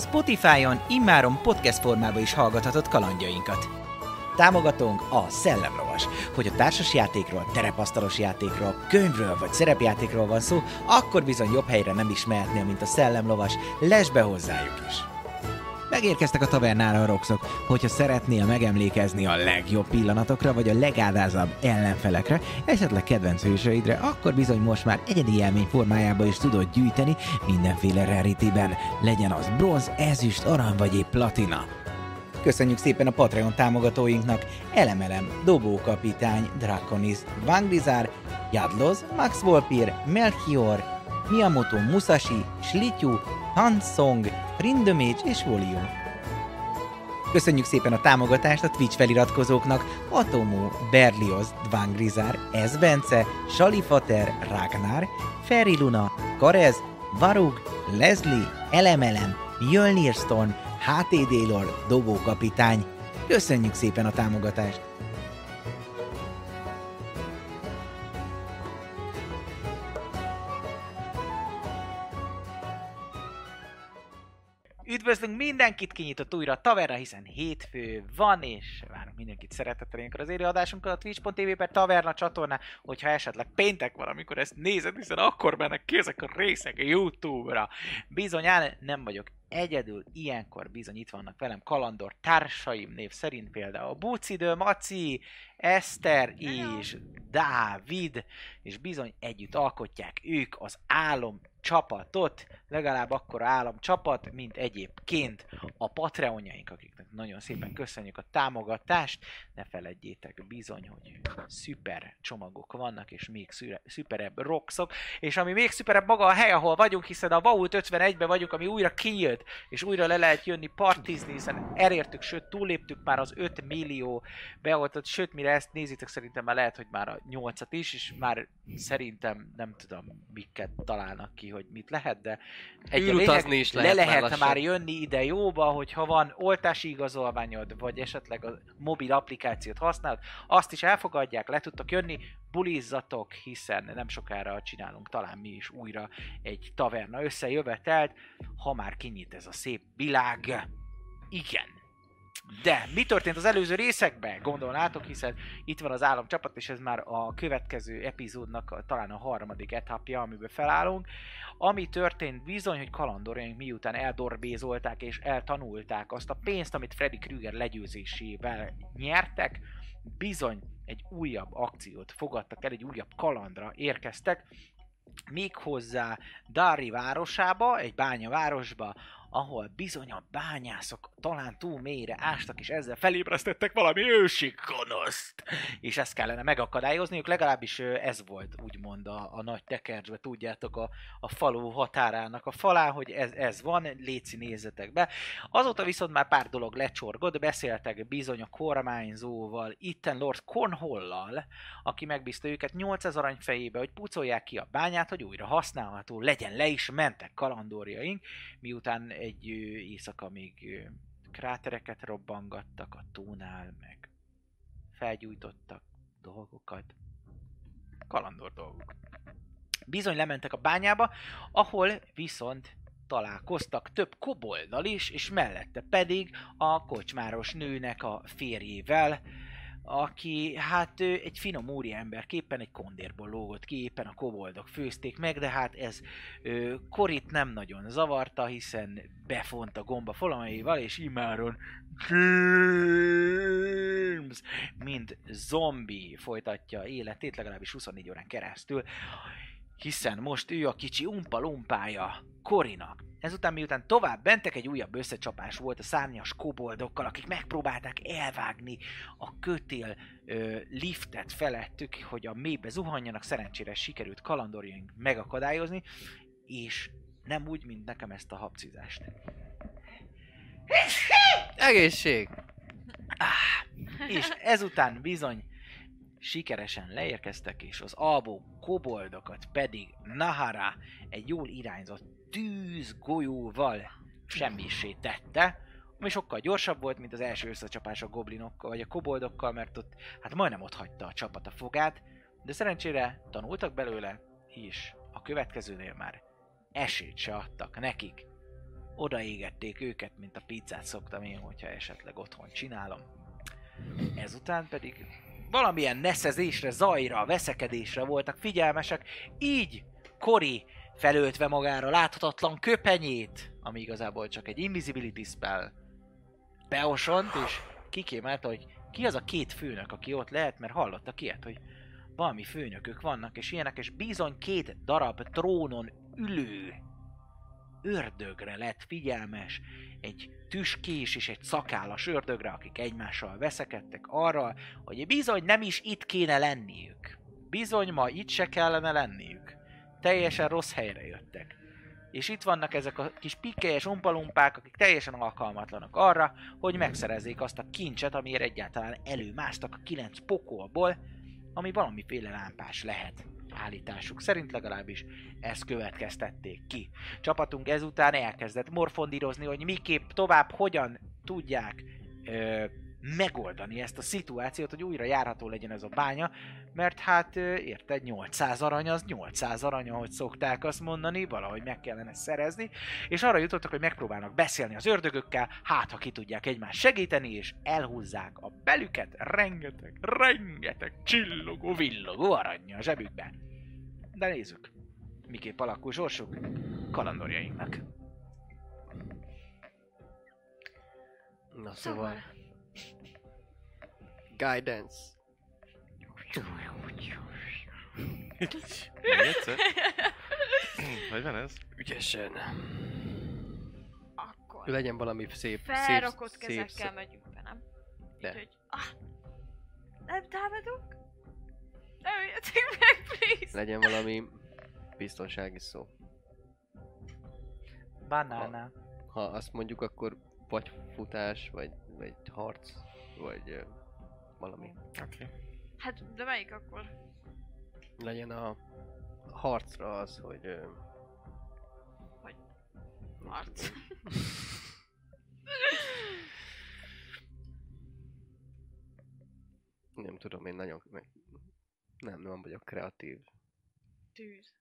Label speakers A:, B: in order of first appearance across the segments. A: Spotify-on immáron podcast formában is hallgathatod kalandjainkat. Támogatónk a Szellemlovas. Hogy a társas játékról, terepasztalos játékról, könyvről vagy szerepjátékról van szó, akkor bizony jobb helyre nem is mehetnél, mint a Szellemlovas. Lesz be hozzájuk is! Megérkeztek a tavernára a roxok, hogyha szeretnél megemlékezni a legjobb pillanatokra, vagy a legádázabb ellenfelekre, esetleg kedvenc hősöidre, akkor bizony most már egyedi élmény formájába is tudod gyűjteni mindenféle rarityben, legyen az bronz, ezüst, arany vagy épp platina. Köszönjük szépen a Patreon támogatóinknak Elemelem, Dobókapitány, Draconis, Vanglizár, Jadloz, Max Volpir, Melchior, Miyamoto Musashi, Slityu, Hansong, Rindomage és Volium. Köszönjük szépen a támogatást a Twitch feliratkozóknak Atomó, Berlioz, Dvangrizár, Ez Bence, Salifater, Ragnar, Ferri Luna, Karez, Varug, Leslie, Elemelem, Jölnir Storm, HT Lor, Dobókapitány. Köszönjük szépen a támogatást! Üdvözlünk mindenkit, kinyitott újra a taverna, hiszen hétfő van, és várunk mindenkit szeretettel ilyenkor az élőadásunkat a twitch.tv per taverna csatorná, hogyha esetleg péntek van, amikor ezt nézed, hiszen akkor mennek ki ezek a részek YouTube-ra. Bizonyán nem vagyok egyedül, ilyenkor bizony itt vannak velem kalandor társaim név szerint például Bucidő, Maci, Eszter és Dávid, és bizony együtt alkotják ők az álom csapatot, legalább akkor állam csapat, mint egyébként a Patreonjaink, akiknek nagyon szépen köszönjük a támogatást. Ne feledjétek bizony, hogy szuper csomagok vannak, és még szüre- szuperebb roxok, és ami még szuperebb maga a hely, ahol vagyunk, hiszen a Vault 51-ben vagyunk, ami újra kinyílt, és újra le lehet jönni partizni, hiszen elértük, sőt túléptük már az 5 millió beoltott, sőt mire ezt nézitek, szerintem már lehet, hogy már a 8-at is, és már szerintem nem tudom, miket találnak ki, hogy mit lehet, de egy a
B: Űrutazni
A: lényeg,
B: is lehet
A: le
B: már
A: lehet már,
B: lassan.
A: már jönni ide jóba, hogyha van oltási igazolványod, vagy esetleg a mobil applikációt használod, azt is elfogadják, le tudtok jönni, bulizzatok, hiszen nem sokára csinálunk talán mi is újra egy taverna összejövetelt, ha már kinyit ez a szép világ. Igen. De mi történt az előző részekben? Gondolnátok, hiszen itt van az államcsapat, és ez már a következő epizódnak a- talán a harmadik etapja, amiben felállunk. Ami történt bizony, hogy kalandorjaink miután eldorbézolták és eltanulták azt a pénzt, amit Freddy Krüger legyőzésével nyertek, bizony egy újabb akciót fogadtak el, egy újabb kalandra érkeztek, méghozzá Dari városába, egy bányavárosba, ahol bizony a bányászok talán túl mélyre ástak, és ezzel felébresztettek valami ősi gonoszt. És ezt kellene megakadályozniuk, legalábbis ö, ez volt úgymond a, a nagy tekercsbe, tudjátok, a, a falu határának a falán, hogy ez, ez van, léci nézzetek be. Azóta viszont már pár dolog lecsorgott, beszéltek bizony a kormányzóval, itten Lord Cornhollal, aki megbízta őket 8000 arany fejébe, hogy pucolják ki a bányát, hogy újra használható legyen, le is mentek kalandorjaink, miután egy ö, éjszaka még ö, krátereket robbangattak a tónál, meg felgyújtottak dolgokat. Kalandor dolgok. Bizony lementek a bányába, ahol viszont találkoztak több koboldal is, és mellette pedig a kocsmáros nőnek a férjével, aki hát ő egy finom úriember képpen egy kondérból lógott ki, éppen a koboldok főzték meg, de hát ez ö, Korit nem nagyon zavarta, hiszen befont a gomba folamaival, és imáron James, mint zombi folytatja életét, legalábbis 24 órán keresztül, hiszen most ő a kicsi umpa-lumpája Korinak. Ezután miután tovább bentek, egy újabb összecsapás volt a szárnyas koboldokkal, akik megpróbálták elvágni a kötél ö, liftet felettük, hogy a mélybe zuhanjanak, szerencsére sikerült kalandorjaink megakadályozni, és nem úgy, mint nekem ezt a habcizást.
B: Egészség!
A: És ezután bizony sikeresen leérkeztek, és az albó koboldokat pedig Nahara egy jól irányzott tűz golyóval semmissé tette, ami sokkal gyorsabb volt, mint az első összecsapás a goblinokkal, vagy a koboldokkal, mert ott hát majdnem ott hagyta a csapat a fogát, de szerencsére tanultak belőle, és a következőnél már esélyt se adtak nekik. Odaégették őket, mint a pizzát szoktam én, hogyha esetleg otthon csinálom. Ezután pedig valamilyen neszezésre, zajra, veszekedésre voltak figyelmesek, így Kori felöltve magára láthatatlan köpenyét, ami igazából csak egy invisibility spell, beosont, és kikémálta, hogy ki az a két főnök, aki ott lehet, mert hallottak ilyet, hogy valami főnökök vannak, és ilyenek, és bizony két darab trónon ülő ördögre lett figyelmes, egy tüskés és egy szakállas ördögre, akik egymással veszekedtek arra, hogy bizony nem is itt kéne lenniük. Bizony ma itt se kellene lenniük. Teljesen rossz helyre jöttek. És itt vannak ezek a kis pikkelyes umpalumpák, akik teljesen alkalmatlanok arra, hogy megszerezzék azt a kincset, amiért egyáltalán előmásztak a kilenc pokolból, ami valamiféle lámpás lehet állításuk szerint legalábbis ezt következtették ki. Csapatunk ezután elkezdett morfondírozni, hogy miképp tovább hogyan tudják ö, megoldani ezt a szituációt, hogy újra járható legyen ez a bánya, mert hát ö, érted, 800 arany az 800 arany, ahogy szokták azt mondani, valahogy meg kellene szerezni, és arra jutottak, hogy megpróbálnak beszélni az ördögökkel, hát ha ki tudják egymást segíteni, és elhúzzák a belüket rengeteg, rengeteg csillogó, villogó aranya a zsebükbe. De nézzük, miképp alakul sorsuk kalandorjainknak.
B: Na szóval...
C: Szóval,
B: Guidance.
D: Még egyszer? Hogy van ez?
B: Ügyesen.
C: akkor
B: Legyen valami szép, szép,
C: felrakott
B: szép,
C: kezekkel
B: szép.
C: megyünk be, nem?
B: De.
C: Így, hogy, ah, nem támadunk? Nem jöttünk meg, please!
B: Legyen valami biztonsági szó.
A: Banána.
B: Ha azt mondjuk, akkor vagy futás, vagy, vagy harc, vagy ö, valami.
D: Oké. Okay.
C: Hát, de melyik akkor?
B: Legyen a harcra az, hogy... ö,
C: Hogy harc.
B: Nem tudom, én nagyon... Meg... Nem, nem vagyok kreatív.
C: Tűz.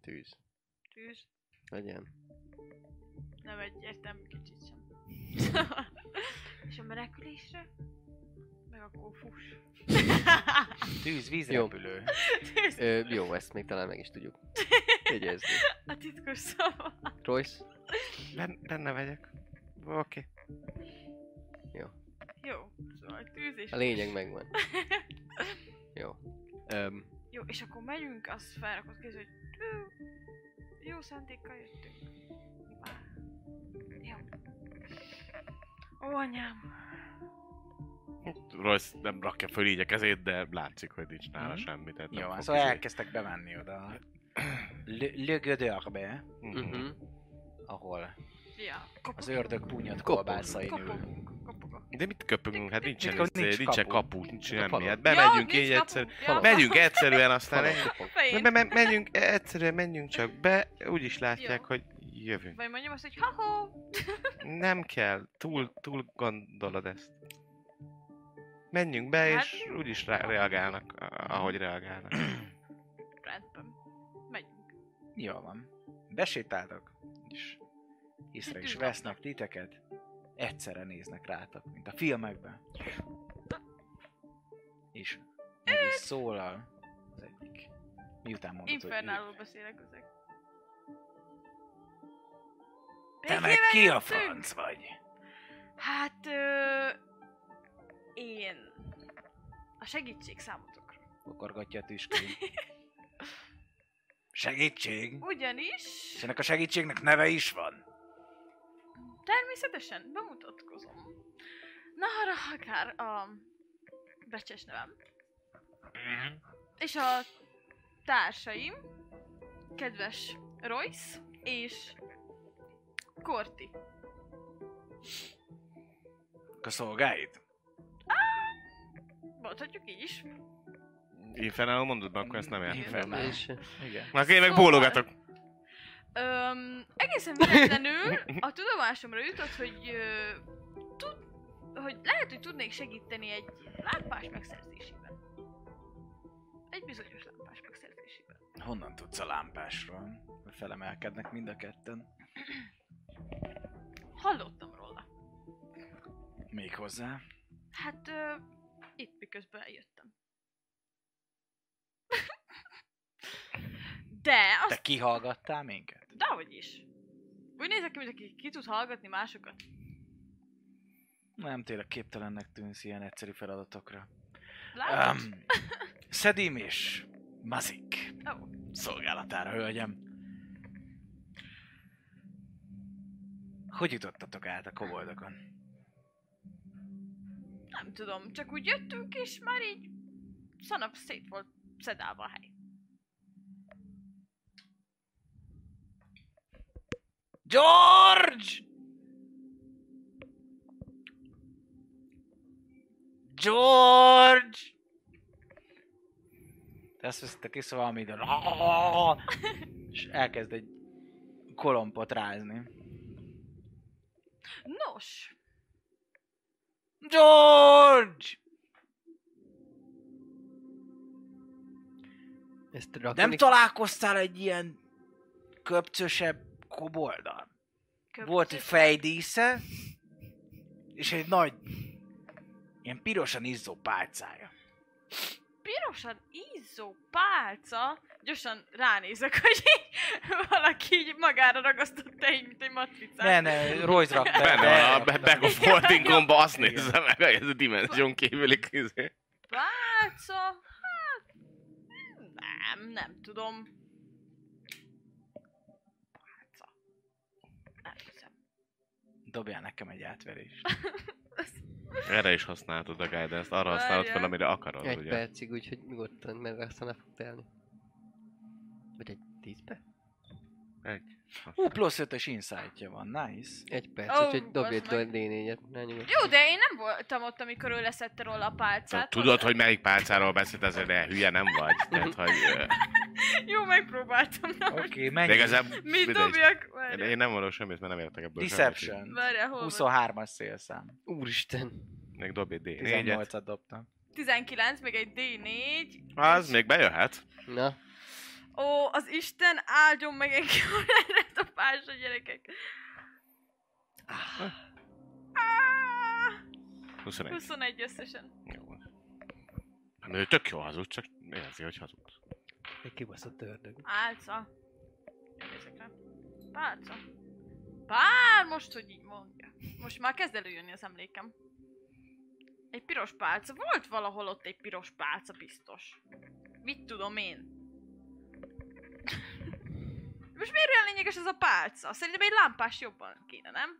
B: Tűz.
C: Tűz.
B: Legyen.
C: Nem egy értem kicsit sem. És a menekülésre? Meg akkor fuss.
A: Tűz, víz,
B: Jó.
A: repülő.
C: Tűz.
B: Ö, jó, ezt még talán meg is tudjuk jegyezni.
C: A titkos szava.
B: Royce?
D: Ben- benne vagyok. Oké. Okay.
C: Jó. Szóval tűz és...
B: A lényeg megvan. Jó. Öm,
C: Jó, és akkor megyünk, az felrakott kéz, hogy tű, jó szándékkal jöttünk. Á, Jó. Ó, anyám.
D: Royce nem rakja föl így a kezét, de látszik, hogy nincs nála
A: Mhm.
D: semmi. Tehát nem
A: Jó,
D: fog
A: hát szóval
D: izé-
A: elkezdtek bemenni oda. Le, le Gödörbe,
D: Mhm.
B: uh-huh.
A: ahol
C: Ja, kopog.
A: az ördög punyat
B: Kopog.
A: kolbászain ül.
C: Kopogunk, kopogok.
D: De mit köpögünk? Hát nincsen,
A: Mikor
D: nincs,
A: nincs
D: nincs, nincsen
A: kapu.
D: kapu, nincs
B: Hát a
D: semmi.
B: falon.
D: Hát
C: Ja,
D: bemegyünk
C: nincs
D: így egyszer.
C: kapunk. Ja,
D: Megyünk egyszerűen, aztán
B: Talán
D: egy...
B: kapok.
C: Fején.
D: Me- me- me- menjünk, egyszerűen menjünk csak be, úgyis látják,
C: Jó.
D: hogy jövünk.
C: Vagy mondjam azt, hogy ha-ho.
D: Nem kell, túl, túl gondolod ezt. Menjünk be,
C: Hát-
D: és úgyis rá- reagálnak, ahogy reagálnak.
C: Rendben.
A: Hát,
C: Megyünk.
A: Jó van. Besétáltak, és
D: Hát
A: észre is vesznek titeket. Egyszerre néznek rátok, mint a filmekben. És meg is szólal az egyik. Miután mondod, hogy ő-
C: Infernálról beszélek ezek.
A: Te meg
C: Békében
A: ki a
C: jöttünk?
A: franc vagy?
C: Hát, ö, én a segítség számotokra.
A: Okorgatja a tüskén. Segítség?
C: Ugyanis...
A: És ennek a segítségnek neve is van.
C: Természetesen bemutatkozom. Nahara Hakár a becses nevem. És a társaim, kedves Royce és Korti.
A: A szolgáid?
C: Mondhatjuk így is.
D: Infernáló mondod be, akkor ezt nem értem.
A: Infernáló.
D: Infernáló.
B: És
A: Igen.
D: Már én meg
C: Szóval-
D: bólogatok.
C: Öm, egészen véletlenül a tudomásomra jutott, hogy, ö, tud, hogy lehet, hogy tudnék segíteni egy lámpás megszerzésében. Egy bizonyos lámpás megszerzésében.
A: Honnan tudsz a lámpásról? Hogy felemelkednek mind a ketten.
C: Hallottam róla.
A: Még hozzá.
C: Hát ö, itt miközben eljöttem. De
A: Te
C: azt...
A: kihallgattál minket?
C: Dehogy is. Úgy nézek ki, mint aki ki tud hallgatni másokat.
A: Nem tényleg képtelennek tűnsz ilyen egyszerű feladatokra.
C: Látod?
A: Um, Szedim és Mazik
C: Ó.
A: szolgálatára, hölgyem. Hogy jutottatok át a koboldokon?
C: Nem tudom, csak úgy jöttünk, és már így szanap szét volt szedálva a hely.
A: George! George! Te azt hiszed, te kisz valami ide. És elkezd egy kolompot rázni.
C: Nos,
A: George!
B: ezt rakni
A: Nem találkoztál egy ilyen köpcösebb koboldal?
C: köpcös-
A: Volt egy fejdísze, és egy nagy, ilyen pirosan izzó pálcája.
C: pirosan izzó pálca, gyorsan ránézek, hogy így valaki így magára ragasztotta így, mint egy matricát.
A: Ne, ne, rajz rakta.
D: Benne van a be- back of holdingomba, azt
A: Igen.
D: nézze meg, hogy ez a dimenzión kívüli kizé.
C: Pálca? Hát, nem, nem tudom. Pálca. Nem hiszem.
A: Dobjál nekem egy átverést.
D: Erre is használtad a guidance-t, arra használod fel,
C: Várjál.
D: amire akarod,
B: egy
D: ugye?
B: percig, úgyhogy nyugodtan, mert aztán el fog telni. Vagy egy tíz perc?
A: Hú, plusz ötös insightja van, nice.
B: Egy perc,
C: Ó,
B: oh, úgyhogy dobj egy
C: bazd meg.
B: D4-et. Na, nyugodtan.
C: Jó, de én nem voltam ott, amikor ő leszette róla a pálcát.
D: Szóval Tudod, hogy melyik pálcáról beszélt, ezért de hülye nem vagy. Tehát, hogy... ö,
C: Jó, megpróbáltam. Na,
A: Oké,
C: most
A: okay,
D: De
A: menjünk.
D: igazából
C: mit
D: mindegy.
C: dobjak?
D: Én-
C: Várjál,
D: Én nem mondok semmit, mert nem értek ebből semmit.
A: Deception.
C: Várjál, hol van?
A: 23-as szélszám.
B: Úristen.
D: Még dobj egy D4-et.
A: 18-at dobtam.
C: 19, még egy D4.
D: Az még bejöhet.
B: Na,
C: Ó, az Isten áldjon meg engem erre a dobásra, gyerekek. Ah,
D: 21.
C: 21 összesen.
D: Jó. Hát, ő tök jó hazud, csak érzi, hogy hazud.
B: egy kibaszott ördög.
C: Álca. Nézzek rá. Pálca. Pár, most, hogy így mondja. Most már kezd előjönni az emlékem. Egy piros pálca. Volt valahol ott egy piros pálca, biztos. Mit tudom én? Most miért olyan lényeges ez a pálca? Szerintem egy lámpás jobban kéne, nem?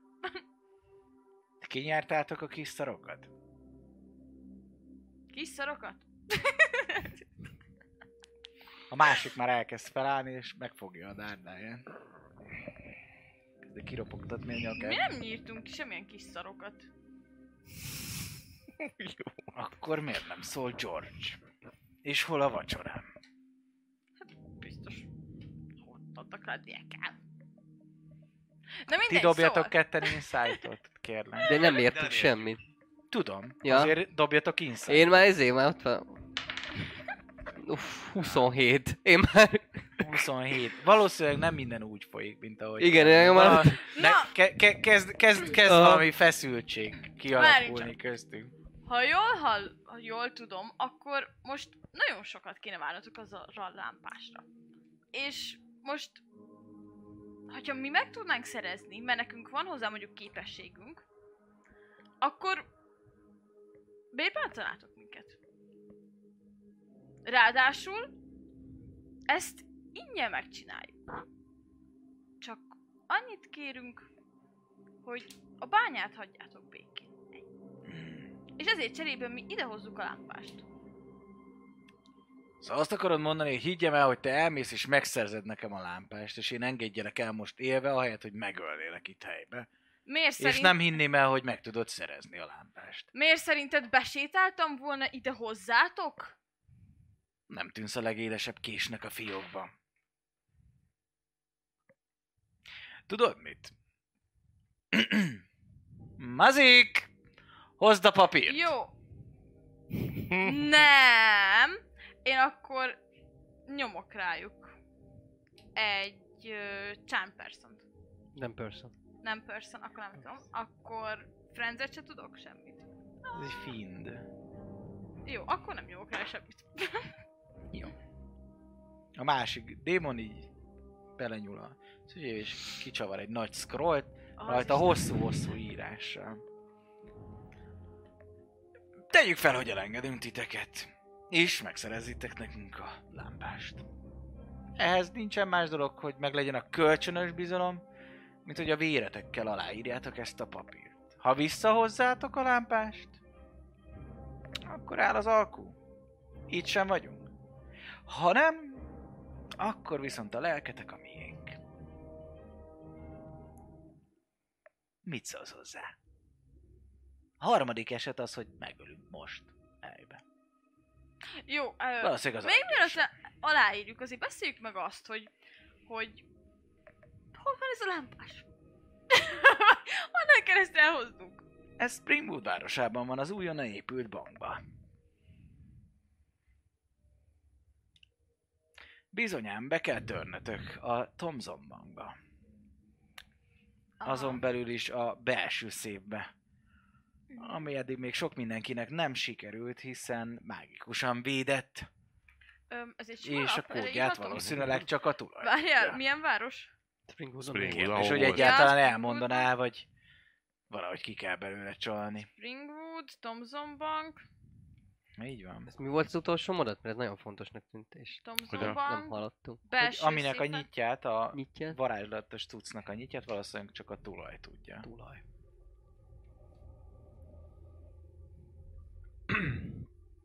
A: Kinyártátok a kis szarokat?
C: Kis szarokat?
A: A másik már elkezd felállni, és megfogja a dárdáját. De kiropogtatni a
C: Mi
A: nyakát.
C: nem nyírtunk ki semmilyen kis szarokat.
A: Akkor miért nem szól George? És hol a vacsorám?
C: Biztos. Ott adtak rá diákán. Na mindegy,
A: Ti dobjatok
C: szóval.
A: ketten insightot, kérlek.
B: De nem
D: nem
B: értük semmit.
A: Tudom,
B: Ja.
A: azért dobjatok insight.
B: Én már ezért már ott van. Uff, 27. Én már...
A: 27. Valószínűleg nem minden úgy folyik, mint ahogy...
B: Igen, én már-
A: Vala- Ne,
C: Na.
A: ke- ke- kezd, kezd, kezd
B: Aha.
A: valami feszültség kialakulni
C: Várjunk
A: köztünk.
C: Ha jól, hall, ha jól tudom, akkor most nagyon sokat kéne várnatok az a lámpásra. És most, hogyha mi meg tudnánk szerezni, mert nekünk van hozzá mondjuk képességünk, akkor bépántanátok minket. Ráadásul ezt ingyen megcsináljuk. Csak annyit kérünk, hogy a bányát hagyjátok békén. És ezért cserében mi idehozzuk a lámpást.
A: Szóval azt akarod mondani, hogy higgyem el, hogy te elmész és megszerzed nekem a lámpást, és én engedjelek el most élve, ahelyett, hogy megölnélek itt helybe.
C: Miért,
A: És
C: szerint,
A: nem hinném el, hogy meg tudod szerezni a lámpást.
C: miért szerinted besétáltam volna ide hozzátok?
A: Nem tűnsz a legélesebb késnek a fiókban. Tudod mit? Mazik! Hozd a papírt!
C: Jó. Nem. Én akkor nyomok rájuk. Egy uh, charm person
B: Nem person.
C: Nem person, akkor nem tudom. Akkor frenzet se tudok semmit.
A: Ez egy find.
C: Jó, akkor nem nyomok rá semmit.
A: A másik démon így belenyúl a szügyébe, és kicsavar egy nagy scrollt,
C: Az
A: rajta
C: is-
A: hosszú-hosszú írással. Tegyük fel, hogy elengedünk titeket, és megszerezitek nekünk a lámpást. Ehhez nincsen más dolog, hogy meglegyen a kölcsönös bizalom, mint hogy a véretekkel aláírjátok ezt a papírt. Ha visszahozzátok a lámpást, akkor áll az alkú. Itt sem vagyunk. Ha nem, akkor viszont a lelketek a miénk. Mit szólsz hozzá? A harmadik eset az, hogy megölünk most. Elejbe.
C: Jó, ö,
A: Valószínűleg az
C: még
A: a
C: mielőtt
A: legjobb.
C: le- aláírjuk, azért beszéljük meg azt, hogy, hogy hol van ez a lámpás? Honnan keresztül elhoznunk?
A: Ez Springwood városában van, az újonnan épült bankban. Bizonyám, be kell törnötök a Thomson bankba.
C: Aha.
A: azon belül is a belső szépbe.
C: Mhm.
A: Ami eddig még sok mindenkinek nem sikerült, hiszen mágikusan védett,
C: Öm, ez egy sima
A: és a
C: lap, erre
A: kódját
C: írhatom?
A: valószínűleg csak a
C: Várjál,
A: tulajdonos.
C: milyen város?
B: Springwoodon.
D: Springwood,
A: És
D: ahol
A: hogy
D: volt.
A: egyáltalán
C: Ja,
A: elmondaná, vagy valahogy ki kell belőle csalni.
C: Springwood, Thomson Bank,
A: Így van.
B: Ez mi volt az utolsó mondat? Mert ez nagyon fontosnak tűnt, és
C: Thomson
D: Hogy a-
B: nem
C: Bank,
B: hallottunk.
A: Hogy
C: belső
A: aminek a
C: szépen.
A: nyitját, a
B: Nyitja?
A: varázslatos cuccnak a nyitját valószínűleg csak a tulaj tudja.
B: Tulaj.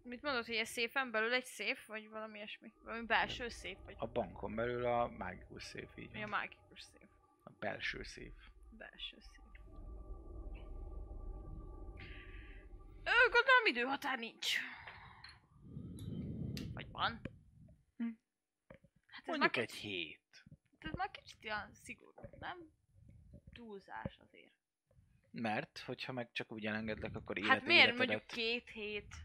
C: Mit mondod, hogy ez szépen belül egy szép, vagy valami ilyesmi? Valami belső szép, vagy
A: A bankon belül a mágikus szép, így
C: mi a
A: van.
C: mágikus szép?
A: A belső szép.
C: Belső szép. Ö, gondolom időhatár nincs. Vagy van?
A: Hm.
C: Hát ez már,
A: Mondjuk
C: kicsit,
A: egy hét.
C: ez már kicsit olyan szigorú, nem? Túlzás azért.
A: Mert, hogyha meg csak úgy elengedlek, akkor élet,
C: Hát miért mondjuk
A: életedet-
C: két hét?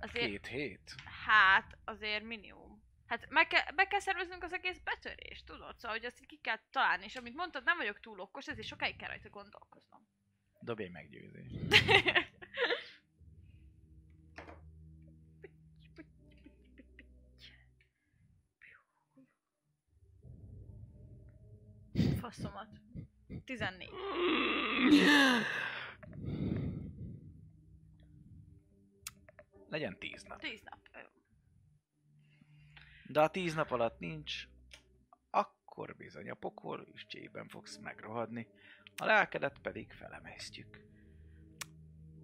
C: Azért
A: Két hét?
C: Hát, azért minimum. Hát meg kell, meg kell szerveznünk az egész betörést, tudod? Szóval, hogy azt így ki kell találni, és amit mondtad, nem vagyok túl okos, ezért sokáig kell rajta gondolkoznom.
A: Dobj egy meggyőzést.
C: Faszomat. 14.
A: Legyen tíz nap.
C: 10 nap. Jó.
A: De ha tíz nap alatt nincs, akkor bizony a pokol és csében fogsz megrohadni, a lelkedet pedig felemésztjük.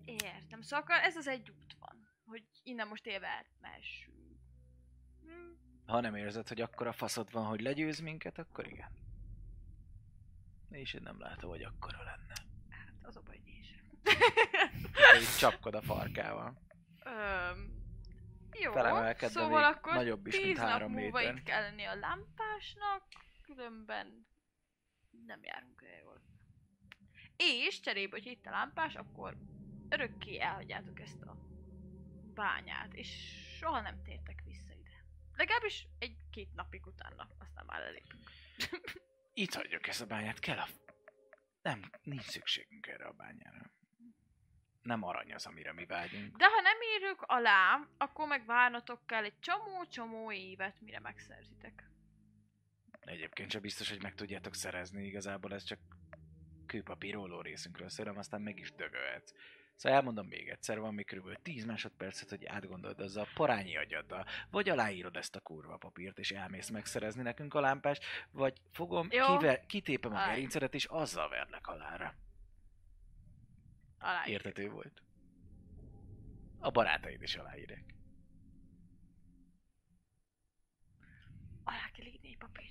C: Értem. Szóval akkor ez az egy út van, hogy innen most élve elmehessünk. Hm.
A: Ha nem érzed, hogy akkor a faszod van, hogy legyőz minket, akkor igen. És én nem látom, hogy akkora lenne.
C: Hát az a baj, hogy én sem.
A: Így csapkod a farkával.
C: Öm, jó,
A: Felemelkedve
C: szóval
A: még
C: akkor
A: nagyobb is,
C: tíz
A: mint
C: nap
A: három
C: múlva
A: méter.
C: itt kell lenni a lámpásnak, különben nem járunk olyan jól. És cserébe, hogy itt a lámpás, akkor örökké elhagyjátok ezt a bányát, és soha nem tértek vissza ide. Legalábbis egy-két napig utána, aztán már elépünk.
A: Itt hagyjuk ezt a bányát, kell a... Nem, nincs szükségünk erre a bányára. Nem arany az, amire mi vágyunk.
C: De ha nem írjuk alá, akkor meg várnatok kell egy csomó-csomó évet, mire megszerzitek.
A: Egyébként sem biztos, hogy meg tudjátok szerezni, igazából ez csak kőpapíróló részünkről szöröm, aztán meg is dögölhetsz. Szóval elmondom még egyszer, van még kb. 10 másodpercet, hogy átgondold azzal a parányi agyaddal, vagy aláírod ezt a kurva papírt, és elmész megszerezni nekünk a lámpást, vagy fogom,
C: Jó.
A: kiver, kitépem a
C: Állj.
A: gerincedet, és azzal verlek alára.
C: Alá.
A: Értető volt. A barátaid is aláírják.
C: alá kell írni egy papírt.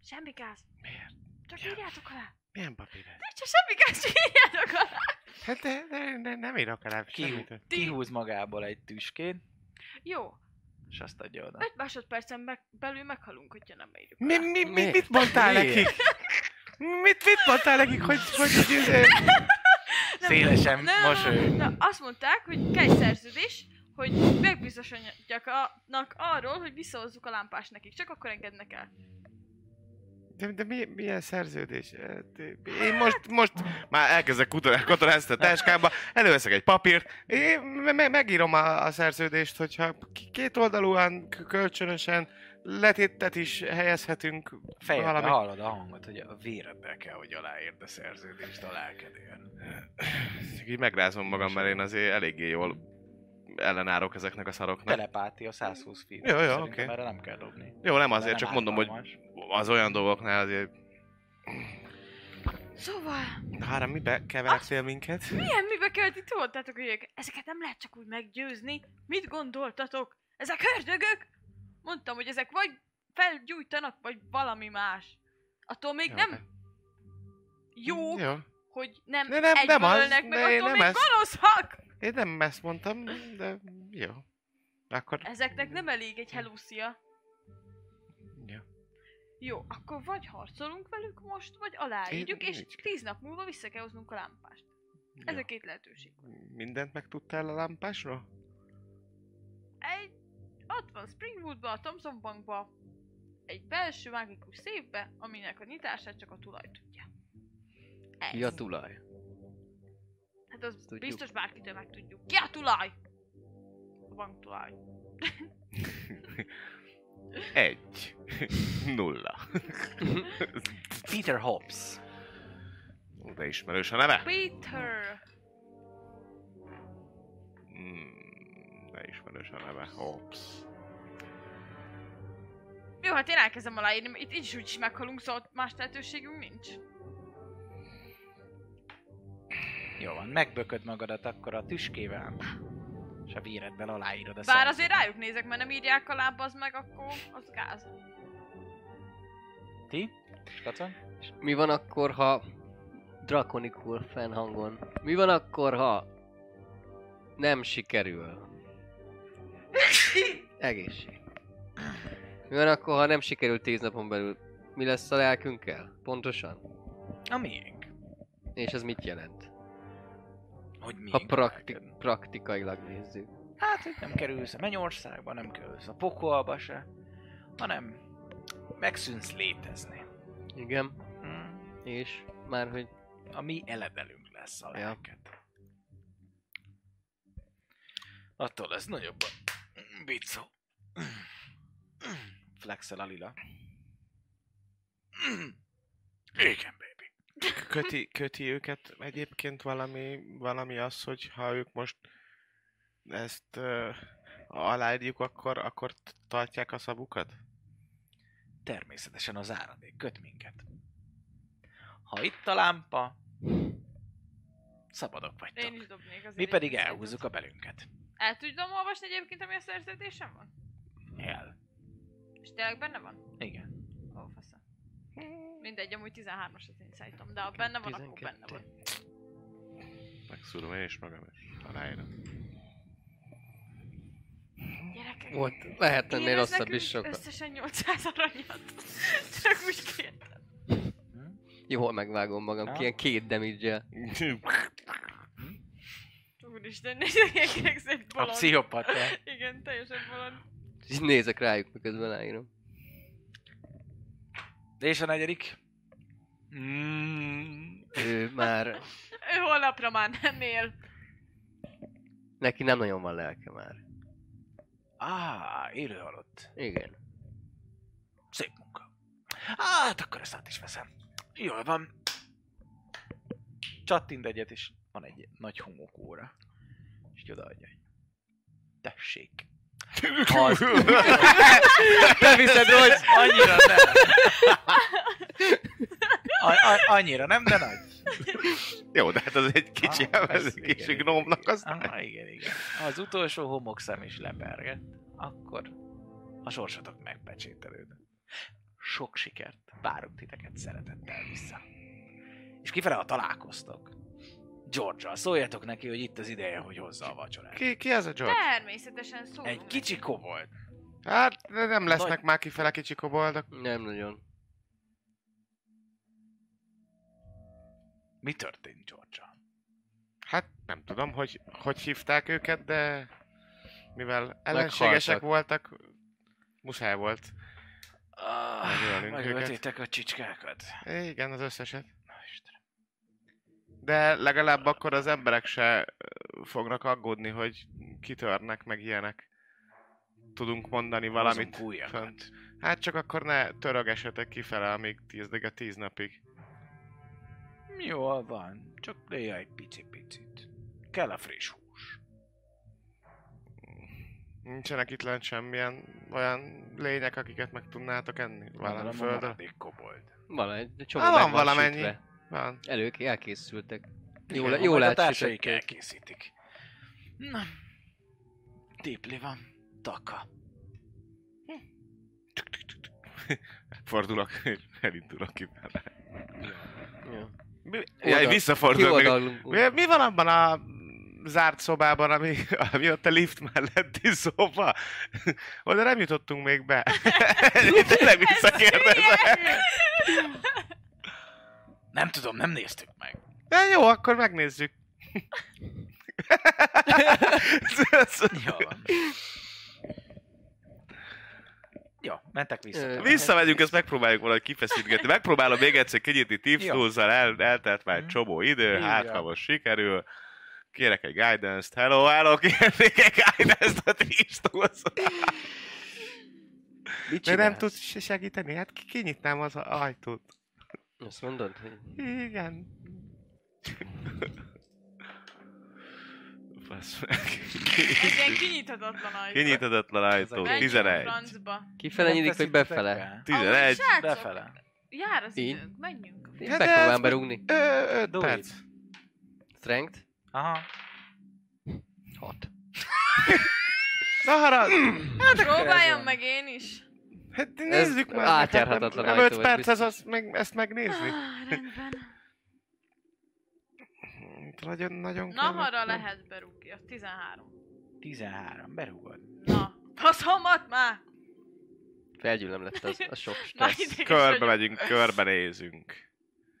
C: Semmi gáz.
A: Miért?
C: Csak írjátok alá.
D: Milyen papír ez?
C: Nincs semmi gáz, csak írjátok alá.
D: Hát de, de, de nem írok alá
A: Ki,
D: semmit.
A: kihúz magából egy tüskén,
C: Jó,
A: és azt adja oda.
C: 5 másodpercen meg, belül meghalunk, hogyha nem írjuk
D: Mi,
C: alá.
D: mi, mi,
B: Miért?
D: mit mondtál
B: Miért?
D: nekik? Mit, mit mondtál nekik, hogy, hogy, hogy, hogy
C: Nem,
A: Szélesen
C: nem, nem,
A: mosolyog.
C: nem, nem. Azt mondták, hogy kell egy szerződés, hogy megbizonyosodjak a- nak arról, hogy visszahozzuk a lámpást nekik. Csak akkor engednek el.
D: De, de mi, milyen szerződés? Hát, Én most, most már elkezdek kutor- kotorászni a táskámba, előveszek egy papírt, én me- me- megírom a, a szerződést, hogyha k- két oldalúan, k- kölcsönösen letétet is helyezhetünk.
A: Fejedbe
D: valami-
A: hallod a hangot, hogy a véredbe kell, hogy aláírd a szerződést a lelkedén.
D: Így megrázom magam, mert én azért eléggé jól ellenárok ezeknek a szaroknak.
A: Telepátia 120 feet.
D: Jó, jó,
A: Szerintem
D: oké.
A: Erre nem kell dobni.
D: Jó, nem
A: Erre
D: azért,
A: nem
D: csak mondom, hogy
A: ártalmas.
D: az olyan dolgoknál azért...
C: Szóval,
D: Hára, mibe
C: Ah,
D: kevertél minket?
C: milyen mibe kellett itt voltátok, hogy ők- ezeket nem lehet csak úgy meggyőzni. Mit gondoltatok? Ezek hördögök? Mondtam, hogy ezek vagy felgyújtanak, vagy valami más. Attól még
D: Jó,
C: nem
D: de-
C: jó,
D: Mm, Jó.
C: hogy nem,
D: De
C: nem,
D: nem-
C: nem egyből
D: nem az,
C: ölnek meg,
D: de én
C: attól
D: nem
C: még
D: ezt-
C: gonoszak!
D: Én nem ezt mondtam, de jó. Akkor...
C: Ezeknek
D: Mm.
C: nem elég egy helúszia.
D: Jó.
C: Jó, akkor vagy harcolunk velük most, vagy aláírjuk,
D: Én-
C: és
D: nincs.
C: tíz nap múlva vissza kell hoznunk a lámpást. Ez a két lehetőség.
D: Mindent megtudtál a lámpásról?
C: Egy, ott van Springwoodba, a Thompson Bankba, egy belső mágikus széfbe, aminek a nyitását csak a tulaj tudja. Ez.
B: Ki a tulaj?
C: Hát az
B: Tudjuk.
C: biztos bárkitől meg tudjuk. Ki a tulaj? A bank tulaj.
D: Egy. Nulla.
A: Peter Hobbs.
D: De ismerős a neve?
C: Peter!
D: Mm, De ismerős a neve. Hops.
C: Jó, hát én elkezdem aláírni, mert itt így is úgy is meghalunk, szóval más lehetőségünk nincs.
A: Jó van, megbököd magadat akkor a tüskével. És a véreddel aláírod a
C: Bár
A: szerződést.
C: azért rájuk nézek, mert nem írják a láb, az meg, akkor az gáz.
A: Ti? Skacon?
B: És mi van akkor, ha drakonikul fennhangon? Mi van akkor, ha nem sikerül? Egészség. Mi van akkor, ha nem sikerül tíz napon belül? Mi lesz a lelkünkkel? Pontosan.
A: A miénk.
B: És ez mit jelent?
A: Hogy miénk.
B: Ha
A: a lelked.
B: prakti- praktikailag nézzük.
A: Hát, hogy nem kerülsz a mennyországba, nem kerülsz a pokolba se, hanem megszűnsz létezni.
B: Igen.
A: Hm?
B: És már hogy
A: A mi eledelünk lesz a
B: Ja.
A: lelked. Attól lesz nagyobb a bicó. Flexel a lila. Igen, baby.
D: Köti, köti őket egyébként valami, valami az, hogy ha ők most ezt uh, aláírjuk, akkor, akkor t- tartják a szavukat?
A: Természetesen az áradék köt minket. Ha itt a lámpa, szabadok vagytok.
C: Én is dobnék azért.
A: Mi
C: egy
A: pedig
C: szépen.
A: elhúzzuk a belünket.
C: El tudom olvasni egyébként, ami a szerződésem van?
A: El.
C: És tényleg benne van?
A: Igen.
C: Ó, fasza. Mindegy, amúgy 13-asat én szállítom, de ha benne van, akkor benne van.
D: Megszúrom én is magam, és aláírom.
C: Gyerekek,
B: volt, lehet ennél
C: én ez
B: rosszabb is
C: nekünk
B: sokkal.
C: összesen 800 aranyat. Csak úgy kért.
B: Jól megvágom magam,
A: Na.
B: ki ilyen két damage
C: Úristen, nekek ez egy
A: A
C: bolond.
A: pszichopata.
C: Igen, teljesen bolond.
B: Így nézek rájuk, miközben leírom.
A: És a negyedik? Mm.
B: Ő már,
C: Ő holnapra már nem él.
B: neki nem nagyon van lelke már.
A: Á, élő halott.
B: Igen.
A: Szép munka. Á, Hát akkor ezt át is veszem. Jól van. Csattint egyet, és van egy nagy homokóra. És így odaadja. Tessék. Az... Te viszed, hogy annyira nem. A- a- annyira nem, de nagy.
D: Jó, de hát az egy kicsi,
A: Ah,
D: ez
A: ez-
D: egy kicsi
A: igen, Ah.
D: gnómnak az.
A: Aha, igen, igen. Az utolsó homokszem is lepergett. Akkor a sorsatok megpecsételődött. sok sikert, várunk titeket szeretettel vissza. És kifele, ha találkoztok, george szóljatok neki, hogy itt az ideje, hogy hozza a vacsorát.
D: Ki, ki ez a George?
C: Természetesen szólunk.
A: Egy
C: neki.
A: kicsi kobold.
D: Hát de nem lesznek
A: Nagy-
D: már kifele kicsi koboldok.
B: Nem nagyon.
A: Mi történt george
D: Hát nem tudom, hogy hogy hívták őket, de mivel ellenségesek voltak, muszáj volt.
A: Ah,
D: Megölünk
A: megöltétek a csicskákat.
D: É, Igen, az összeset.
A: Na, Istenem.
D: De legalább akkor az emberek se ö, fognak aggódni, hogy kitörnek, meg ilyenek. Tudunk mondani valamit.
A: Hozunk újakat.
D: fönt. Hát csak akkor ne törögessetek kifele, amíg tíz, a tíz napig.
A: Jól van, csak néha egy pici-picit. Kell a friss hús.
D: Nincsenek itt lent semmilyen olyan lények, akiket meg tudnátok enni? Valami
A: Gondolom, a
D: földön?
A: maradék kobold.
B: Van egy csomó
D: Á,
B: meg
D: van
B: van
D: valamennyi.
B: sütve.
D: Van.
B: Elők elkészültek.
D: Igen,
B: Jó, le,
A: Ha
B: jó
A: majd
B: lát,
A: A társaik elkészítik. Na. Tipli van. Taka.
D: Fordulok, és elindulok kifele.
B: Jó.
D: Mi,
B: Oda.
D: jaj, visszafordulok. még-
B: Kivadalunk.
D: Mi, mi van abban a zárt szobában, ami, ami ott a lift melletti szoba? Oda nem jutottunk még be. Én Tényleg visszakérdezem.
A: Nem tudom, nem néztük meg.
D: De jó, akkor megnézzük.
A: Jó van. Jó, mentek vissza.
B: Ö,
A: talán.
D: Visszamegyünk, ezt megpróbáljuk valahogy kifeszítgetni. Megpróbálom még egyszer kinyitni
A: Jó.
D: tipszúzzal, el, eltelt már egy
A: Mhm.
D: csomó idő,
A: Így
D: hát
A: van.
D: ha most sikerül. Kérek egy guidance-t, hello, hello, kérnék egy guidance-t a tipszúzzal.
B: Mit
D: De nem
B: csinálsz?
D: tudsz se segíteni? Hát ki- kinyitnám az a- ajtót.
B: Azt mondod, hogy...
D: Igen. Fasz meg.
C: Egy ilyen kinyithatatlan ajtó.
D: Kinyithatatlan ajtó.
A: Menjünk,
C: Menjünk
D: 11.
C: francba.
B: Kifele nyílik, vagy
A: teszitek
B: befele?
A: be?
D: 11.
C: Amúgy, srácok,
A: Befele.
C: Jár az
B: Így.
C: időnk, menjünk.
B: Én
D: Hát
B: Megpróbálom
D: ez-
B: berúgni.
D: Ö, öt
A: Do
D: perc.
B: Strength?
A: Aha.
B: 6.
D: Na harag!
B: Hát
C: Próbáljam meg én is.
D: Hát
B: Ez
D: nézzük már.
B: átjárhatatlan
D: hát nem, nem
B: ajtó,
D: 5
B: ez
D: perc,
B: biztos.
D: ez azt meg, ezt megnézni.
C: Ah, rendben.
D: Nagyon, nagyon
C: Nahara
D: kellemetlen.
C: lehet berúgja. 13.
A: 13, berúgod.
C: Na. Faszomat már!
B: Felgyűlöm lett az, az sok
C: Már
B: stressz.
C: ideges
D: Körbe
C: vagyok.
D: megyünk, körbe nézünk.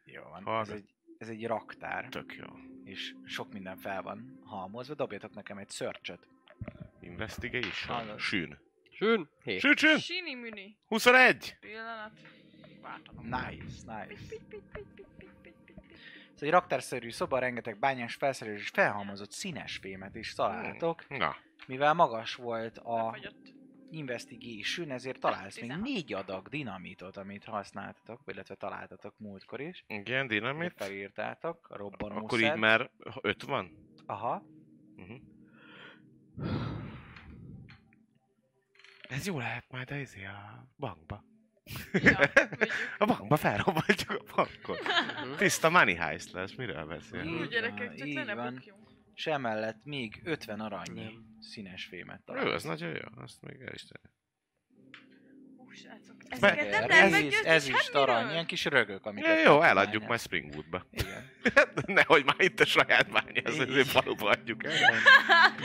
A: Jó van. Ez
D: Hallgat.
A: egy, ez egy raktár,
D: Tök jó.
A: és sok minden fel van halmozva. Dobjatok nekem egy szörcsöt.
D: Investigation.
A: Hallgat.
D: Sűn.
B: Sűn? Hé.
D: Sűn, sűn!
C: Sini mini.
D: 21!
C: Pillanat. Váltanom.
A: Nice, nice. Ez egy raktárszerű szoba, rengeteg bányás felszerelés és felhalmozott színes fémet is találtok.
D: Na.
A: Mivel magas volt a
C: Befagyott.
A: investigation, ezért találsz még
C: 16.
A: négy adag dinamitot, amit használtatok, illetve találtatok múltkor is.
D: Igen,
A: Amit
D: dinamit.
A: felírtátok, a robbanószert.
D: Akkor így már 5 van?
A: Aha.
D: Uh-huh. Ez jó lehet majd a izé a bankba.
C: Ja, vigyük.
D: A bankba felrobbantjuk a bankot.
B: Mhm.
D: Tiszta money heist lesz, miről beszél?
B: Mhm.
C: Hú,
B: Így
C: gyerekek, csak
A: így
C: le ne
A: van.
C: bukjunk. És
A: És emellett még 50 aranyi
B: Nem.
A: színes fémet
D: Ő,
A: találsz.
D: ez nagyon jó, azt még el is tenni.
C: Hú, srácok, ezeket nem
A: Ez,
C: lehet
A: ez, is,
C: meggyőzni
A: ez is
C: semmiről.
A: arany, ilyen kis rögök, amiket...
D: Ja, jó,
A: tudnál
D: eladjuk
A: nyerni.
D: majd Springwoodba.
A: Igen.
D: Nehogy már itt a saját bányász, ezért faluba adjuk el.
B: Ez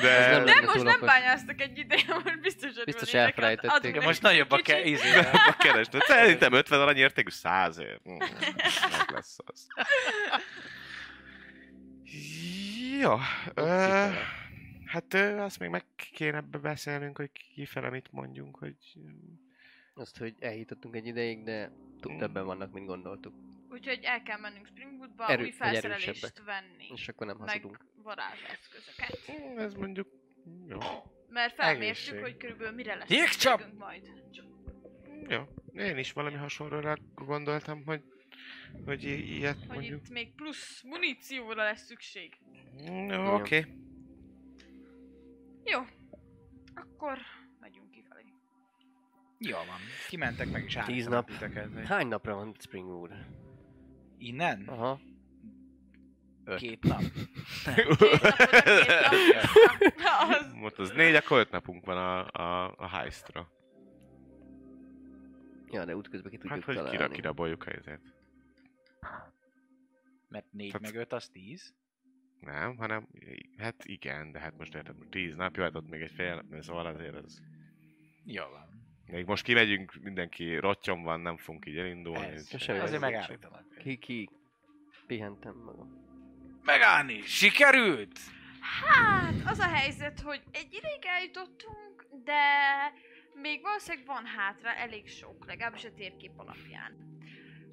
D: De...
B: nem
C: De
B: lenne
C: most
B: túl
C: nem
B: okos.
C: bányáztak egy ideje, most biztos, hogy
B: Biztos
C: van érdeke,
B: elfelejtették.
C: adunk
A: Igen,
C: neki
A: most nagyobb a
C: kicsit.
A: ke- izé,
D: Abba keresni. Szerintem 50 arany értékű 100 ér. Mm, Meg lesz az. Jó. Ö,
B: kifele.
D: hát ö, azt még meg kéne be- beszélnünk, hogy kifele mit mondjunk, hogy...
B: Azt, hogy elhitottunk egy ideig, de túl többen vannak, mint gondoltuk.
C: Úgyhogy el kell mennünk Springwoodba,
B: Erő-
C: új
B: vagy
C: felszerelést
B: erősebbek.
C: venni.
B: És akkor nem
C: Meg
B: hazudunk.
C: varázseszközöket.
D: Mm, Ez mondjuk... Jó.
C: Mert felmértük,
A: Egészség.
C: hogy körülbelül mire lesz
A: Jégcsap!
C: szükségünk majd.
D: Jó. Én is valami hasonlóra gondoltam, hogy hogy i- ilyet
C: Hogy
D: mondjuk.
C: itt még plusz munícióra lesz szükség.
D: Mm, Jó, oké.
C: Jó. Akkor megyünk kifelé.
A: Jó van. Kimentek meg is állítottak
B: Tíz nap.
A: titeket.
B: Hány napra van Springwood?
A: Innen?
B: Aha. Öt.
A: Két nap.
C: Két napot, a két napot. Na, az-
D: Most az négy, akkor öt napunk van a, a, a heistra.
B: Ja, de útközben ki tudjuk
D: Hát, hogy kira,
B: találni.
D: kiraboljuk a helyzet.
A: Mert 4
D: Tehát-
A: meg 5 az 10.
D: Nem, hanem, hát igen, de hát most érted, most 10 nap, jó, hát ott még egy fél, szóval azért ez...
A: Jó van.
D: Még most kimegyünk, mindenki rottyon van, nem fogunk így elindulni.
A: Ez.
D: úgyhogy-
B: Semmi
A: Azért
B: gond.
A: megállítanak.
B: Ki, ki. Pihentem magam.
A: Megállni! Sikerült!
C: Hát, az a helyzet, hogy egy ideig eljutottunk, de még valószínűleg van hátra elég sok, legalábbis a térkép alapján.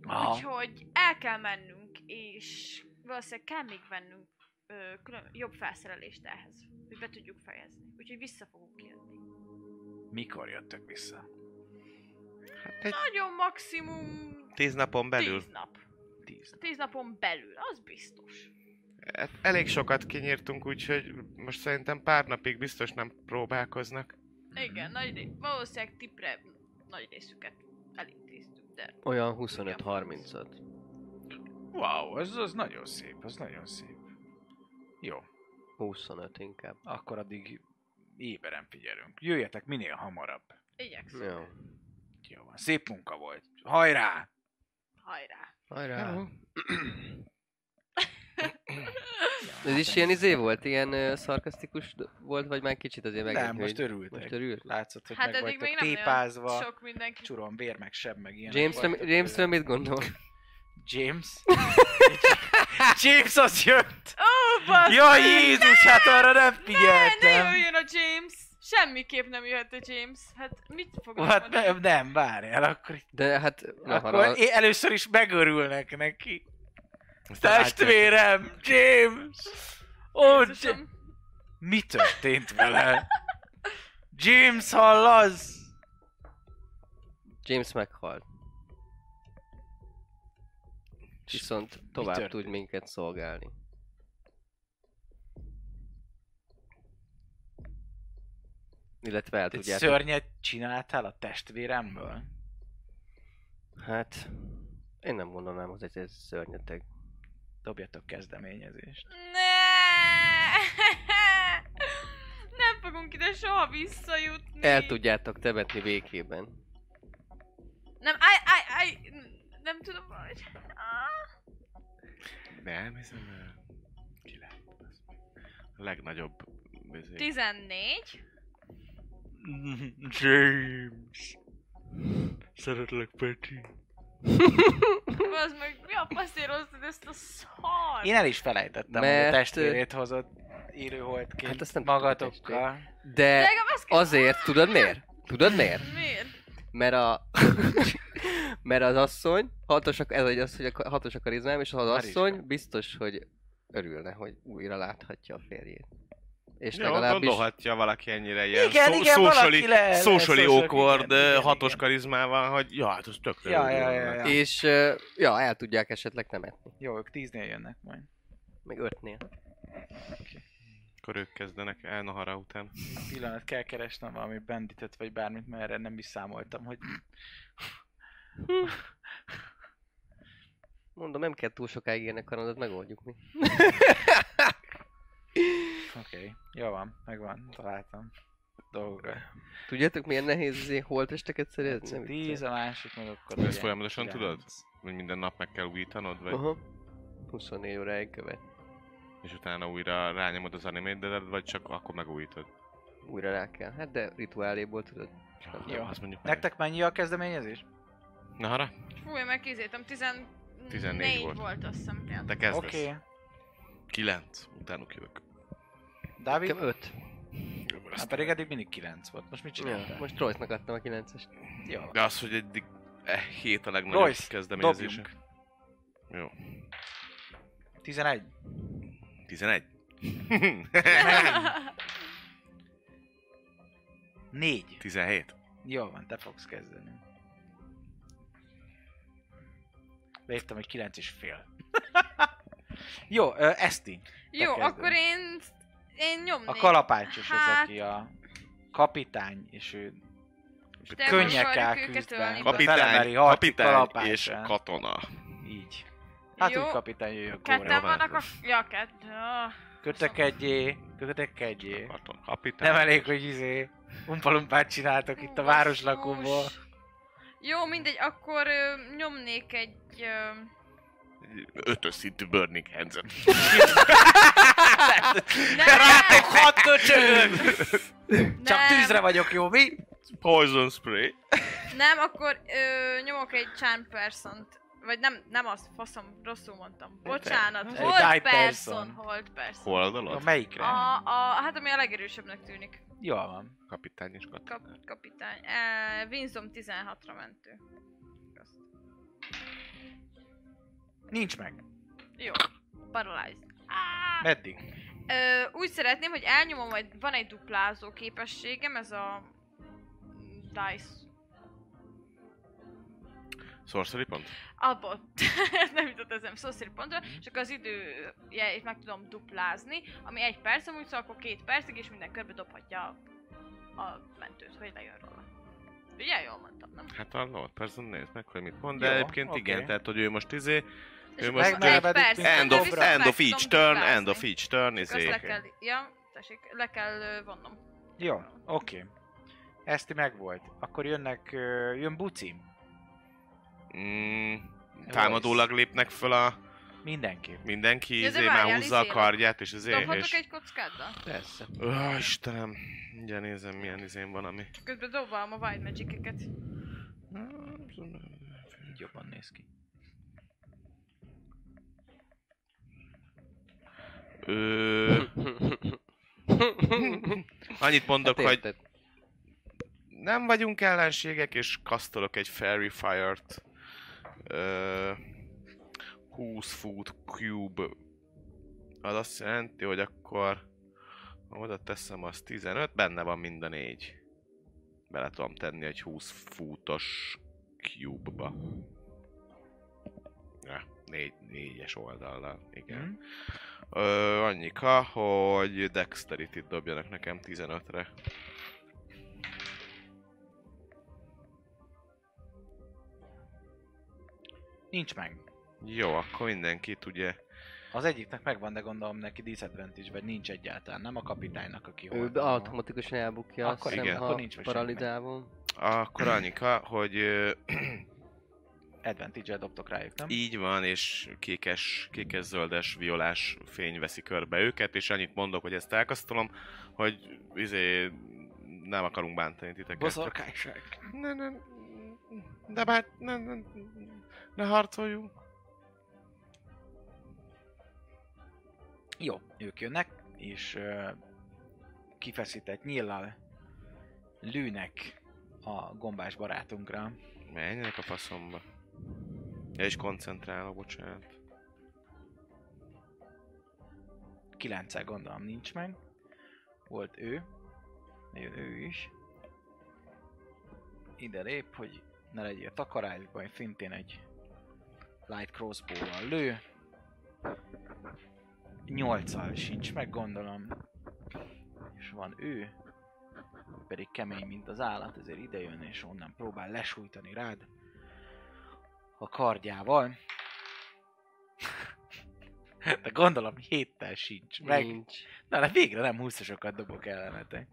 A: Aha.
C: Úgyhogy el kell mennünk, és valószínűleg kell még vennünk ö, külön, jobb felszerelést ehhez, hogy be tudjuk fejezni. Úgyhogy vissza fogunk jönni.
A: Mikor jöttök vissza?
D: Hát egy
C: Nagyon maximum
D: 10 napon belül.
C: tíz nap.
A: Tíz.
C: Tíz napon belül, az biztos.
D: Hát elég sokat kinyírtunk, úgyhogy most szerintem pár napig biztos nem próbálkoznak.
A: Mm-hmm.
C: Igen, nagy ré- valószínűleg tipre nagy részüket elintéztük, de
B: Olyan 25-30-at.
A: Wow, ez, az nagyon szép, az nagyon szép. Jó,
B: 25 inkább.
A: akkor addig éberen figyelünk. Jöjjetek minél hamarabb.
C: igyekszünk.
B: Jó.
A: Jó van, szép munka volt. Hajrá!
C: Hajrá!
B: Hajrá.
A: Ja,
B: Ez is ilyen izé volt? Ilyen ö, szarkasztikus d- volt, vagy már kicsit azért meg?
A: Nem, most örültek.
B: Most örül?
A: Látszott, hogy hát
C: Hát
A: meg
C: eddig
A: vagytok
C: még nem
A: tépázva.
C: nagyon
A: Sok...
C: sok mindenki.
A: Csurom, vér, meg seb, meg ilyen.
B: Jamesről, Jamesről mit gondol?
A: James? James az jött!
C: Ó, basszus!
A: Ja, Jézus, hát arra nem
C: Ne, ne
A: figyeltem!
C: jöjjön a James! Semmiképp nem jöhet a James. Hát mit fogok
A: Hát
C: mondani?
A: nem, nem, várjál, akkor,
B: De hát, ne
A: akkor
B: harag.
A: én először is megörülnek neki.
D: Aztán látják.
A: Testvérem, James! Ó, James!
C: Jézusom,
A: Mi történt vele? James, hallasz?
B: James meghalt. Viszont tovább
A: történt?
B: tud minket szolgálni. Illetve el
A: Egy
B: tudjátok.
A: szörnyet csináltál a testvéremből?
B: Hát, én nem mondanám, hogy ez szörnyeteg.
A: Dobjatok kezdeményezést.
C: Ne! Nem fogunk ide soha visszajutni.
B: El tudjátok temetni békében.
C: Nem, állj, állj, állj! Nem tudom, hogy... Ah,
D: Nem, hiszem el. Ki lehet, az meg. A legnagyobb... izé-
C: 14.
A: James! Szeretlek, Peti.
C: Az meg mi a passzíroztad ezt a szar?
A: Én el is felejtettem, hogy
B: Mert-
A: a testvérét hozott élőholtként
B: Hát
A: hát
B: azt
A: azt
B: nem tudtuk,
A: magatokkal.
C: De
B: De
C: legalább azt kell-
B: azért, tudod miért? Tudod miért?
C: Miért?
B: Mert a... Mert az asszony, hatos a, ez egy az, hogy a hatos a karizmám, és az
A: Már is.
B: asszony biztos, hogy örülne, hogy újra láthatja a férjét. És
D: Jó,
B: legalábbis...
D: gondolhatja valaki ennyire ilyen
A: Igen,
D: szó-
A: igen,
D: socially,
A: valaki le-
D: socially
A: social-
D: awkward,
A: igen, igen,
D: hatos
A: igen.
D: karizmával, hogy ja, hát az tökre
A: Ja,
D: jó
A: ja,
D: lenne.
A: ja, ja.
B: És ö, ja, el tudják esetleg temetni.
A: Jó, ők tíznél jönnek majd.
B: Még ötnél.
D: Akkor ők kezdenek el Nahara után.
A: Pillanat, kell keresnem valami benditet, vagy bármit, mert erre nem is számoltam, hogy
B: Mondom, nem kell túl sokáig érni a karandat, megoldjuk mi.
A: Oké, okay. jó van, megvan, találtam dolgokra.
B: Tudjátok, milyen nehéz izé holtesteket szerezni?
A: Egyszer
B: Nem
A: Tíz,
B: viccelek.
A: a másik meg akkor...
D: Ezt
A: ugye
D: folyamatosan
A: kilenc.
D: tudod? Hogy minden nap meg kell újítanod, vagy...
B: Aha. 24 óráig követ.
D: És utána újra rányomod az animét, de vagy csak akkor megújítod.
B: Újra rá kell. Hát de rituáléból tudod.
A: Jó.
D: Hát Azt mondjuk meg.
A: Nektek mennyi a kezdeményezés?
D: Nahara,
C: Fú, én megkizéltem, 14,
D: 14 volt.
C: volt. volt, azt hiszem kell.
D: te kezdesz.
A: Oké. Okay.
D: Kilenc, utánuk jövök.
A: Dávid?
B: Nekem 5.
A: Hát pedig eddig mindig 9 volt. Most mit csináltál?
B: Most Royce-nak adtam a 9-est.
A: Jó. van.
D: De az, hogy eddig e, hét a legnagyobb
A: Royce,
D: kezdeményezés.
A: dobjunk.
D: Jó.
A: 11.
D: 11.
A: 4.
D: 17.
A: Jó van, te fogsz kezdeni. Leírtam, hogy 9 és fél. Jó, ö, Eszti.
C: Jó,
A: kezded.
C: akkor én... Én nyomnék.
A: A kalapácsos az,
C: Hát-
A: aki a kapitány, és ő
C: De
A: könnyekkel
C: akarjuk őket
A: küzdve.
C: ölni,
D: Kapitány,
A: felemeli harci
D: kapitány
A: kalapáccsal.
D: és katona.
A: Így. Hát
C: Jó.
A: úgy kapitány jöjjön
C: Ketten
A: kóra.
D: van.
C: vannak a... Ja, kettő. Ah,
A: Kötekedjé, kötekedjé.
D: Katon, kapitány.
A: Nem elég, hogy izé umpalumpát csináltok itt a
C: basszus.
A: városlakóból.
C: Jó, mindegy, akkor ö, nyomnék egy... Ö,
D: Ötös szintű Burning hands
C: nem,
A: Rátok hat köcsögök! Csak tűzre vagyok jó, mi?
D: Poison Spray.
C: nem, akkor ö, nyomok egy charm person Vagy nem, nem az, faszom, rosszul mondtam. Bocsánat,
A: Egy
C: hold
A: die
C: person,
A: person.
C: hold person.
A: Jó,
D: Holdalat?
A: melyikre?
C: A, a, hát ami a legerősebbnek tűnik.
A: Jól van.
D: Kapitány és kat.
C: Kap, kapitány. E, Winsom 16-ra mentő. Azt.
A: Nincs meg.
C: Jó. Paralyzed. Á!
A: Meddig?
C: Ö, úgy szeretném, hogy elnyomom, hogy van egy duplázó képességem, ez a dice.
D: Sorcery pont?
C: Abba, nem jutott ezen sorcery pontra, és akkor az időjeit meg tudom duplázni, ami egy perc, amúgy szóval akkor két percig, és minden körbe dobhatja a, a mentőt, hogy lejön róla. Ugye jól mondtam, nem?
D: Hát a Lord Person nézd meg, hogy mit mond, de
A: Jó,
D: egyébként
A: oké.
D: igen, tehát hogy ő most izé,
C: És
D: Ő
C: akkor
D: most
C: egy percen
A: megmerevedett, mint
D: end
C: belül
D: of,
C: viszont
D: end
C: meg
D: of each
C: tudom
D: turn,
C: duplázni.
D: end of each turn,
C: Csak azt
D: izé.
C: le kell, ja, tessék, le kell ö, vonnom.
A: Jó, oké. Ezt meg volt. Akkor jönnek, ö, jön bucim.
D: Mm, támadólag lépnek föl a
A: Mindenki.
D: mindenki,
C: Ja, de
D: izé már
C: várjál,
D: húzza a
C: izé.
D: kardját, és izé,
C: Dobhatok
D: és...
C: egy kockáddal?
B: Persze.
D: Ó, Istenem, mindjárt nézem milyen izén van, ami...
C: Közben dobálom a Wild Magic-eket.
A: Így jobban néz ki.
D: Ö, annyit mondok,
B: Hát
D: hogy
B: érted.
D: nem vagyunk ellenségek, és kasztolok egy Fairy Fire-t. Ö, 20 foot cube. Az azt jelenti, hogy akkor ha oda teszem, az 15, benne van mind a négy. Bele tudom tenni egy 20 footos cube-ba. Ja, négy, négyes oldallal, igen.
A: Hm?
D: Ö, annyika, hogy dexterity dobjanak nekem 15-re.
A: Nincs meg.
D: Jó, akkor mindenkit ugye...
A: Az egyiknek megvan, de gondolom neki disadvantage, vagy nincs egyáltalán, nem a kapitánynak, aki
B: Ő
A: hol.
B: be- automatikusan elbukja,
A: Akkor
B: azt hiszem,
D: igen,
B: ha
A: akkor nincs veszély.
B: paralizálom.
D: Akkor annyika, hogy ö,
A: Advantage-el dobtok rájuk, nem?
D: így van, és kékes, kékes, zöldes, violás fény veszi körbe őket, és annyit mondok, hogy ezt elkasztolom, hogy izé nem akarunk bántani titeket.
A: Boszorkányság.
D: Ne, ne, de bár ne, ne, ne harcoljunk.
A: Jó, ők jönnek, és ö, kifeszített nyíllal lőnek a gombás barátunkra.
D: Menjenek a faszomba. Ja, és koncentrálok, bocsánat.
A: 9 gondolom nincs meg. Volt ő. Jön ő is. Ide lép, hogy ne legyél takarásban, szintén egy light crossbow-val lő. 8 sincs meg, gondolom. És van ő. Ő pedig kemény, mint az állat, ezért ide jön és onnan próbál lesújtani rád. A kardjával. De gondolom héttel sincs meg.
B: Nincs.
A: Na, de végre nem 20-asokat dobok ellenetek.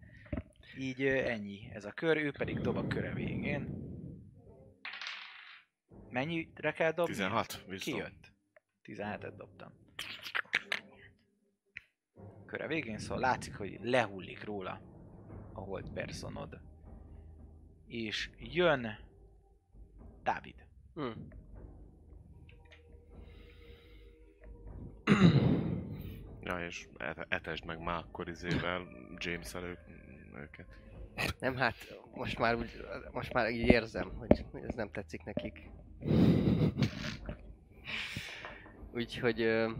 A: Így ö, ennyi ez a kör, ő pedig dob a köre végén. Mennyire kell dobni?
D: 16, viszont.
A: Kijött. 17-et dobtam. Köre végén, szóval látszik, hogy lehullik róla a holt personod. És jön Dávid.
B: Hm. Hm.
D: Ja, és et- etesd meg már akkor izével James elő őket.
B: Nem, hát most már úgy, most már így érzem, hogy ez nem tetszik nekik. Úgyhogy... Ö...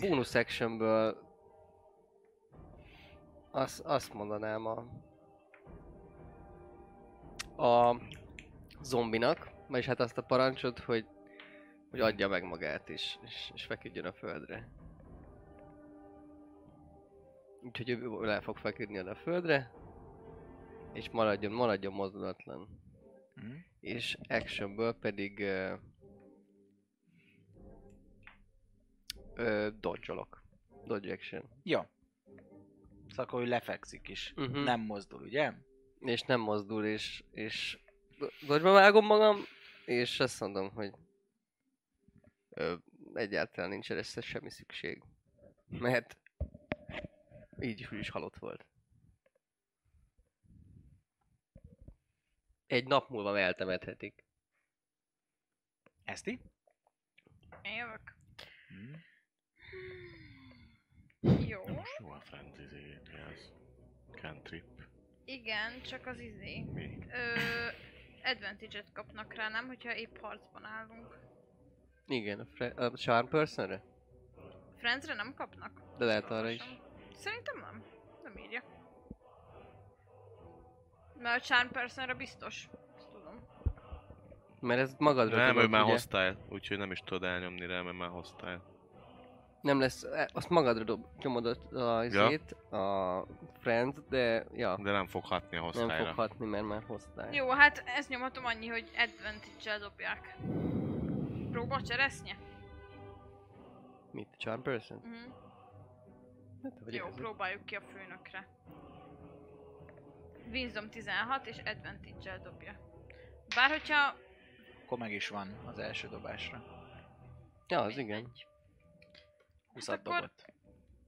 B: Bónusz actionből azt, azt mondanám a, a zombinak, vagyis hát azt a parancsot, hogy, hogy adja meg magát is, és, és feküdjön a földre. Úgyhogy ő le fog feküdni oda a földre, és maradjon, maradjon mozdulatlan.
A: Hm?
B: És actionből pedig ö, ö, dodge-olok. Dodge action.
A: Jó. Szóval akkor ő lefekszik is.
B: Mhm.
A: Nem mozdul, ugye?
B: és nem mozdul, és, és gocsba vágom magam, és azt mondom, hogy ö, egyáltalán nincs erre semmi szükség. Mert így is, úgy is halott volt. Egy nap múlva eltemethetik.
A: Eszti?
C: Én jövök.
D: Hmm.
A: Hm.
C: Jó.
D: Most jó a friend izé, mi az? Cantrip.
C: Igen, csak az izé.
D: Mi?
C: Ö, advantage-et kapnak rá, nem? Hogyha épp harcban állunk.
B: Igen, a, fre- a Charm Personre?
C: Friendsre nem kapnak?
B: De lehet arra is.
C: Szerintem nem. Nem írja. Mert a Charm Personre biztos. Ezt tudom.
B: Mert ez magadra
D: Nem, ő
B: tudod,
D: már
B: ugye?
D: hoztál, úgyhogy nem is tudod elnyomni rá, mert már hoztál.
B: Nem lesz, e, azt magadra dob, nyomod a- a izét, a friend, de ja,
D: De Ah. nem fog hatni a
B: nem fog
D: hoztályra.
B: hatni, mert már hoztál.
C: Jó, hát ezt nyomhatom annyi, hogy advantage-el dobják. Próba cseresznye?
B: Mit, charm person?
C: Mhm.
B: Hát, vagy
C: Jó,
B: ez-
C: próbáljuk ki a főnökre. Wisdom 16 és advantage-el dobja. Bár hogyha...
A: Akkor meg is van az első dobásra.
B: Ja, az igen.
A: 20
C: Hát
A: hát
C: akkor-
A: dobott.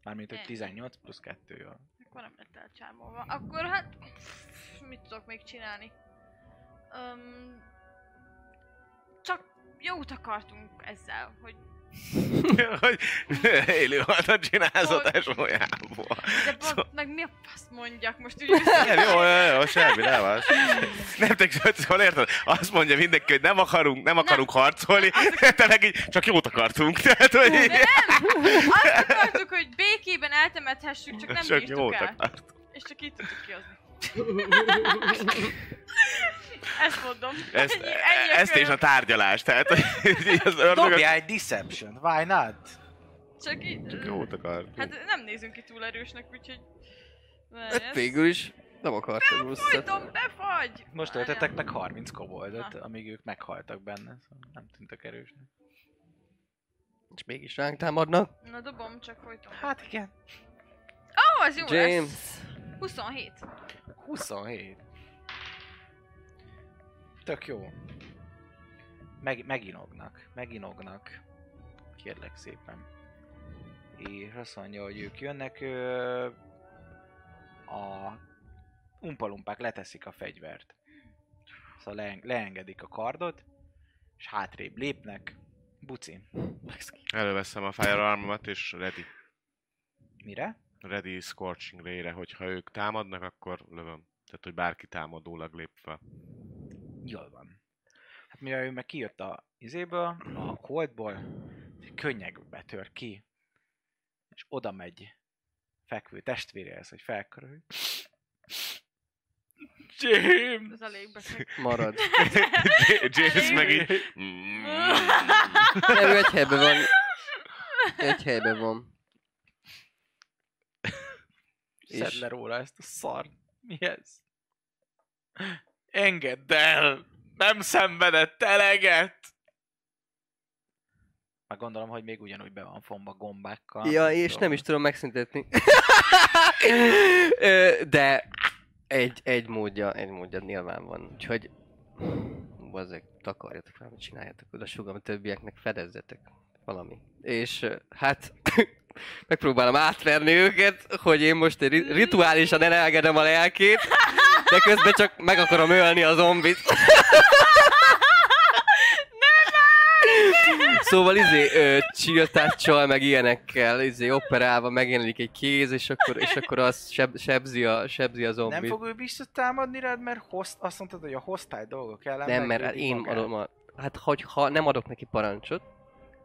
A: Mármint, hogy 18 plusz 2 jól.
C: Akkor nem lett elcsámolva. Akkor hát... pff, Mit tudok még csinálni? Um, csak jót akartunk ezzel, hogy
D: Hogy élő haltat csinálsz adás molyából.
C: de
D: Szóval-
C: pont, meg mi a fasz mondjak most úgy
D: Nem, jó, jó, jó, semmi, nem az. Nem te szóval érted? Azt mondja mindenki, hogy nem akarunk, nem akarunk harcolni, te meg így, csak jót akartunk. Tehát, hogy
C: Hát, De
D: így,
C: nem! Azt akartuk, hogy békében eltemethessük, csak nem
D: csak
C: bírtuk
D: jót
C: el.
D: akartunk.
C: És csak így tudtuk kihozni. Ezt mondom.
D: Ezt,
C: Ennyi- ennyi
D: ezt és
C: köröm.
D: a tárgyalás, tehát hogy így az ördög
A: Dobjál egy deception, why not?
C: Csak így...
D: csak jót akartunk.
C: Hát nem nézünk ki túl erősnek, úgyhogy...
B: Hát végül is nem akartam rosszat.
C: Fújtom, befagy!
A: Most
C: Várjál.
A: töltöttek meg 30 koboldot, amíg ők meghaltak benne, szóval nem tűntek erősnek.
B: És mégis ránk támadnak.
C: Na dobom, csak folytom.
A: Hát igen,
C: Ó, az jó lesz.
B: James!
C: 27.
A: 27. Tök jó. Meg, meginognak, meginognak. Kérlek szépen. És azt mondja, hogy ők jönnek, ö, a umpalumpák leteszik a fegyvert. Szóval leeng- leengedik a kardot, és hátrébb lépnek. Buci.
D: Előveszem a firearmomat és ready.
A: Mire?
D: Ready Scorching Ray-re, hogyha ők támadnak, akkor lövöm. Tehát, hogy bárki támadólag lép fel.
A: Jól van. Hát mivel ő meg kijött a izéből, a holdból, könnyekbe tör ki, és oda megy fekvő testvéréhez, hogy felkörül. Jim!
C: Ez a légbeszél.
B: Marad.
D: James
C: Elég.
D: meg így... mm.
B: Nem, ő egy helyben van. Egy helyben van.
A: Szedd
B: És-
A: le róla ezt a szart. Mi ez? Engedd el! Nem szenvedett eleget! Meg gondolom, hogy még ugyanúgy be van fonva gombákkal.
B: Ja, és
A: Szóval-
B: nem is tudom megszüntetni. Ö, De egy, egy módja, egy módja nyilván van. Úgyhogy bazzeg, takarjatok fel, mit csináljatok oda, sugam a többieknek, fedezzetek valami. És ö, hát megpróbálom átverni őket, hogy én most egy ri- rituálisan elengedem a lelkét, de közben csak meg akarom ölni a zombit. Szóval izé, ö, csirtáccsal, meg ilyenekkel, izé, operálva megjelenik egy kéz, és akkor, és akkor az seb, sebzi, a, sebzi a zombit.
A: Nem fog ő visszatámadni rád, mert host, azt mondtad, hogy a hostile dolgok ellen
B: Nem, mert
A: megvédik
B: én
A: magát.
B: adom a... Hát, hogy ha nem adok neki parancsot,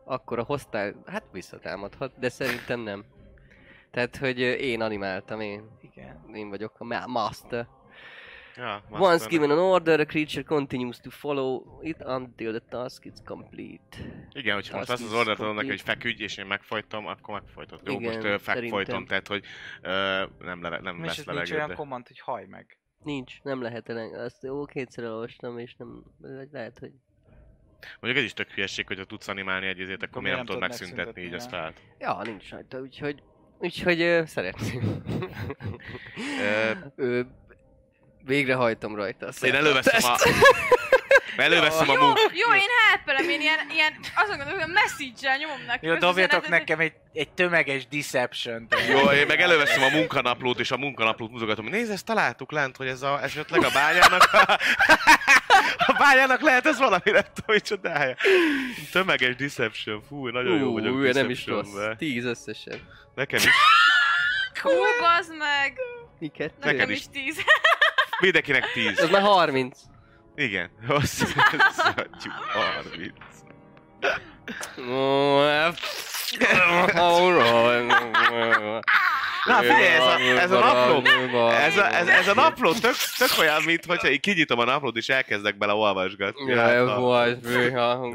B: akkor a hostile, hát visszatámadhat, de szerintem nem. Tehát, hogy ö, én animáltam, én,
A: Igen.
B: én vagyok a ma- master.
D: Ja,
B: Once given an order, a creature continues to follow it until the task is complete.
D: Igen, hogyha most
B: Azt
D: azt az
B: is
D: oldalt adom neki,
B: kopni.
D: hogy feküdj, és én megfojtom, akkor megfojtott. Jó,
B: Igen,
D: most ö,
B: szerintem.
D: megfojtom, tehát, hogy ö, nem, leve, nem
A: És
D: lesz
A: ez nincs olyan
D: levegőd. de-
A: kommand, hogy haj meg.
B: Nincs, nem lehet elen... Azt jó, kétszer olvastam, és nem... vagy Lehet, hogy...
D: Mondjuk ez is tök hülyeség, hogyha tudsz animálni egy izét, akkor miért nem tudod megszüntetni így
A: megszüntetni,
D: azt fel.
B: Ja, nincs rajta, úgyhogy... Úgyhogy ö, szeretném.
D: Ö,
B: Ö, Végrehajtom rajta. a
D: Én előveszem a... Előveszem a
C: Jó,
D: mú...
C: jó, én helperem, én ilyen, ilyen azon gondolom, hogy message-el nyomom neki.
A: Jó,
C: az
A: dobjatok
C: üzenetet, hogy-
A: nekem egy, egy tömeges deception
D: Jó, én meg előveszem a munkanaplót, és a munkanaplót mutogatom. hogy Nézd, ezt találtuk lent, hogy ez a, esetleg a bányának... A, a bányának lehet ez valami, nem tudom, hogy csodája. Tömeges deception, fú, nagyon jó vagyok
B: Ú, nem is rossz.
D: deceptionben.
B: Tíz összesen.
D: Nekem is.
C: Hú, bazd meg!
B: Mi kettő?
D: Neked
C: Nekem
D: is.
C: is tíz.
D: Mindenkinek tíz.
B: Ez már 30.
D: Igen. Rossz. Szattyú, 30.
B: hát-
D: Na, figyelj, ez a- ez a napló- Ez a, ez, ez a napló tök, tök olyan, mint hogyha így kinyitom a naplót, és elkezdek bele olvasgatni.
B: Jaj,
D: hát a-
B: volt, bűha.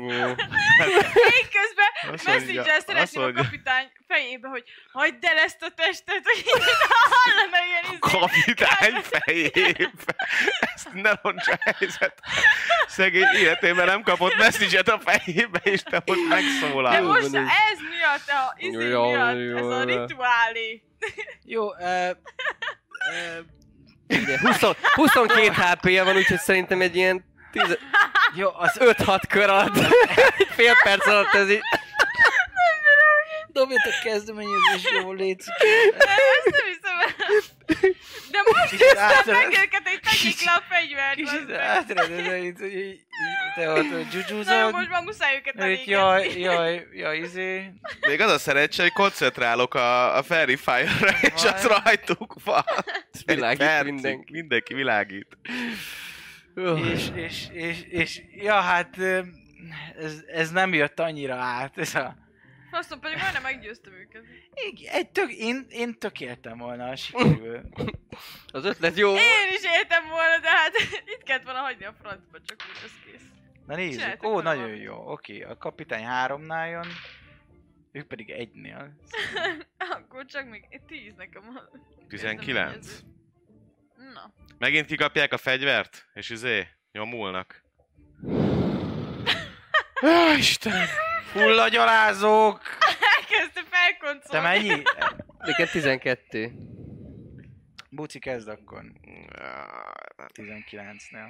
C: Én közben
D: Azt mondja-
C: message-el
D: azt
C: szeretném a
D: mondja-
C: kapitány fejébe, hogy hagyd el ezt a testet, hogy így hallana ilyen izé.
D: kapitány fejébe. Ezt ne roncs a helyzet. Szegény életében nem kapott message-et a fejébe, és te most
C: De
D: megszólál.
B: Jó,
C: most
B: van ez.
C: ez miatt, a izé
B: Jó,
C: miatt, ez
B: jó,
C: a
B: jó.
C: rituálé.
A: Jó, ö, ö,
B: 22 HP-ja van, úgyhogy szerintem egy ilyen 10
A: jó, az
B: 5-6 kör alatt, egy fél perc alatt ez így...
A: dobjatok kezdeményezésre, jó létszik.
C: Ezt nem hiszem el. De most hiszem meg őket, hogy tegyék le a fegyvert.
A: Kicsit
C: bazd meg.
A: átrendezelít, hogy így- te ott
C: Na,
A: dzsuzsúzod,
C: most már muszáj őket
A: hogy
C: elégetni.
A: jaj, jaj, jaj, izé,
D: Még az a szerencsé, hogy koncentrálok a, a Fairy Fire-ra, és az rajtuk van.
B: Világít
D: Egy percig
B: mindenki.
D: Mindenki világít.
A: és, és, és, és, ja, hát ö, ez, ez nem jött annyira át, ez a...
C: Aztán pedig majdnem meggyőztem őket.
A: Egy, egy tök, én, én tökéltem volna a sikerül.
B: Az ötlet jó.
C: Én is éltem volna, de hát itt kellett volna hagyni a francba, csak úgy az kész.
A: Na nézzük,
C: Csináltak
A: ó,
C: volna
A: nagyon
C: valamit.
A: jó, oké, a kapitány háromnál jön, ők pedig egynél.
C: Akkor csak még 10 nekem a
D: 19.
C: Na.
D: Megint kikapják a fegyvert, és izé, nyomulnak. Ó, Isten!
A: Hullagyalázók!
C: Elkezdte
A: Te
C: felkoncolni.
A: mennyi?
B: Neked 12.
A: Buci kezd akkor. 19-nél.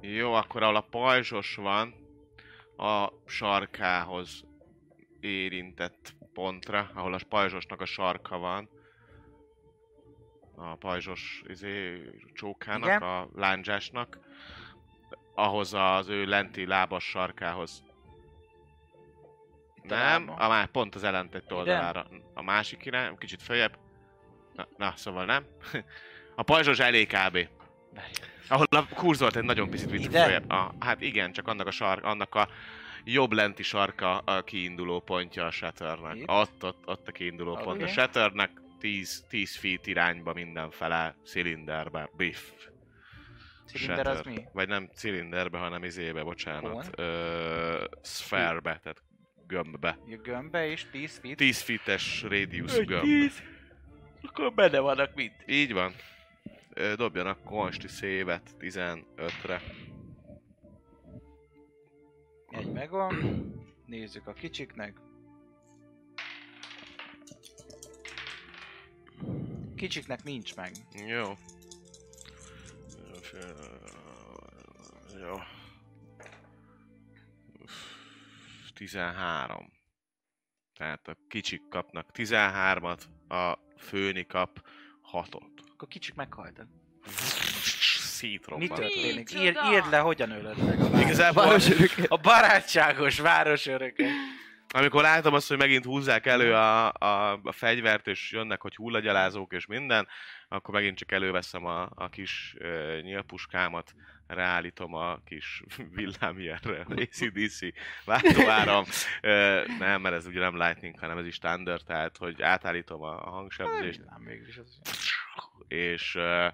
D: Jó, akkor ahol a pajzsos van, a sarkához érintett pontra, ahol a pajzsosnak a sarka van. A pajzsos izé, csókának,
A: Igen.
D: a lándzsásnak. Ahhoz az ő lenti lábas sarkához.
A: Itt a
D: Nem,
A: lába.
D: a má, pont az ellentét oldalára. A másik irány, kicsit följebb. Na, na szóval nem. A pajzsos elé kb. Ahol a kurzort egy nagyon picit vitt
A: Ide?
D: följebb. A, hát igen, csak annak a, sark, annak a jobb lenti sarka a kiinduló pontja a shatternek.
A: Itt?
D: Ott, ott, ott a kiinduló
A: Oké.
D: pont. A shatternek 10, 10 feet irányba mindenfele, szilinderbe, biff.
A: Cilinder az
D: Shatter.
A: mi?
D: Vagy nem cilinderbe, hanem izébe, bocsánat.
A: Hol?
D: Ö, szferbe, tehát gömbbe.
A: Ja, gömbbe és 10 feet.
D: 10 feet-es radius
A: Öt,
D: gömb.
A: tíz. Akkor benne vannak mind.
D: Így van. Ö, Dobjanak konsti szévet 15-re.
A: Egy megvan. Nézzük a kicsiknek. Kicsiknek nincs meg.
D: Jó. Jó. 13. Tehát a kicsik kapnak 13-at, a főni kap 6-ot.
A: Akkor kicsik meghaltak. Mi
D: Szétrobban.
A: történik?
C: Micsoda!
A: Írd, írd le, hogyan ölöd meg a város.
D: Igazából
A: A barátságos városöröket.
D: amikor látom azt, hogy megint húzzák elő a, a, a fegyvert, és jönnek, hogy hullagyalázók és minden, akkor megint csak előveszem a, a kis uh, nyílpuskámat, ráállítom a kis villámjelre, ACDC váltóáram. uh, nem, mert ez ugye nem lightning, hanem ez is standard, tehát hogy átállítom a, a hangsebzést,
A: Nem, végül is az.
D: és uh,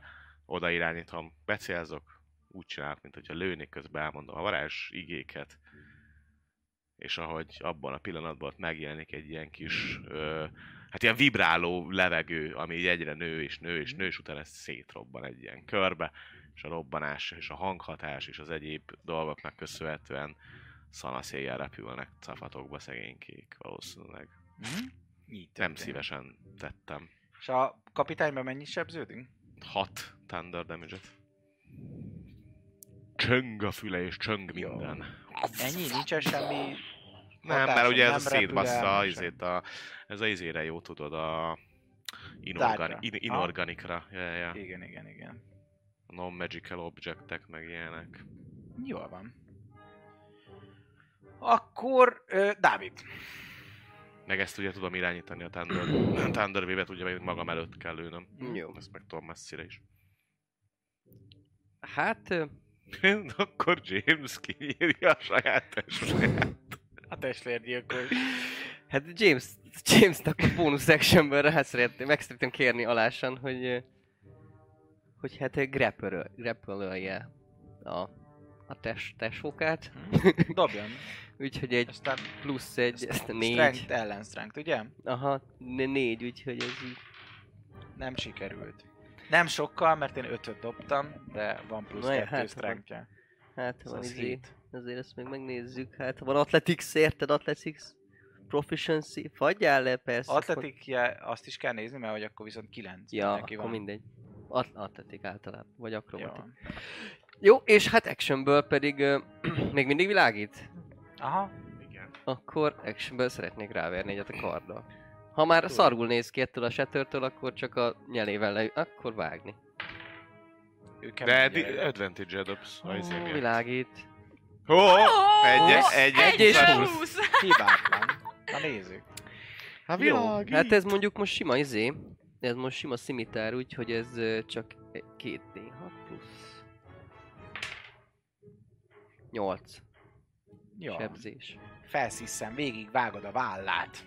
D: oda irányítom, becélzok, úgy csinálok, mint hogyha lőnék, közben elmondom a varázs igéket, és ahogy abban a pillanatban ott megjelenik egy ilyen kis uh, hát ilyen vibráló levegő, ami így egyre nő és nő és nő, és utána ez szétrobban egy ilyen körbe, és a robbanás és a hanghatás és az egyéb dolgoknak köszönhetően szanaszéjjel repülnek cafatokba szegénykék valószínűleg.
A: Mhm. Így
D: Nem
A: történik.
D: szívesen tettem.
A: És a kapitányban mennyit sebződünk?
D: Hat Thunder damage-et. Csöng a füle és csöng
A: Jó.
D: minden.
A: Ennyi? Nincsen semmi...
D: Nem,
A: hatása,
D: mert ugye ez a
A: nem repül el,
D: szétbassza,
A: nem
D: izét a, ez a izére jó, tudod,
A: Tárgyra.
D: a inorgani, in,
A: Aha.
D: inorganikra. Ja, ja.
A: semmi. Igen, igen, igen.
D: Non-magical objectek, meg ilyenek.
A: Jól van. Akkor ö, Dávid.
D: Meg ezt ugye tudom irányítani a Thunder, Thunder Wave-et, ugye meg magam előtt kell lőnöm.
B: Jó.
D: Ezt meg tudom messzire is.
B: Hát, ö,
D: Akkor James kiírja a saját testet.
A: A testvérgyilkos.
B: hát James, Jamesnak a bónusz actionből rá szeretném, meg szeretném kérni alásan, hogy, ö, hogy hát ö, grapple- grapple-ölje a, a test, tesókát.
A: Dobjon.
B: Úgyhogy egy
A: Aztán
B: plusz egy, ezt a négy.
A: strength ellen strength, ugye?
B: Aha, né- négy, úgyhogy ez így.
A: Nem sikerült. Nem sokkal, mert én ötöt dobtam, de van plusz
B: Na ja,
A: kettő
B: hát,
A: hát, strengthje.
B: Hát
A: Ez
B: van
A: az
B: izé,
A: hét.
B: azért ezt még megnézzük. Hát van Athletics, érted? Athletics Proficiency. Fagyjál le persze. Szóval akkor-
A: Atletikje, azt is kell nézni, mert hogy akkor viszont 9.
B: Ja, akkor mindegy. At- atletik általában, vagy
A: Jó.
B: akrobatik. Jó. és hát actionből pedig ö, még mindig világít.
A: Aha,
D: Igen.
B: Akkor actionből szeretnék ráverni egyet a karddal. Ha már
A: Tudod.
B: szarul néz ki ettől a setörtől, akkor csak a nyelével le, akkor vágni.
A: ő
D: De
A: kemény
D: di-
A: gyerek.
D: advantage-e dobsz.
B: Ó,
D: Ha izé miatt.
B: világít.
D: Ó, egy,
C: Ó,
D: egy,
B: egy és
D: húsz.
A: Hibátlan. Na nézzük.
D: Hát
B: Jó,
D: világít.
B: hát ez mondjuk most sima izé, ez most sima szimitár, úgyhogy ez ö, csak 2D6 plusz 8
A: Jó.
B: sebzés.
A: Felsziszem, végig vágod a vállát.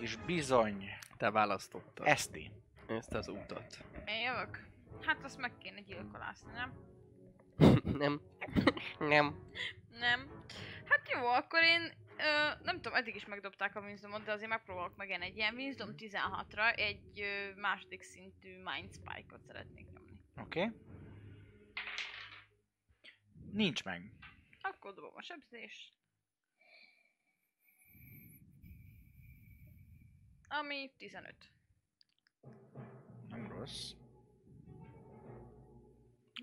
A: És bizony,
B: Te választottad
A: Eszti.
B: ezt az utat.
C: Én jövök. Hát azt meg kéne gyilkolászni, nem?
B: Nem. Nem.
C: Nem. Hát jó, akkor én... Ö, nem tudom, eddig is megdobták a Winsdomot, de azért megpróbálok meg én egy ilyen Winsdom 16-ra egy ö, második szintű Mind Spike-ot szeretnék nyomni.
A: Oké. Okay. Nincs meg.
C: Akkor dobom a sebzést. Ami 15.
A: Nem rossz.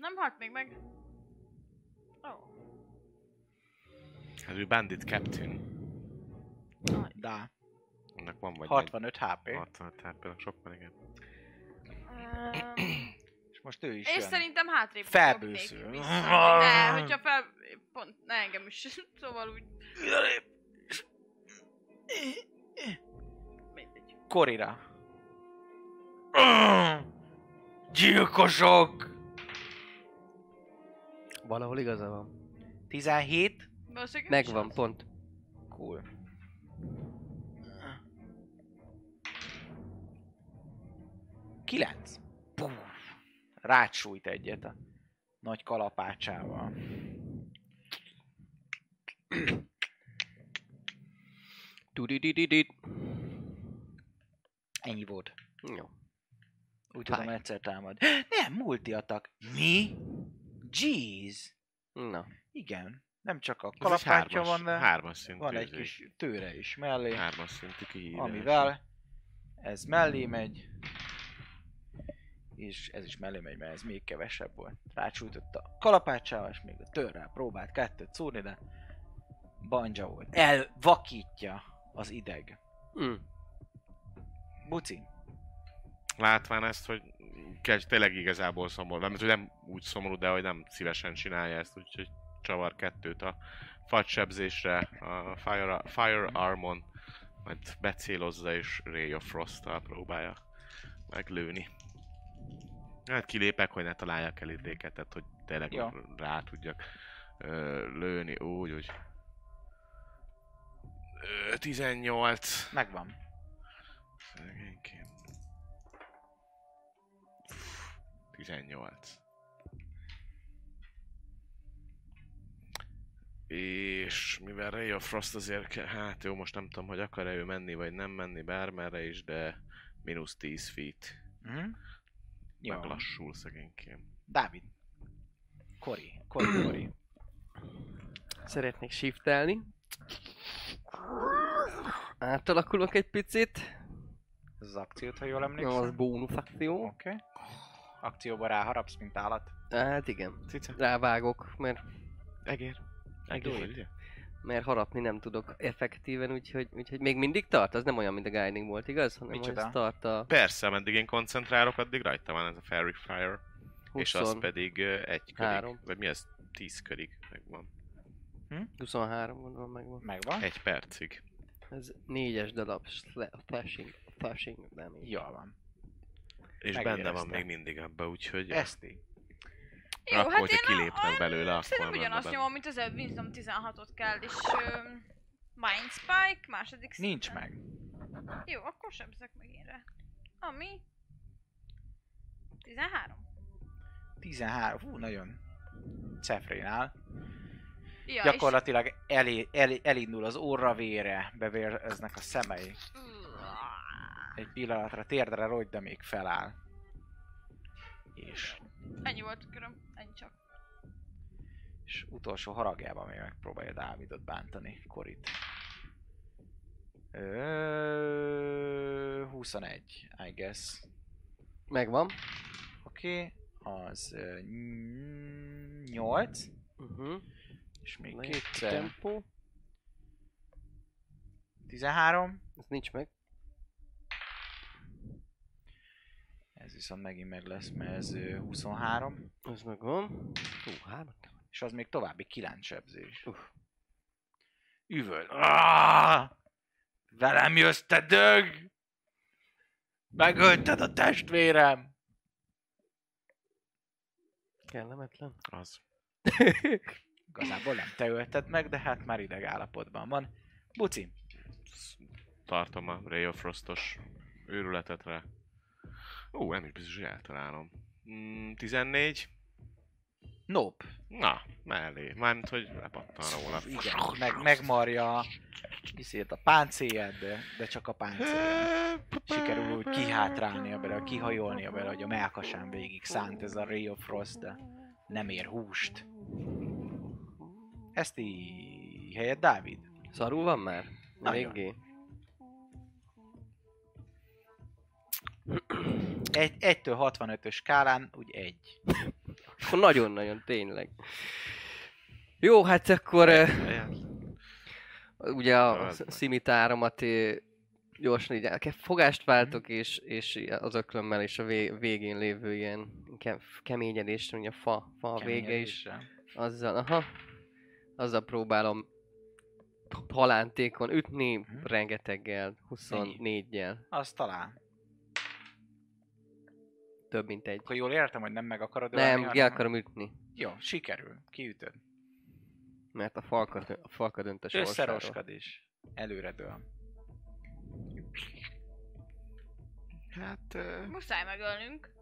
C: Nem halt még meg. Ó,
D: Hát ő Bandit Captain.
C: oh,
A: Dá.
D: Annak van vagy
A: 65 HP.
D: egy- 65 hp sokkal igen.
A: És most ő is
C: És
A: jön.
C: szerintem hátrébb
A: Felbőszül.
C: kopognék vissza. Ne, hogyha fel... Pont, ne engem is. Szóval úgy... Mindegy.
A: Korira. Gyilkosok!
B: Valahol igaza van.
A: 17.
C: Valószínűleg ő is
B: Megvan,
C: az.
B: pont.
A: Cool. Kilenc. Puf. Rácsújt egyet a nagy kalapácsával.
B: Tudidididid.
A: Ennyi volt.
B: Jó.
A: Úgy
B: Fáj.
A: tudom, egyszer támad. Nem, multiatak. Mi? Jeez.
B: Na.
A: Igen. Nem csak a
D: Ez egy
A: kalapácsa
D: hármas-
A: van, de
D: Hármas szintű.
A: van egy
D: izé.
A: kis tőre is mellé.
D: Hármas szintű kihívás.
A: amivel ez mellé megy, és ez is mellé megy, mert ez még kevesebb volt. Rácsújtott a kalapácsával, és még a törrel próbált kettőt szúrni, de banja volt. Elvakítja az ideg.
B: Mm.
A: Buci,
D: Látván ezt, hogy Kecs tényleg igazából szomorú. Nem, hogy nem úgy szomorú, de hogy nem szívesen csinálja ezt, úgyhogy csavar kettőt a fatsebzésre, a fire, Firearmon, majd becélozza és Ray of Frost-tal próbálja meglőni. Hát kilépek, hogy ne találjak el idéket, tehát hogy tényleg
A: Jó.
D: rá tudjak ö, lőni úgy, hogy... Ö, 18.
A: megvan.
D: Szegénykém. 18. És mivel Ray of Frost azért, ke- hát jó, most nem tudom, hogy akar-e ő menni, vagy nem menni bármerre is, de mínusz 10 feet.
A: Mhm. Jó.
D: Meglassul szegénykém.
A: Dávid. Kori. Kori, Kori.
B: Szeretnék shiftelni. Átalakulok egy picit.
A: Ez az akciót, ha jól
B: Na, az
A: emlékszem.
B: bónusz akció.
A: Oké. Akcióba ráharapsz, mint állat.
B: Hát igen.
D: Cica.
B: Rávágok, mert,
D: Egér.
B: Egér.
D: Egér, ugye?
B: mert harapni nem tudok effektíven, úgyhogy, úgyhogy még mindig tart. Az nem olyan, mint a Guiding volt, igaz? Hanem hogy
A: Micsoda?
B: ez tart a
D: Persze, ameddig én koncentrálok, addig rajta van ez a Fairy Fire.
B: 20,
D: És az pedig ö, egy körig.
B: Három.
D: Vagy mi ez? 10 körig megvan.
B: 23 gondolom megvan.
A: Megvan.
D: Egy percig.
B: Ez négyes darab sla- flashing, flashing damage.
A: Jól van.
D: És benne van
A: Megéreztem.
D: még mindig abba, úgyhogy...
A: Eszti.
C: Jó,
D: Akkor,
C: hát
D: hogyha
C: én a-
D: kilépnek
C: a-
D: belőle, akkor
C: Szerintem
D: menne
C: ugyanazt
D: bele.
C: nyomom, mint az előbb, Wisdom 16-ot kell, és ö, Mind Spike, második szinten.
A: Nincs meg.
C: Jó, akkor sebzek meg énre. Ami... 13.
A: 13. Hú, nagyon cefrénál.
C: Ja,
A: Gyakorlatilag elé, elé, elindul az orra vére, bevéreznek a szemei.
C: És... Uah,
A: Egy pillanatra térdre rogy, de még feláll. És,
C: Ennyi volt a köröm, ennyi csak.
A: és utolsó haragjában még megpróbálja Dávidot bántani, Korit. Ö, 21, I guess.
B: Megvan.
A: Oké, okay, az 8,
B: Uh-huh.
A: és még
B: Két
A: kétszer.
B: tempó.
A: 13,
B: Ez nincs meg.
A: ez viszont megint meg lesz, mert ez ö, 23,
B: Ez megvan. Hú, hármat.
A: és az még további 9 sebzés.
B: Uff.
A: Üvöl. Ah! Velem jössz, te dög! Megölted a testvérem!
B: Kellemetlen.
D: Az.
A: Igazából nem te ölted meg, de hát már ideg állapotban van. Buci,
D: Tartom a Ray of Frostos őrületet rá. Ó, nem is biztos, hogy eltalálom. Mm, 14.
A: nope.
D: Na, mellé. Mármint, hogy lepattan róla.
A: Igen, meg, megmarja a, izét, a páncélját, de, de csak a páncélját. Sikerül úgy kihátrálnia bele, kihajolnia bele, hogy a melkasán végig szánt ez a Ray of Frost, de nem ér húst. Ezt így helyett Dávid.
B: Szarú van már?
A: Nagyon.
B: Eléggé.
A: Egy, 1-től 65-ös skálán, úgy egy.
B: Akkor Nagyon-nagyon, tényleg. Jó, hát akkor ö, ugye a
D: Találd meg.
B: szimitáromat ö, gyorsan így el kell- fogást váltok, és, és az öklömmel és a vé- végén lévő ilyen ke- keményedésre, ugye a fa, fa a vége is,
A: Keményedéssel.
B: azzal, aha, azzal próbálom halántékon ütni, rengeteggel, 24-jel,
A: Az talán.
B: több mint egy.
A: Akkor jól értem, hogy nem meg akarod ölni,
B: Nem, ki
A: hanem-
B: akarom ütni,
A: Jó, sikerül. Kiütöd.
B: mert a falka, a falka dönt a sorsáról.
A: Összeroskad is. Előre dől.
D: Hát... ö,
C: Muszáj megölnünk.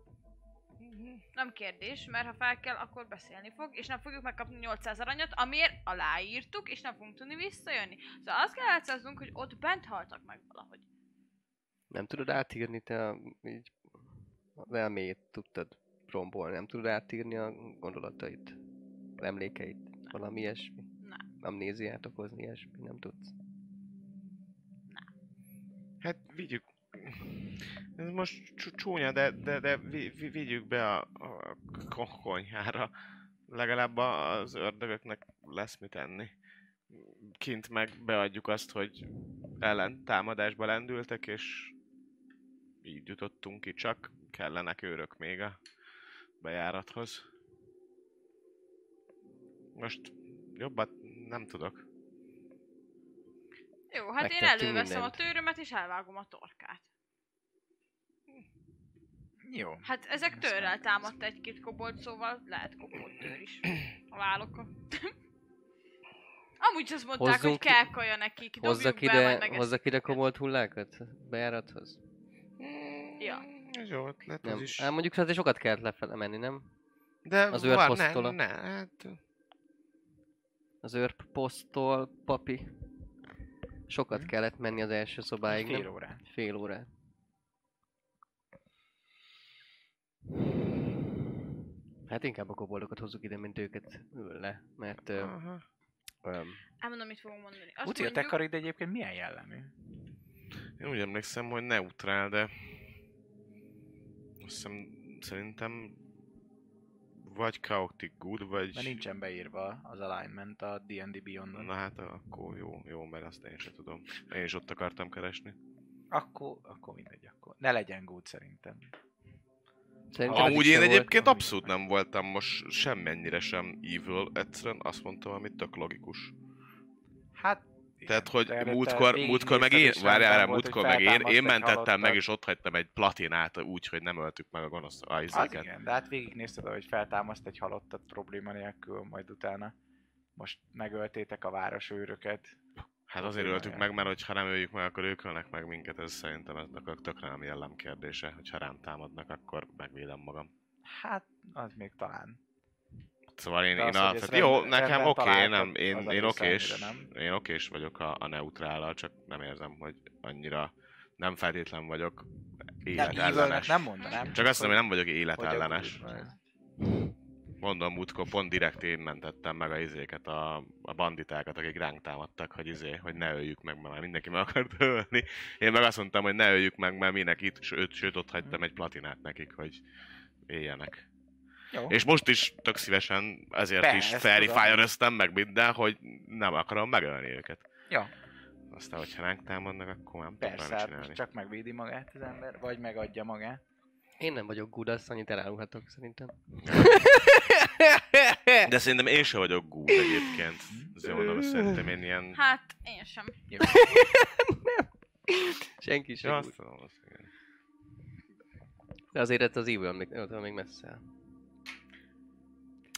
C: Nem kérdés, mert ha fel kell, akkor beszélni fog, és nem fogjuk megkapni 800 aranyat, amiért aláírtuk, és nem fogunk tudni visszajönni. Szóval azt kell átszáznunk, hogy ott bent haltak meg valahogy.
B: Nem tudod átírni te a, így, az elméjét tudtad rombolni, nem tudod átírni a gondolatait, az emlékeit, valami ilyesmi.
C: Nem.
B: Amnéziát okozni, ilyesmi, nem tudsz.
D: Hát vigyük. Ez most csú- csúnya, de, de, de vi, vi, vigyük be a, a ko- konyhára. Legalább a- az ördögöknek lesz mit enni. Kint meg beadjuk azt, hogy ellen támadásba lendültek, és így jutottunk ki csak. Kellenek őrök még a bejárathoz. Most jobbat nem tudok.
C: Jó, hát én
B: Megtettünk
C: előveszem
B: mindent.
C: a tőrömet, és elvágom a torkát.
A: Jó.
C: Hát ezek
A: Ezt
C: tőrrel
A: nem-
C: támadt egy-két kobolt, szóval lehet kobolt tőr is. A vállokon. Amúgy azt mondták,
B: Hozzunk-
C: hogy kell kaja nekik, dobjuk
B: Hozzak
C: be, majd
B: ide,
C: meg
B: hozzak ide komolt hullákat a bejárathoz?
C: Ja.
D: Ez jó ötlet,
B: Nem.
D: ez is.
B: Hát mondjuk azért sokat kellett lefele menni, nem?
D: De
B: Az
D: vár, ne,
B: őrposztola.
D: ne, hát...
B: az őrposzttól, papi. Sokat
A: Mhm.
B: kellett menni az első szobáig,
A: Fél
B: nem?
A: órán.
B: Fél órát. Hát inkább a koboldokat hozzuk ide, mint őket le, mert ö,
D: Aha.
B: öm,
C: Elmondom, mit fogom mondani. Azt
A: Uci, a
C: mondjuk,
A: tekarid egyébként milyen jellemű?
D: Én úgy emlékszem, hogy neutrál, de... Azt hiszem, szerintem... Vagy chaotic good, vagy...
A: Mert nincsen beírva az alignment a D&D Beyondon.
D: Na hát akkor jó, jó, mert azt én sem tudom. Én is ott akartam keresni.
A: Akkor, akkor mindegy, akkor. Ne legyen good szerintem.
B: szerintem az
D: Amúgy
B: is
D: én
B: jó volt.
D: egyébként
A: ami-
D: abszolút nem voltam most semmennyire sem evil, egyszerűen azt mondtam, amit tök logikus.
A: Hát, igen,
D: Tehát, hogy
A: te előtte
D: múltkor,
A: végignézted,
D: múltkor meg én,
A: és
D: várjál,
A: rendben
D: várjál,
A: volt,
D: múltkor
A: hogy
D: meg én,
A: feltámadtad,
D: én mentettem meg,
A: hallottad.
D: és ott hagytam egy platinát úgy, hogy nem öltük meg a gonosz
A: Az
D: ajzéket.
A: igen, de hát végignézted, hogy feltámaszt egy halottat probléma nélkül, majd utána most megöltétek a városőröket.
D: Hát azért
A: Probléma
D: öltük
A: jár.
D: meg, mert hogyha nem öljük meg, akkor ők ölnek meg minket, ez szerintem ez a tökre nem jellem kérdése, hogyha rám támadnak, akkor megvédem magam.
A: Hát, az még talán.
D: Szóval én,
A: De
D: én
A: az, hogy
D: alapvet-
A: ezt
D: Jó,
A: rendben-
D: nekem
A: rendben
D: oké, okay, nem,
A: találtad,
D: én,
A: az
D: én
A: egészen
D: okés,
A: annyira nem.
D: én okés vagyok a, a neutrállal, csak nem érzem, hogy annyira nem feltétlen vagyok
A: evilnek
D: életellenes.
A: nem mondanám.
D: Csak azt mondom, hogy nem vagyok
A: hogy a
D: életellenes.
A: good vagy.
D: Mondom, múltkor pont direkt én mentettem meg a izéket, a, a banditákat, akik ránk támadtak, hogy izé, hogy ne öljük meg, mert már mindenki meg akart ölni. Én meg azt mondtam, hogy ne öljük meg, mert minek itt, sőt, sőt ott hagytam egy platinát nekik, hogy éljenek.
A: Jó.
D: És most is tök szívesen ezért
A: Persze,
D: is Fairy
A: tudom.
D: Fire-öztem meg minden, hogy nem akarom megölni őket.
A: Ja.
D: Aztán, hogyha ránk támadnak, akkor már nem tudok
A: Persze,
D: vele mit
A: hát
D: csinálni.
A: most csak megvédi magát az ember, vagy megadja magát.
B: Én nem vagyok good, azt annyit elárulhatok szerintem.
D: De szerintem én sem vagyok gúd egyébként. Azért mondom, hogy szerintem én ilyen...
C: Hát, én sem.
B: Senki sem
D: Ja,
B: good.
D: azt tudom, azt igen.
B: De azért ez az evil még, ott van még messze. áll.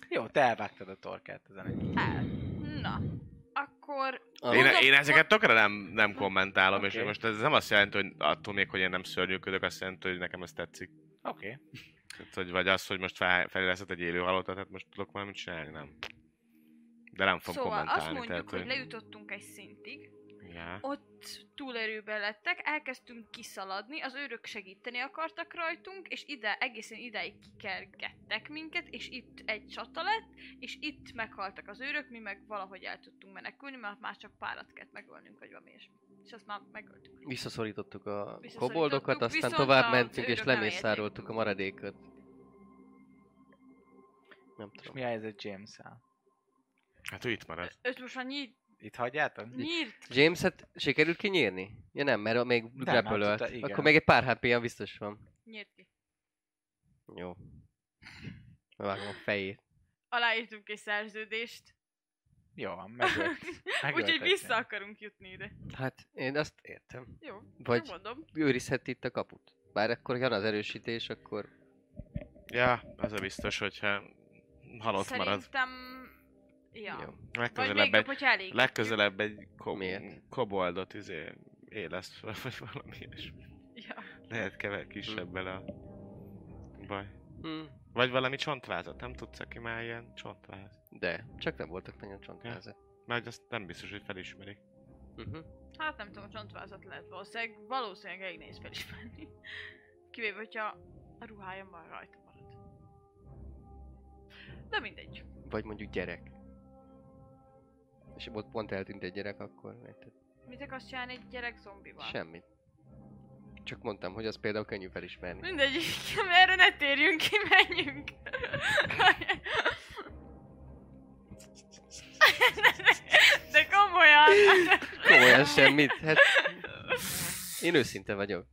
A: Jó, te elvágtad a torkát ezen egy
C: El. Na, akkor...
B: Ah,
D: Én,
C: Mondom,
D: én ezeket tökre nem, nem kommentálom, okay.
A: Oké.
D: és most ez nem azt jelenti, hogy attól még, hogy én nem szörnyűködök, azt jelenti, hogy nekem ez tetszik.
A: Oké.
D: Tehát, hogy vagy az, hogy most fel, feléleszed egy élő halottat, tehát most tudok valamit csinálni, nem. De nem fogom
C: Szóval azt
D: kommentálni.
C: mondjuk, hogy lejutottunk egy szintig,
D: Ja.
C: ott túlerőben lettek, elkezdtünk kiszaladni, az őrök segíteni akartak rajtunk, és ide, egészen ideig kikergettek minket, és itt egy csata lett, és itt meghaltak az őrök, mi meg valahogy el tudtunk menekülni, mert már csak párat kellett megölnünk, vagy valami ilyesmi. És azt már megöltük.
B: Visszaszorítottuk a
C: Visszaszorítottuk,
B: koboldokat, aztán
C: viszont
B: tovább
C: az
B: mentünk és
C: őrök nem
B: lemészároltuk
C: érték.
B: a maradékot. Nem
A: És
B: tudom.
A: mi a helyzet james -el?
D: Hát ő itt marad.
C: Őt most már nyílt,
A: Itt hagyjátok?
C: nyílt
B: James-et sikerült kinyírni? Ja nem, mert még
A: nem
B: repölölt.
A: tudta, igen.
B: Akkor még egy pár hp biztos van.
C: nyílt ki.
B: Jó. Vágom a fejét.
C: Aláírtunk egy szerződést,
A: Jó van, megölt.
C: úgyhogy
A: megöltettél.
C: vissza akarunk jutni ide.
B: Hát én azt értem.
C: Jó,
B: Vagy
C: mondom.
B: őrizheti itt a kaput. Bár akkor jön az erősítés, akkor
D: Ja, az a biztos, hogyha halott marad.
C: Szerintem... Ja.
B: jó.
C: Vagy
D: Legközelebb
C: még jobb,
D: egy,
C: hogyha elég.
D: legközelebb egy ko-
B: Miért?
D: koboldot izé éleszt fel, vagy valami ilyesmi.
C: Ja.
D: Lehet kever kisebb bele a baj.
B: Hm.
D: Vagy valami csontvázat, nem tudsz, aki már ilyen csontváz.
B: De, csak nem voltak nagyon csontvázak.
D: Mert azt nem biztos, hogy felismerik.
B: Uh-huh.
C: Hát nem tudom, csontvázat lehet valószínűleg, valószínűleg elég nehéz felismerni. Kivéve, hogyha a ruhája már rajta marad. De mindegy.
B: Vagy mondjuk gyerek. És ott pont eltűnt egy gyerek, akkor érted?
C: Mit akarsz csinálni egy gyerek zombival?
B: Semmit. Csak mondtam, hogy az például könnyű felismerni.
C: Mindegy, erre ne térjünk ki, menjünk. De komolyan.
B: Komolyan semmit? Hát... Én őszinte vagyok.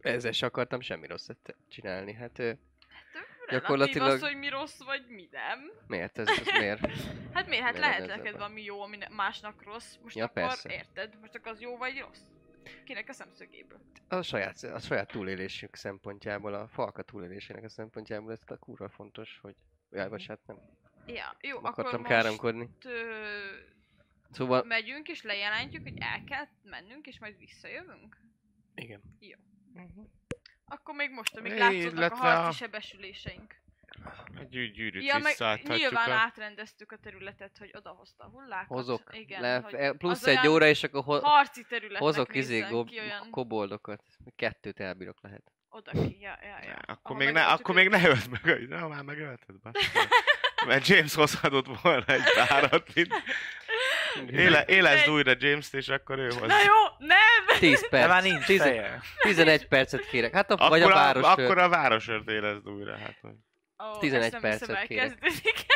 B: Ezzel se akartam semmi rosszat te- csinálni, hát ö,
C: Gyakorlatilag...
B: Gyakorlatilag-
C: az, hogy mi rossz vagy mi nem.
B: miért ez, ez miért?
C: Hát miért? Hát
B: Miért
C: lehet
B: lenne ez
C: neked
B: ebben?
C: valami jó, ami ne- másnak rossz. Most
B: Ja,
C: akkor
B: persze.
C: érted? Most akkor az jó vagy rossz? Kinek a szemszögéből?
B: A saját, a saját túlélésük szempontjából, a falka túlélésének a szempontjából ez a kurva fontos, hogy... Jaj, bocsánat, nem
C: Ja, jó, akkor
B: akartam
C: most
B: káromkodni.
C: ö,
B: Szóval...
C: megyünk és lejelentjük, hogy el kell mennünk, és majd visszajövünk.
B: Igen.
C: Akkor még most, amíg
D: É,
C: látszódnak a
D: illetve
C: harci
D: a-
C: sebesüléseink.
D: A gyű, gyűrűt
C: Ja, meg
D: visszaadhatjuk
C: nyilván
D: a...
C: átrendeztük a területet, hogy odahozta a hullákat.
B: Hozok.
C: hát Igen,
B: le,
C: hogy
B: e, plusz
C: az
B: egy
C: olyan
B: óra, és akkor ho-
C: harci területnek
B: hozok izé
C: nézzen
B: gob-
C: ki olyan
B: koboldokat. Kettőt elbírok lehet.
C: oda ki. Ja, ja, ja.
D: Akkor
C: Ahol
D: még, ne,
C: megöltük
D: akkor még
C: őket.
D: ne ölt meg, hogy na, már megölted, basszus. Mert James hozhatott volna egy párat, mint éle, élesd újra James-t, és akkor ő hoz.
C: Na jó, nem!
B: 10
A: De már
B: perc.
A: nincs
B: 10
A: feje.
B: 11 percet kérek. Hát a,
D: Akkor,
B: vagy a város.
D: a, akkor a városört élesd újra. Hát, hogy-
C: Ó,
B: 11
C: ezt nem hiszem,
B: percet kérek.
C: elkezdődik.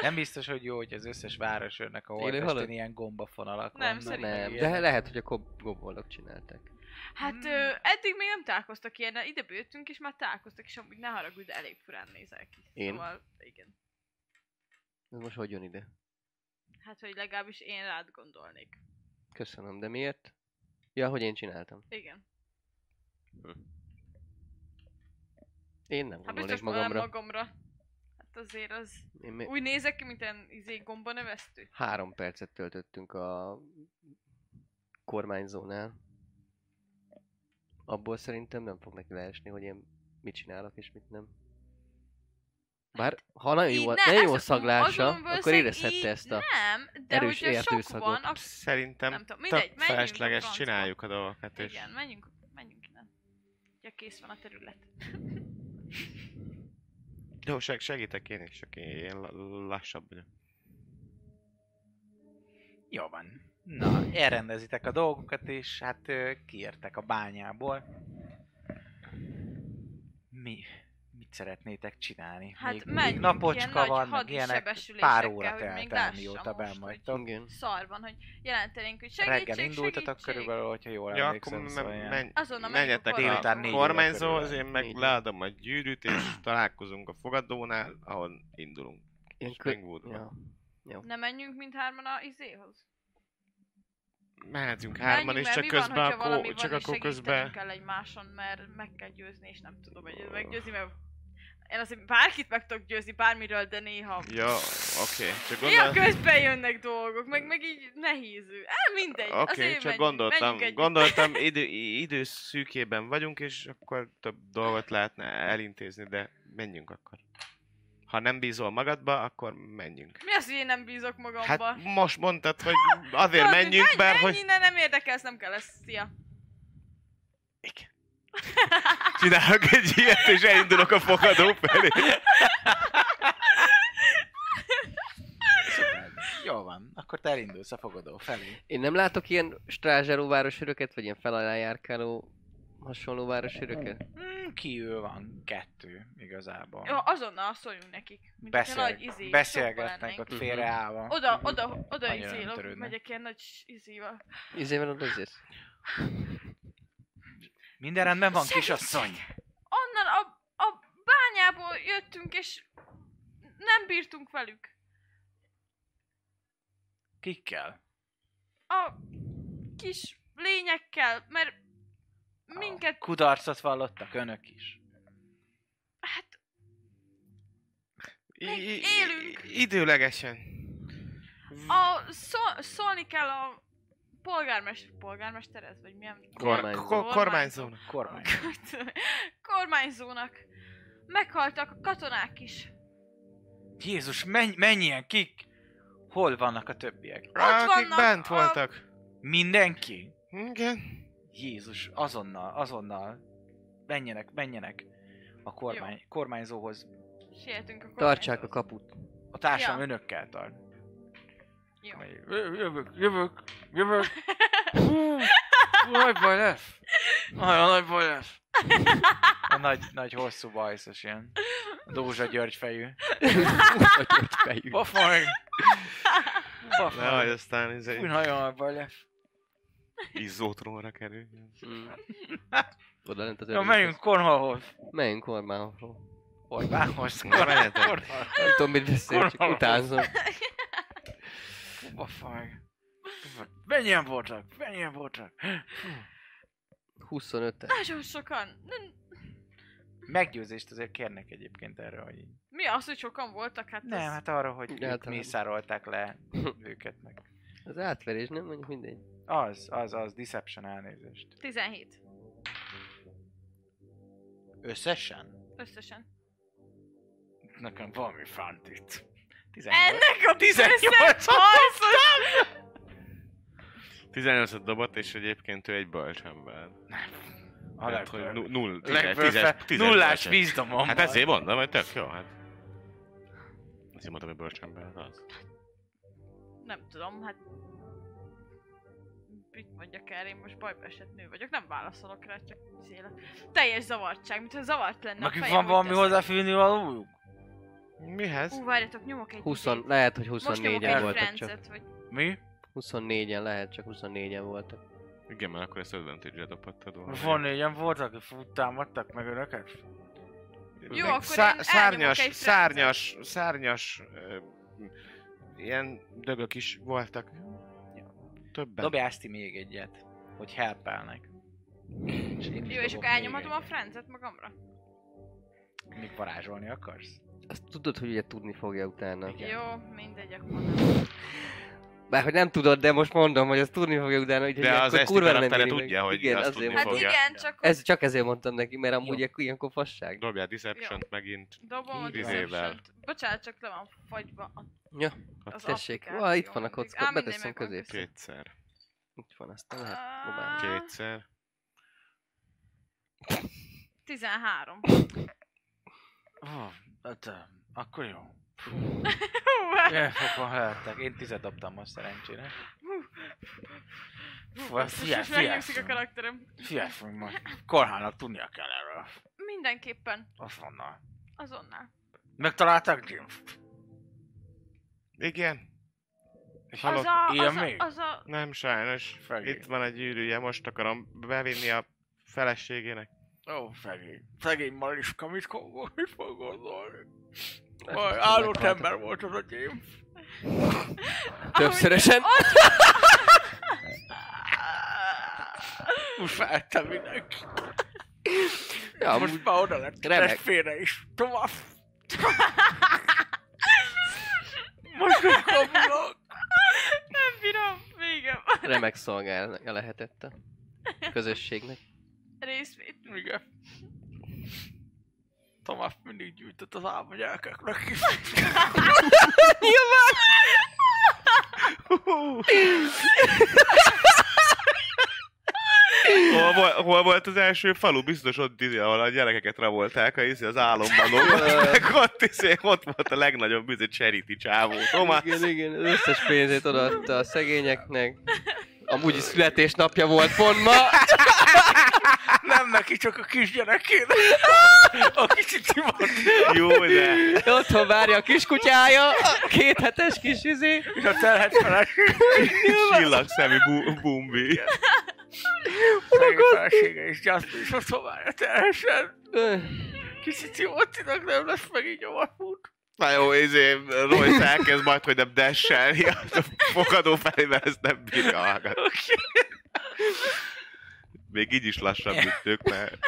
A: Nem biztos, hogy jó, hogy az összes városőrnek a
B: Élő
A: holtestén
B: halott?
A: ilyen gombafonalak
C: Nem,
A: vannak.
C: szerintem
A: meg
B: Nem, de
A: ilyenek.
B: lehet, hogy a kob- koboldok csináltak.
C: Hát
A: Hmm.
C: ö, eddig még nem találkoztak ilyen, de ide bejöttünk, és már találkoztak, és amúgy ne haragudj, de elég furán nézel ki.
B: Én?
C: Szóval, igen.
B: Ez most hogy jön ide?
C: Hát, hogy legalábbis én rád gondolnék.
B: Köszönöm, de miért? Ja, hogy én csináltam.
C: Igen. Hát
B: Én nem
C: Hát
B: gondolnék
C: biztos magamra.
B: magamra.
C: magamra. Hát azért az...
B: Én mi...
C: Úgy nézek ki, mint ilyen izé, gombanövesztő.
B: Három percet töltöttünk a kormányzónál. Abból szerintem nem fog neki leesni, hogy én mit csinálok és mit nem. Bár, ha nagyon jó,
C: Hát Így
B: a-
C: ne,
B: nagyon jó a
C: ez-
B: szaglása,
C: azon
B: akkor
C: valószínűleg
B: érezhette
C: így
B: ezt a...
C: Nem, de
B: erős
C: erős hogyha sok
B: értőszagot.
C: van, akkor
D: Szerintem
C: nem tudom, mindegy,
D: tök
C: menjünk a
D: felesleges
C: francba.
D: csináljuk a dolgokat. Hát És...
C: igen, menjünk, menjünk innen. Ja, kész van a terület.
D: Jó, seg- segítek én is, aki én la- lassabb vagyok.
A: Jó van. Na, elrendezitek a dolgokat, és hát ö, kiértek a bányából. Mi? Mit szeretnétek csinálni?
C: Hát
A: még, még
C: menjünk, ilyen
A: napocska
C: nagy
A: van, meg ilyenek.
C: hadisebesülésekkel,
A: Pár óra
C: hogy még
A: telt el,
C: lássam
A: mióta
C: most,
A: benn
C: hogy
A: vagytok.
B: Igen.
C: Szar van, hogy jelentenénk, hogy segítség,
A: Reggel indultatok
C: segítség.
A: körülbelül, hogyha jól
D: Ja, akkor
A: emlékszem. szóval
D: me-
A: ilyen-
D: menj,
C: Azonnal megyünk a
D: menjetek a,
A: Délután
D: a
A: négy óra
D: kormányzóhoz,
A: körül.
D: én meg
B: Négy óra.
D: leadom a gyűrűt, és találkozunk a fogadónál, ahol indulunk.
B: Ilyen kö...
D: Springwoodba.
B: Ja. Jó.
C: Ne menjünk mindhárman a izéhoz.
D: Mehetünk hárman
C: Menjünk,
D: is,
C: mert
D: csak
C: mi van,
D: közben,
C: hogyha valami
D: akkor,
C: van,
D: csak
C: és
D: akkor
C: segítenünk
D: közben...
C: kell egymáson, mert meg kell győzni, és nem tudom egyet meggyőzni, mert én azért bárkit meg tudok győzni bármiről, de néha...
D: Jó, oké, csak
C: Néha
D: gondoltam...
C: közben jönnek dolgok, meg, meg így nehéz. Á, mindegy.
D: Oké, okay,
C: azért
D: csak
C: menjünk,
D: gondoltam,
C: menjünk együtt.
D: gondoltam idő, i- időszűkében vagyunk, és akkor több dolgot lehetne elintézni, de menjünk akkor. Ha nem bízol magadba, akkor menjünk.
C: Mi az, hogy én nem bízok magamba?
D: Hát most mondtad, hogy azért
C: Tudod,
D: menjünk,
C: menj,
D: mert
C: menj
D: hogy...
C: innen, nem érdekel, ez nem kell, ez szia.
D: Igen. Csinálok egy ilyet, és elindulok a fogadó felé.
A: Szuper. Jó van, akkor te elindulsz a fogadó felé.
B: Én nem látok ilyen strázsáló városöröket, vagy ilyen felaljájárkáló hasonló városöröket?
A: Hmm, kiül van kettő igazából.
C: Jó, azonnal szóljunk nekik. Mint hogyha
A: Beszél,
C: nagy izé,
A: beszélgetnek
C: sokban
A: ott
C: lennénk.
A: félreállva.
C: Oda, oda, oda
A: Annyira nem
C: izé, lop-
A: törődnek.
C: megyek ilyen nagy s- izével.
B: Izével Izé, oda azért?
A: Minden rendben van,
C: Segítség!
A: kisasszony?
C: Onnan a, a bányából jöttünk, és nem bírtunk velük.
A: Kikkel?
C: A kis lényekkel, mert minket,
A: Kudarcot vallottak önök is.
C: hát
D: I- i-
C: Élünk.
D: Időlegesen.
C: A szó, szólni kell a polgármester, polgármester ez, vagy milyen?
B: Kormányzó.
D: Ko- kormányzónak.
A: Kormány.
C: Kormányzónak. Meghaltak a katonák is.
A: Jézus, menj, mennyien kik? Hol vannak a többiek?
D: Akik
C: vannak
D: bent
C: a-
D: voltak.
A: Mindenki?
D: Igen.
A: Jézus, azonnal, azonnal. Menjenek, menjenek a kormány, kormányzóhoz.
C: Sietünk a kormányzóhoz.
B: Tartsák a kaput.
A: A társam
C: Ja.
A: önökkel tart.
C: Jó.
A: Jövök, jövök, jövök. Hú, nagy baj lesz. Nagyon nagy baj lesz. A nagy, nagy hosszú bajszos ilyen. Dózsa György fejű. Pofon meg!
D: Nehogy
A: Pofon
D: aztán ez egy
A: Nagyon nagy baj lesz.
D: izzótrónra kerül.
B: Mm. Oda lent az
A: Jó,
B: örökös.
A: menjünk Cornwallhoz.
B: Menjünk Orbánhoz.
A: Orbánhoz.
D: Na, menjetek.
A: Cornwall.
B: Nem tudom, mit beszél, csak
A: Kormányhoz.
B: utánzom.
A: Pofon meg. Mennyien voltak? Mennyien voltak?
B: 25 -e.
C: Nagyon sokan. Nem,
A: Meggyőzést azért kérnek egyébként erre, hogy így-
C: mi az, hogy sokan voltak? Hát
A: Nem,
C: ez...
A: hát arra, hogy ők
B: Általában.
A: mészárolták le őket meg.
B: Az átverés, nem mondjuk mindegy.
A: Az, az, az, Deception elnézést.
C: 17.
A: Összesen?
C: Összesen.
A: nekem valami fantit. 18.
C: Ennek a
A: 18
C: persze
D: 18-at dobott, és egyébként ő egy bölcsember.
A: A
D: Hát, hogy
A: legből-
D: nu- null, tízes- tízes-
A: legből
D: tízes
A: nullás
D: bölcsember.
A: vízdomom.
D: Hát ezért mondom, hogy tök jó, hát. Ezért mondtam, hogy bölcsember az.
C: Nem tudom, hát... Mit mondjak el, én most bajba esett nő vagyok, nem válaszolok rá, csak szélek. Teljes zavartság, mintha zavart lenne
A: Nekünk van
C: a fejem,
A: valami
C: hogy teszek.
A: hozzáfűzni valójuk?
D: Mihez?
C: Ú, várjatok, nyomok egy
B: 20,
C: izét.
B: lehet, hogy
C: Most nyomok
B: 24-en
C: egy
B: voltak csak.
C: francet, vagy...
A: Mi?
B: 24-en lehet, csak 24-en voltak.
D: Igen, mert akkor ezt advantage-re dobhattad volna.
A: Van négyen voltak, akik fú, támadtak meg önöket?
C: Jó,
D: Meg
C: akkor én elnyomok
D: szárnyas,
C: egy
D: szárnyas, szárnyas, ö, ilyen dögök is voltak. Többen.
A: Dobjál ti még egyet, hogy helpelnek. És én
C: Jó, és akkor elnyomhatom a francet magamra?
A: Még varázsolni akarsz?
B: Azt tudod, hogy ugye tudni fogja utána.
A: Igen.
C: Jó, mindegy, akkor nem.
B: Bár hogy nem tudod, de most mondom, hogy azt tudni fogja utána, úgyhogy
D: De az
B: akkor
D: esti
B: kurva nem
D: karaktere
B: éri meg.
D: tudja, hogy
B: igen,
D: azt
B: azért
D: tudni
C: Hát
B: mondom.
D: fogja.
C: igen, csak
B: Ez csak ezért mondtam neki, mert amúgy
A: Jó.
B: Jó. ilyenkor fasság.
D: Dobjál deception megint.
C: dobom a
A: Így van.
C: deception Bocsánat, csak le van fagyva a
B: Ja, hát
C: Az
B: tessék.
C: applikáció
B: Vá, itt van a
C: mindig.
B: kocka,
C: Á, mindegy,
B: beteszem
C: megvan,
B: középre.
C: köszönöm.
D: Kétszer.
B: Itt van, aztán lehet próbálni.
C: Á.
D: Kétszer.
C: 13.
A: Oh, hát, ö, akkor jó.
C: Hú, hát-
A: Ilyen fokon helptek. Én tizet dobtam most szerencsére. Fú, hát
C: Basszus,
A: figyelj,
C: most megnyugszik a
A: figyelj,
C: karakterem.
A: figyelj, figyelj, majd Korhának tudnia kell erről.
C: Mindenképpen.
A: Azonnal.
C: Azonnal.
A: Megtalálták Jim?
D: Igen. Hallok.
C: Az a,
A: ilyen
C: az a,
A: még?
C: az a...
D: Nem, sajnos.
A: Fegély.
D: Itt van egy gyűrűje, most akarom bevinni a feleségének.
A: Ó, szegény. Szegény Mariska, mit gondol, mit fog gondolni?
B: Hát,
A: Aj,
B: megtaláltak.
A: állott ember volt az a Jim.
B: Többszörösen?
A: Úgy feltem mindenki.
B: Ja,
A: most
B: most...
A: már oda lett
B: remek.
A: testvére is. Tovább. Most nem kapulok.
C: Nem bírom. Vége.
B: remek szolgálja lehetett a közösségnek.
C: Részvét.
A: Igen. Tomás mindig gyűjtött az álma gyerekeknek is.
D: Hol, vol- hol volt az első falu? Biztos ott, izé, ahol a gyerekeket rabolták, a izé, az álomban meg ott, izé, ott volt a legnagyobb izé, charity csávó. Tomás.
B: Igen, igen, az összes pénzét odaadta a szegényeknek. Amúgy is születésnapja volt pont ma.
A: Nem neki, csak a kisgyerekének. A kicsit volt.
D: Jó, de...
B: Otthon várja a kiskutyája, a két hetes kis izé.
A: És a telhet feleség.
D: Csillagszemű bu- bumbi.
A: Szegény felesége is gyászpés a szobára terhesen.
B: Öh,
A: Kicsit Timothynak nem lesz megint nyomorfut.
D: Na jó, izé, Royce elkezd majd, hogy nem desselni a fogadó felé, mert ezt nem bírja hallgatni.
A: Oké.
D: Még így is lassabb, mint ők, mert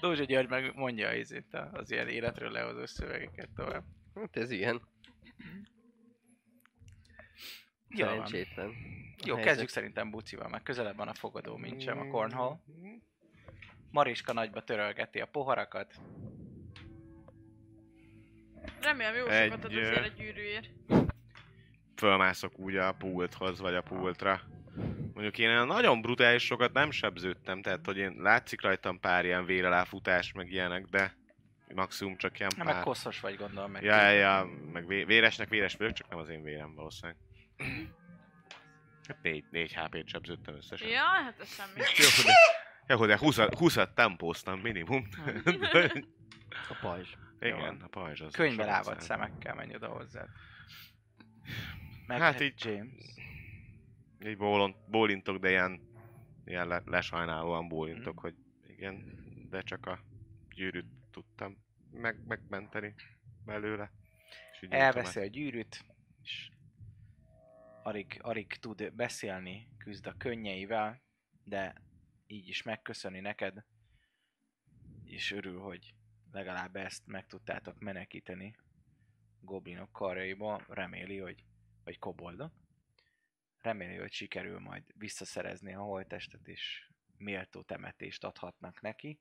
A: Dózsa György meg mondja izét, az ilyen életről lehozó szövegeket tovább.
B: Hát ez ilyen.
A: Jó, van.
B: Szerencsétlen.
A: Jó,
B: helyzet.
A: kezdjük szerintem bucival, mert közelebb van a fogadó, mint sem a cornhole. Mariska nagyba törölgeti a poharakat.
C: Remélem jó
D: Egy,
C: sokat ad
D: ö,
C: azért a gyűrűért.
D: fölmászok úgy a pulthoz, vagy a pultra. Mondjuk én olyan nagyon brutális sokat nem sebződtem, tehát hogy én látszik rajtam pár ilyen véreláfutás, meg ilyenek, de maximum csak ilyen
A: Nem, meg
D: pár.
A: koszos vagy gondolom meg.
D: Ja, ja, meg vé- véresnek véres vagyok, csak nem az én vérem valószínűleg. Hát 4, 4 HP-t sebződtem összesen.
C: Ja, hát ez semmi.
D: Jó, de, jó, de 20, 20-at tempóztam minimum.
B: A pajzs.
D: Igen, a pajzs az.
A: Könyvbe
D: sokat
A: lávad
D: számít.
A: szemekkel menj oda hozzád. Meg
D: Hát így-
A: James.
D: Így bólon, bólintok, de ilyen, ilyen le, lesajnálóan bólintok, hogy igen, de csak a gyűrűt tudtam meg, megmenteni belőle. És így nyújtom
A: Elveszi a gyűrűt, és alig, alig tud beszélni, küzd a könnyeivel, de így is megköszöni neked, és örül, hogy legalább ezt meg tudtátok menekíteni goblinok karjaiba, reméli, hogy, vagy koboldok. Reméli, hogy sikerül majd visszaszerezni a holttestet, és méltó temetést adhatnak neki.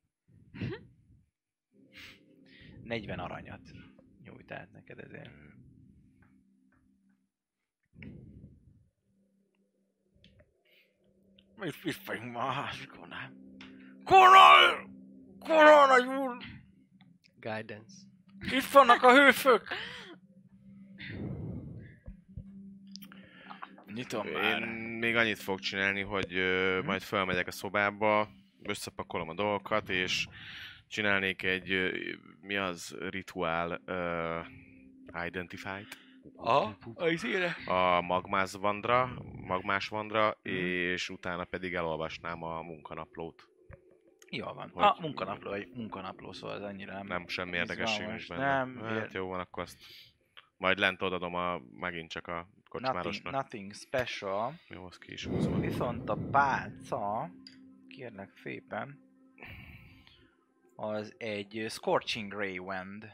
A: 40 aranyat nyújt át neked ezért. Mit, mit vagyunk ma a házikon? Konal! Konal, nagy úr!
B: Guidance.
A: Itt vannak a hőfök! Nyitom
D: Én még annyit fogok csinálni, hogy ö, majd felmegyek a szobába, összepakolom a dolgokat, és csinálnék egy, ö, mi az, rituál ö, identified
A: Aha, az ére.
D: a magmás vandra, magmás vandra, és utána pedig elolvasnám a munkanaplót.
A: Jól van.
D: Hogy-
A: A munkanapló, egy munkanapló, szóval az annyira nem.
D: Nem, semmi
A: Ez
D: érdekesség
A: van
D: nincs
A: most,
D: benne.
A: nem,
D: hát
A: miért?
D: jó van, akkor azt majd lent odadom a, megint csak a
A: nothing,
D: kocsmárosnak.
A: nothing special.
D: Jó, az ki is húzva.
A: Szóval Viszont a pálca, kérlek szépen, az egy ö, Scorching Ray Wand.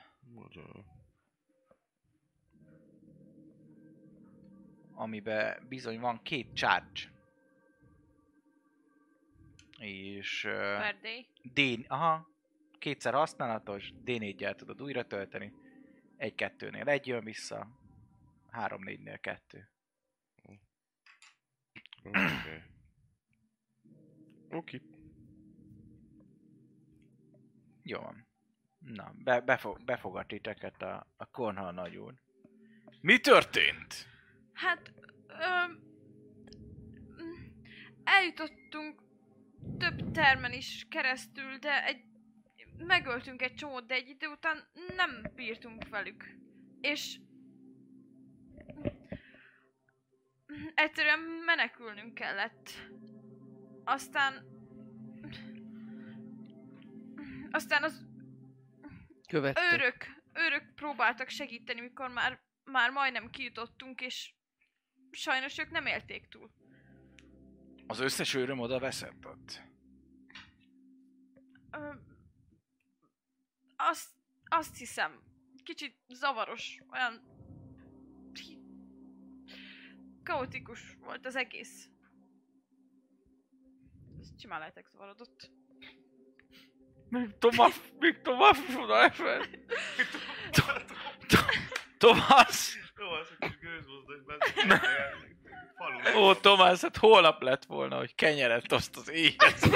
A: amiben bizony van két charge. És ö,
C: Per day.
A: D, aha, kétszer használatos, D4-jel tudod újra tölteni. Egy-kettőnél egy jön vissza, három-négynél kettő.
D: Oké. Oké.
A: Jó van. Na, be, befog, befogad titeket a, a Kornhal nagyúr. Mi történt?
C: Hát, öm, mm, eljutottunk több termen is keresztül, de egy, megöltünk egy csomót, de egy idő után nem bírtunk velük. És mm, egyszerűen menekülnünk kellett. Aztán... Aztán az
B: Követte.
C: őrök, őrök próbáltak segíteni, mikor már, már majdnem kijutottunk, és sajnos ők nem élték túl.
A: Az összes őröm oda veszett ott.
C: Ö, azt, azt hiszem, kicsit zavaros, olyan kaotikus volt az egész. Ez Simán lehetek zavarodott.
A: Tomasz, még Tomasz oda esett. Tomasz!
D: Jó, az egy kis gőzmozdony
A: Ó, Tomás, hát holnap lett volna, hogy kenyeret azt az éjhez.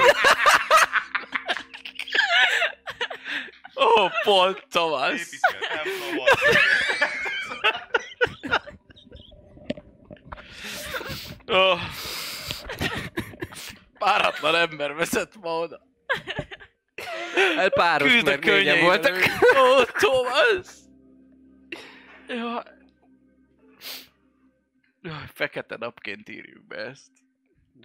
A: Ó, pont Tomás. Ó. Páratlan ember veszett ma oda.
B: Hát páros,
A: Küld a
B: mert négyen
A: könnyeidet.
B: voltak.
A: Ó, Tomás. Ja. Jaj, fekete napként írjuk be ezt.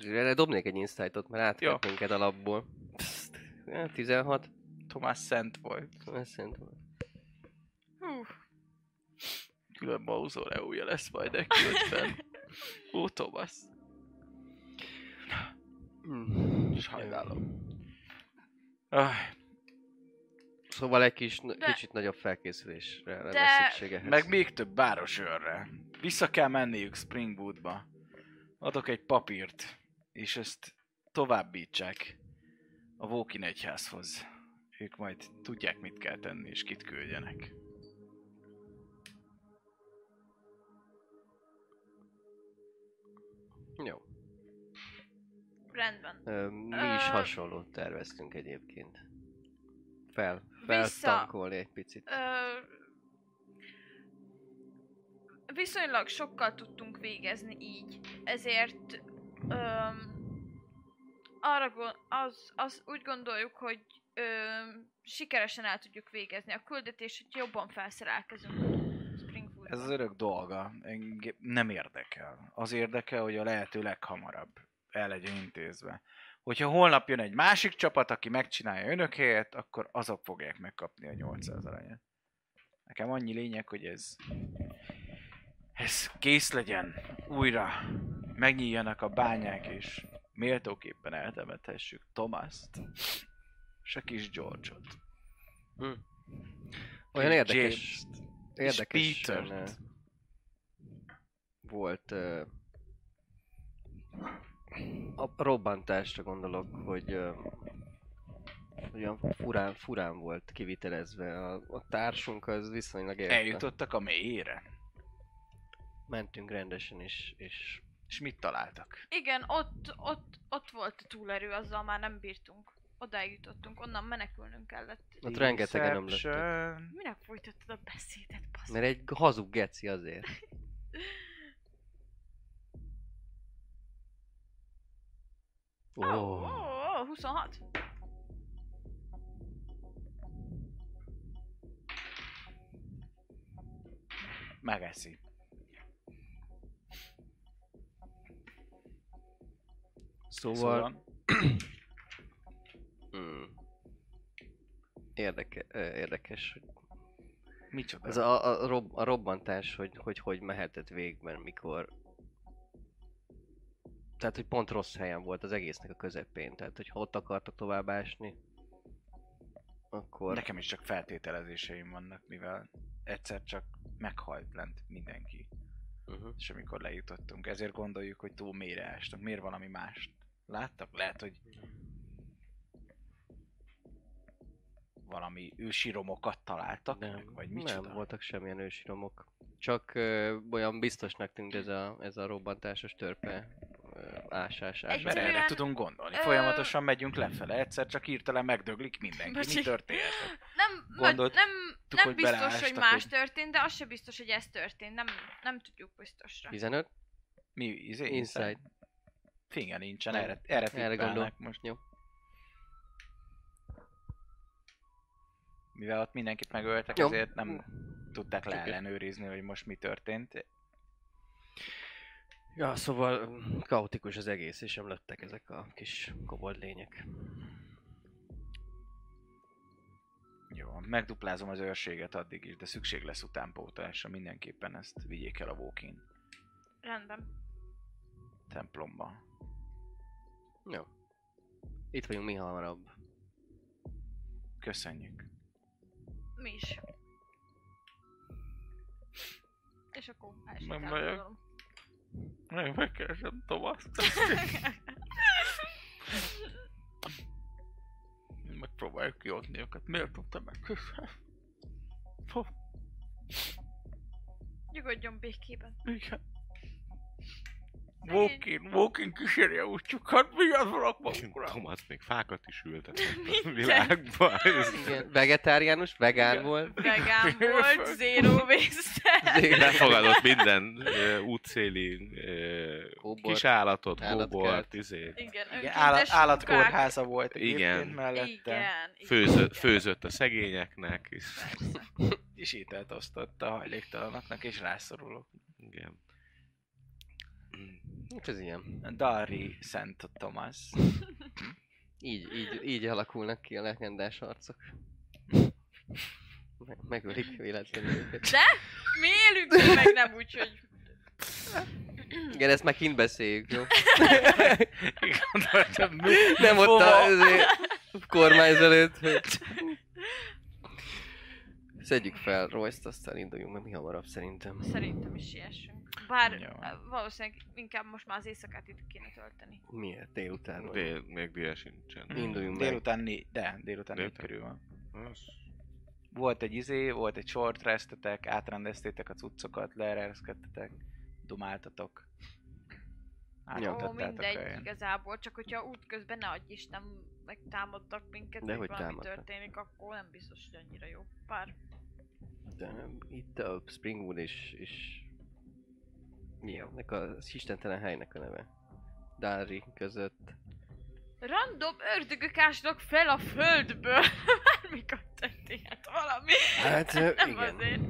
B: Erre dobnék egy insightot, mert átkelt
A: Jó.
B: minket alapból. Pszt. Ja, 16.
A: Tomás szent volt.
B: Eh, Ez szerintem.
C: Hú,
A: Külön mauzóleója lesz majd neki ötven. Ó, Tomás.
B: Mm.
A: Hmm, Sajnálom. Ah,
B: Szóval egy kis,
C: De-
B: kicsit nagyobb felkészülésre
C: De-
B: lesz szüksége. Hát
A: meg még több báros őrre. Vissza kell menniük Springwoodba. Adok egy papírt, és ezt továbbítsák a Vókin egyházhoz. Ők majd tudják, mit kell tenni, és kit küldjenek.
B: Jó.
C: rendben.
B: Ö, Mi
C: Ö,
B: is hasonlót terveztünk egyébként. Fel,
C: Vissza.
B: feltankolni egy picit.
C: Ö, viszonylag sokkal tudtunk végezni így, ezért öm, arra gond, az, az úgy gondoljuk, hogy öm, sikeresen el tudjuk végezni a küldetést, hogy jobban felszerelkezünk Springwoodra.
A: Ez az örök dolga. Engem nem érdekel. Az érdekel, hogy a lehető leghamarabb el legyen intézve. Hogyha holnap jön egy másik csapat, aki megcsinálja önök helyett, akkor azok fogják megkapni a 800 aranyat. Nekem annyi lényeg, hogy ez, ez kész legyen újra. Megnyíljanak a bányák, és méltóképpen eltemethessük Tomászt, és a kis George-ot.
B: Hm. Olyan
A: és
B: érdekes,
A: és
B: érdekes
A: Petert.
B: volt ö, a robbantásra gondolok, hogy ö, olyan furán, furán volt kivitelezve. A, a társunk az viszonylag érte.
A: Eljutottak a mélyére.
B: Mentünk rendesen is, és
A: És mit találtak?
C: Igen, ott, ott, ott volt a túlerő, azzal már nem bírtunk. Odáig jutottunk, onnan menekülnünk kellett.
B: ott rengetegen ömlöttünk.
A: Deception.
C: Minek folytattad a beszédet, basz?
B: Mert egy hazug geci azért.
C: Ó, szóval ó,
B: Oh.
C: ó, 26.
A: Megeszi.
B: Szóval...
A: Szóval
B: Mm. Érdeke, ö, érdekes, hogy
A: micsoda?
B: Ez a, a, rob, a robbantás, hogy, hogy hogy mehetett végben, mikor... Tehát, hogy pont rossz helyen volt az egésznek a közepén. Tehát, hogy ott akartak továbbásni, akkor...
A: Nekem is csak feltételezéseim vannak, mivel egyszer csak meghalt lent mindenki,
B: Uh-huh.
A: és amikor lejutottunk. Ezért gondoljuk, hogy túl mélyre ástunk. Miért valami mást? Láttak? Lehet, hogy valami ősi romokat találtak meg, vagy micsoda?
B: nem voltak semmilyen ősi romok. Csak ö, olyan biztosnak tűnt ez a, ez a robbantásos törpe ö, ásás,
A: Mert
B: ásás.
C: Egyszerűen-
A: erre tudunk gondolni.
C: Ö-
A: Folyamatosan megyünk lefele, egyszer csak hirtelen megdöglik mindenki. Mi
C: Bocsi.
A: történhet?
C: Nem,
A: Gondoltuk,
C: vagy nem, nem
A: hogy
C: biztos,
A: beleástak
C: hogy más
A: egy-
C: történt, de az se biztos, hogy ez történt. Nem, nem tudjuk biztosra.
B: 15?
A: Mi izé?
B: Inside.
A: Finge nincsen,
B: Nem.
A: erre, erre,
B: Erre
A: erre
B: gondolok.
A: most.
B: Jó.
A: Mivel ott mindenkit megöltek,
B: Jó.
A: ezért nem tudták
B: Oké.
A: leellenőrizni, hogy most mi történt.
B: Ja, szóval mm, kaotikus az egész, és emlöttek ezek a kis kobold lények.
A: Jó, megduplázom az őrséget addig is, de szükség lesz utánpótlásra. Mindenképpen ezt vigyék el a Vókin
C: Rendben.
A: templomba.
B: Jó. Itt vagyunk mi hamarabb.
A: Köszönjük.
C: Mi is. És akkor
A: Nem
C: elsőt
A: vagyok.
C: elmondom.
A: Nem megkeresem Tomaszt. Megpróbáljuk kiadni őket. Miért tudtam meg
C: Nyugodjon békében.
A: Igen.
C: Szegény. Walking-
A: walking kísérje úgy csukat, mi az rakva
D: Tomasz még fákat is ültetett a
C: Mindent.
D: világba.
B: Igen, vegetáriánus, vegán
A: Igen.
B: volt.
C: Vegán volt, zero waste.
B: Zéla.
D: Befogadott minden ö, útszéli ö,
B: Kóbor.
D: kis állatot,
B: Állatkert.
D: kóbort, izé.
C: Igen,
A: Igen,
C: önkéntes
A: állat,
C: munkák.
A: állatkórháza volt egyébként
D: Igen.
A: mellette.
C: Igen, igen, igen.
D: Főzött, főzött a szegényeknek. És...
C: Persze.
A: És ételt osztott a hajléktalanoknak és rászorulók.
D: Igen.
B: Hát Ez ilyen.
A: Dari Szent Tomás.
B: Így, így, így alakulnak ki a legendás arcok. Me- Megölik véletlenül őket.
C: De mi élünk mi meg nem úgy, hogy
B: Igen, ezt már kint beszéljük, jó?
A: Gondoltam, mi?
B: Nem ott a
A: Hova?
B: azért, kormányzó előtt. hogy- Szedjük fel Royce-t, aztán induljunk meg mi hamarabb szerintem.
C: szerintem is siessünk. Bár
A: Jó.
C: eh, valószínűleg inkább most már az éjszakát itt kéne tölteni.
B: Miért? Délután vagy.
D: Dél, még dél sincsen.
B: Induljunk meg.
A: Délután négy, de délután négy
D: Délután.
A: körül van. Volt egy izé, volt egy short restetek, átrendeztétek a cuccokat, leereszkedtetek, dumáltatok.
C: Ó,
A: Átrendettátok
C: mindegy
A: a helyen.
C: igazából, csak hogyha útközben ne adj Isten, megtámadtak minket,
B: Dehogy
C: vagy valami
B: támadtak.
C: történik, akkor nem biztos, hogy annyira jó. Bár
B: De itt a Springwood és... és... Mi a- ennek az istentelen helynek a neve? Dári között.
C: random ördögök ásnak fel a földből, bármikor történhet valami.
B: Hát, ö,
C: nem
B: igen.
C: azért.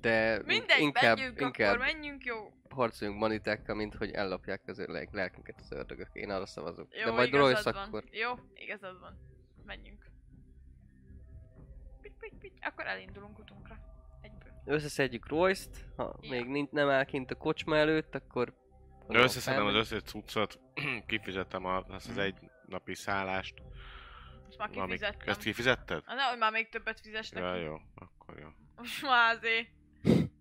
B: De
C: Mindegy,
B: inkább,
C: menjünk,
B: inkább
C: akkor menjünk, jó.
B: harcoljunk manitákkal, mint hogy ellopják az ő lelk- lelkünket az ördögök. Én arra szavazok.
C: Jó,
B: De majd
C: igazad
B: Royce
C: van.
B: akkor.
C: Jó, igazad van. Menjünk. Pik, pik, pik. Akkor elindulunk utunkra. Egyből.
B: Összeszedjük Royce-t, ha
C: Ja.
B: még nincs, nem áll kint a kocsma előtt, akkor...
D: Összeszedem az összes cuccot, kifizettem a- azt
B: Hmm.
D: az egy napi szállást.
C: Most már
D: Amik-
C: kifizettem.
D: Ezt kifizetted?
C: Ah, nehogy már még többet fizesnek.
D: Ja, jó, akkor jó.
C: Most már azért.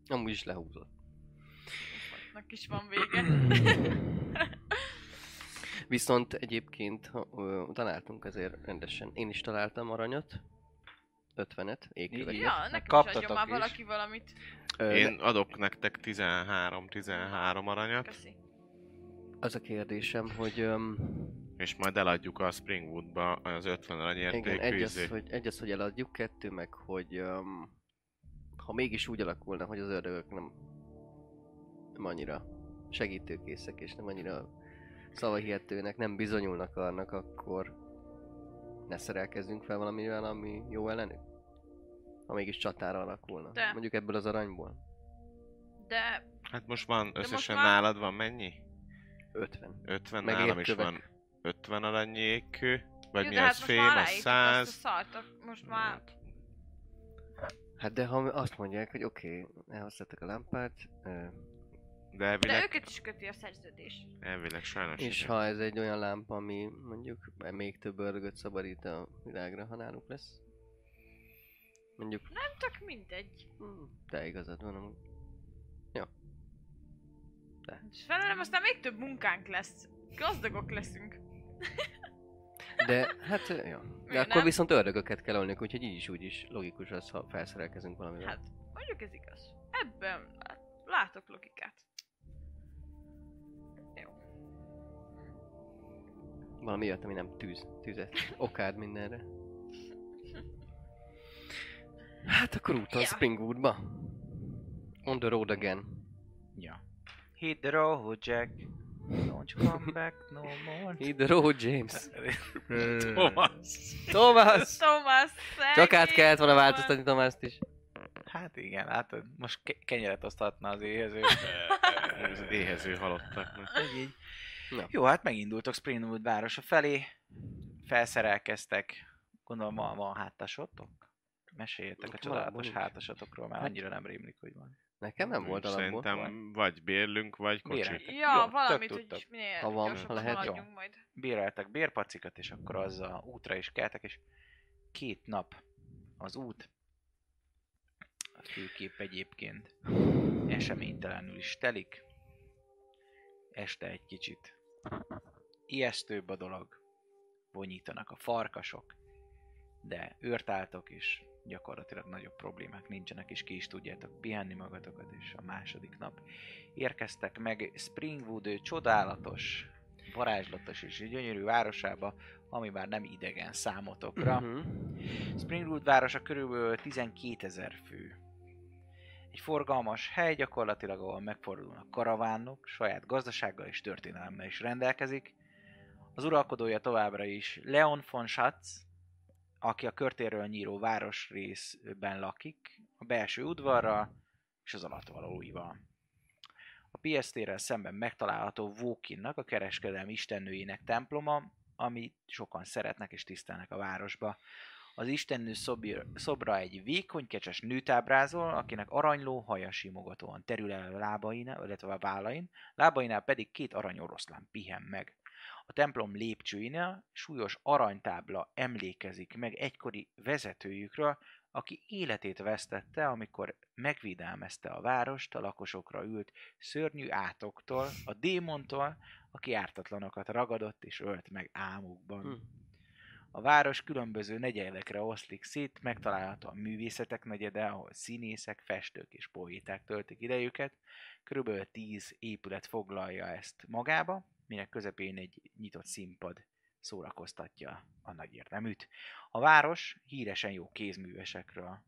B: Amúgy is lehúzott.
C: Nak is van vége.
B: Viszont egyébként ha, ö, találtunk azért rendesen. Én is találtam aranyat. 50-et, éküveget.
C: Ja, nekem is
A: kaptatok
C: adjon már
A: is.
C: valaki valamit.
B: Ö,
D: Én adok nektek 13-13
A: Hát,
D: aranyat,
C: Köszi.
B: Az a kérdésem, hogy... Öm,
D: és majd eladjuk a Springwoodba az 50
B: igen,
D: aranyértékű
B: egy az,
D: izét.
B: hogy, egy az, hogy eladjuk, kettő meg, hogy öm, ha mégis úgy alakulna, hogy az ördögök nem, nem annyira segítőkészek, és nem annyira szavahihetőnek, nem bizonyulnak annak, akkor ne szerelkezzünk fel valamivel, ami jó ellenük? Ha mégis csatára alakulna.
C: De.
B: Mondjuk ebből az aranyból.
C: De
D: Hát most van,
C: most
D: összesen
C: már-
D: nálad van mennyi?
B: 50.
D: 50
B: Meg
D: nálam is
B: érkövek.
D: van 50 aranyékű, vagy
C: Jó,
D: mi
C: de hát
D: az
C: most
D: fém,
C: már
D: az
C: aláírtuk
D: 100.
C: Azt a szart, ak- most már...
B: Hát de ha azt mondják, hogy oké, okay, elhoztattak a lámpát, ö,
D: De
C: De
D: elvileg,
C: őket is köti a szerződés.
D: elvileg sajnos.
B: És
D: igen.
B: ha ez egy olyan lámpa, ami mondjuk még több örgöt szabadít a világra, ha náluk lesz. Mondjuk,
C: Nem tök mindegy.
B: hm, de igazad van amúgy.
C: És felelem, aztán még több munkánk lesz. Gazdagok leszünk.
B: De hát, ö, ja. De
C: Miért
B: akkor
C: nem?
B: viszont ördögöket kell ölnünk, úgyhogy így is úgy is logikus az, ha felszerelkezünk valamivel.
C: Hát, mondjuk ez igaz. Ebben lát- látok logikát.
B: Valami jött, ami nem tűz, tüzet. Okád mindenre. Hát akkor úton
C: Ja.
B: Springwoodba. On the road again.
A: Ja. Hit the road, Jack. Don't come back no more.
B: Hit the road, James.
A: Thomas.
B: Thomas!
C: Thomas,
B: Csak át kellett volna
C: Thomas.
B: változtatni Tomást is.
A: Hát igen, hát most ke- kenyeret osztatna az éhező.
D: Ez az éhező halottaknak.
A: Így, így.
B: Na.
A: Jó, hát megindultok Springwood városa felé. Felszerelkeztek. Gondolom van, van hátasotok? Meséljetek a
B: Van,
A: csodálatos
B: nincs.
A: hátasatokról, már
B: Hát-
A: annyira nem rémlik, hogy van.
B: Nekem nem volt alapból.
D: Szerintem vagy bérlünk, vagy kocsi.
A: Béreltek.
C: Ja,
A: Jó,
C: valamit,
A: tök
C: hogy
A: tudtak.
C: minél
B: Ha van,
C: gyorsabban
B: lehet, jó.
C: haladjunk majd.
A: Béreltek bérpacikat, és akkor azzal útra is keltek, és két nap az út. A főkép egyébként eseménytelenül is telik. Este egy kicsit ijesztőbb a dolog. Vonyítanak a farkasok, de őrt álltok, és gyakorlatilag nagyobb problémák nincsenek, és ki is tudjátok pihenni magatokat, és a második nap érkeztek meg Springwood ő csodálatos, varázslatos és gyönyörű városába, ami már nem idegen számotokra.
B: Mhm.
A: Springwood városa körülbelül 12 ezer fő. Egy forgalmas hely gyakorlatilag, ahol megfordulnak karavánok, saját gazdasággal és történelemmel is rendelkezik. Az uralkodója továbbra is Leon von Schatz, aki a körtéről nyíró városrészben lakik, a belső udvarral és az alattvalóival. A piesztérrel szemben megtalálható Vókinnak, a kereskedelmi istennőjének temploma, amit sokan szeretnek és tisztelnek a városba. Az istennő szobir, szobra egy vékony, kecses nőt ábrázol, akinek aranyló haja simogatóan terül el a lábainál, illetve a vállain, lábainál pedig két arany oroszlán pihen meg. A templom lépcsőinél súlyos aranytábla emlékezik meg egykori vezetőjükről, aki életét vesztette, amikor megvédelmezte a várost, a lakosokra ült szörnyű átoktól, a démontól, aki ártatlanokat ragadott és ölt meg álmukban.
B: Hm.
A: A város különböző negyedekre oszlik szét, megtalálható a művészetek negyede, ahol színészek, festők és poéták töltik idejüket. Körülbelül 10 épület foglalja ezt magába, minek közepén egy nyitott színpad szórakoztatja a nagy érdeműt. A város híresen jó kézművesekről,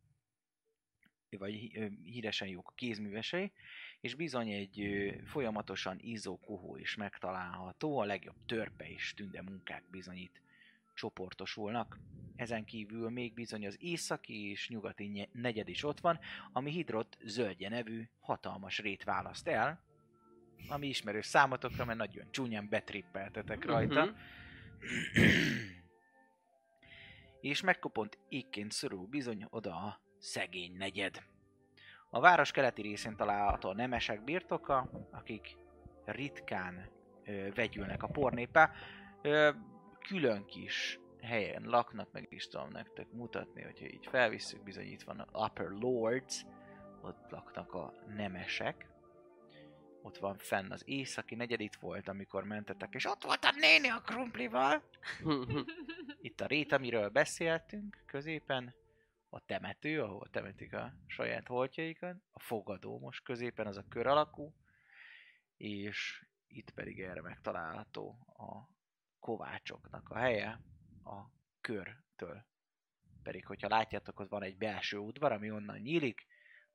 A: vagy hí- ö, híresen jók a kézművesei, és bizony egy ö, folyamatosan izzó kohó is megtalálható, a legjobb törpe és tünde munkák bizonyít csoportosulnak. Ezen kívül még bizony az északi és nyugati nye- negyed is ott van, ami Hidrot zöldje nevű hatalmas rét választ el, ami ismerős számotokra, mert nagyon csúnyán betrippeltetek rajta.
B: Mhm.
A: és megkopont ékként szorul bizony oda a szegény negyed. A város keleti részén található a nemesek birtoka, akik ritkán ö, vegyülnek a pornépá. Ö, külön kis helyen laknak, meg is tudom nektek mutatni, hogyha így felvisszük, bizony itt van a Upper Lords, ott laknak a nemesek, ott van fenn az északi negyedik volt, amikor mentetek, és ott volt a néni a krumplival. Itt a rét, amiről beszéltünk, középen a temető, ahol temetik a saját holtjaikat, a fogadó most középen az a kör alakú, és itt pedig erre megtalálható a kovácsoknak a helye a körtől. Pedig, hogyha látjátok, ott van egy belső udvar, ami onnan nyílik,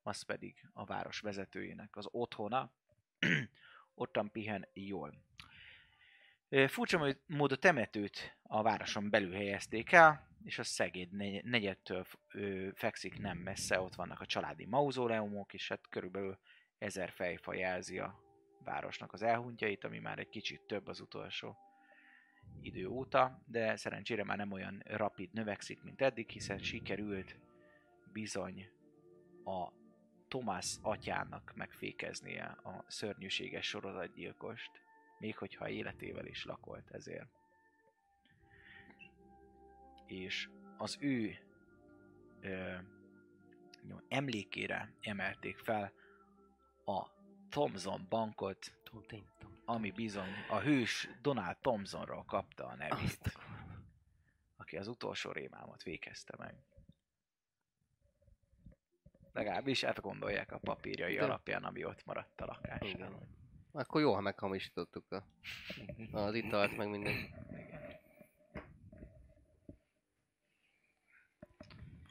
A: az pedig a város vezetőjének az otthona, ottan pihen jól. Ö, Furcsa mó- mód a temetőt a városon belül helyezték el, és a szegéd negy- negyedtől f- ö, fekszik nem messze, ott vannak a családi mauzóleumok, és hát körülbelül ezer fejfa jelzi a városnak az elhuntjait, ami már egy kicsit több az utolsó idő óta, de szerencsére már nem olyan rapid növekszik, mint eddig, hiszen sikerült bizony a Tomás atyának megfékeznie a szörnyűséges sorozatgyilkost, még hogyha életével is lakolt ezért. És az ő ö, nyom- emlékére emelték fel a Thomson bankot,
B: Tom, tény, Tom.
A: ami bizony a hős Donald Thomsonról kapta a
B: Azt
A: nevét,
B: a kurva.
A: aki az utolsó rémámat végezte meg. Legalábbis hát gondolják a papírjai
B: De-
A: alapján, ami ott maradt a lakásban.
B: Igen. Akkor jó, ha meghamisítottuk a, az italt, meg minden.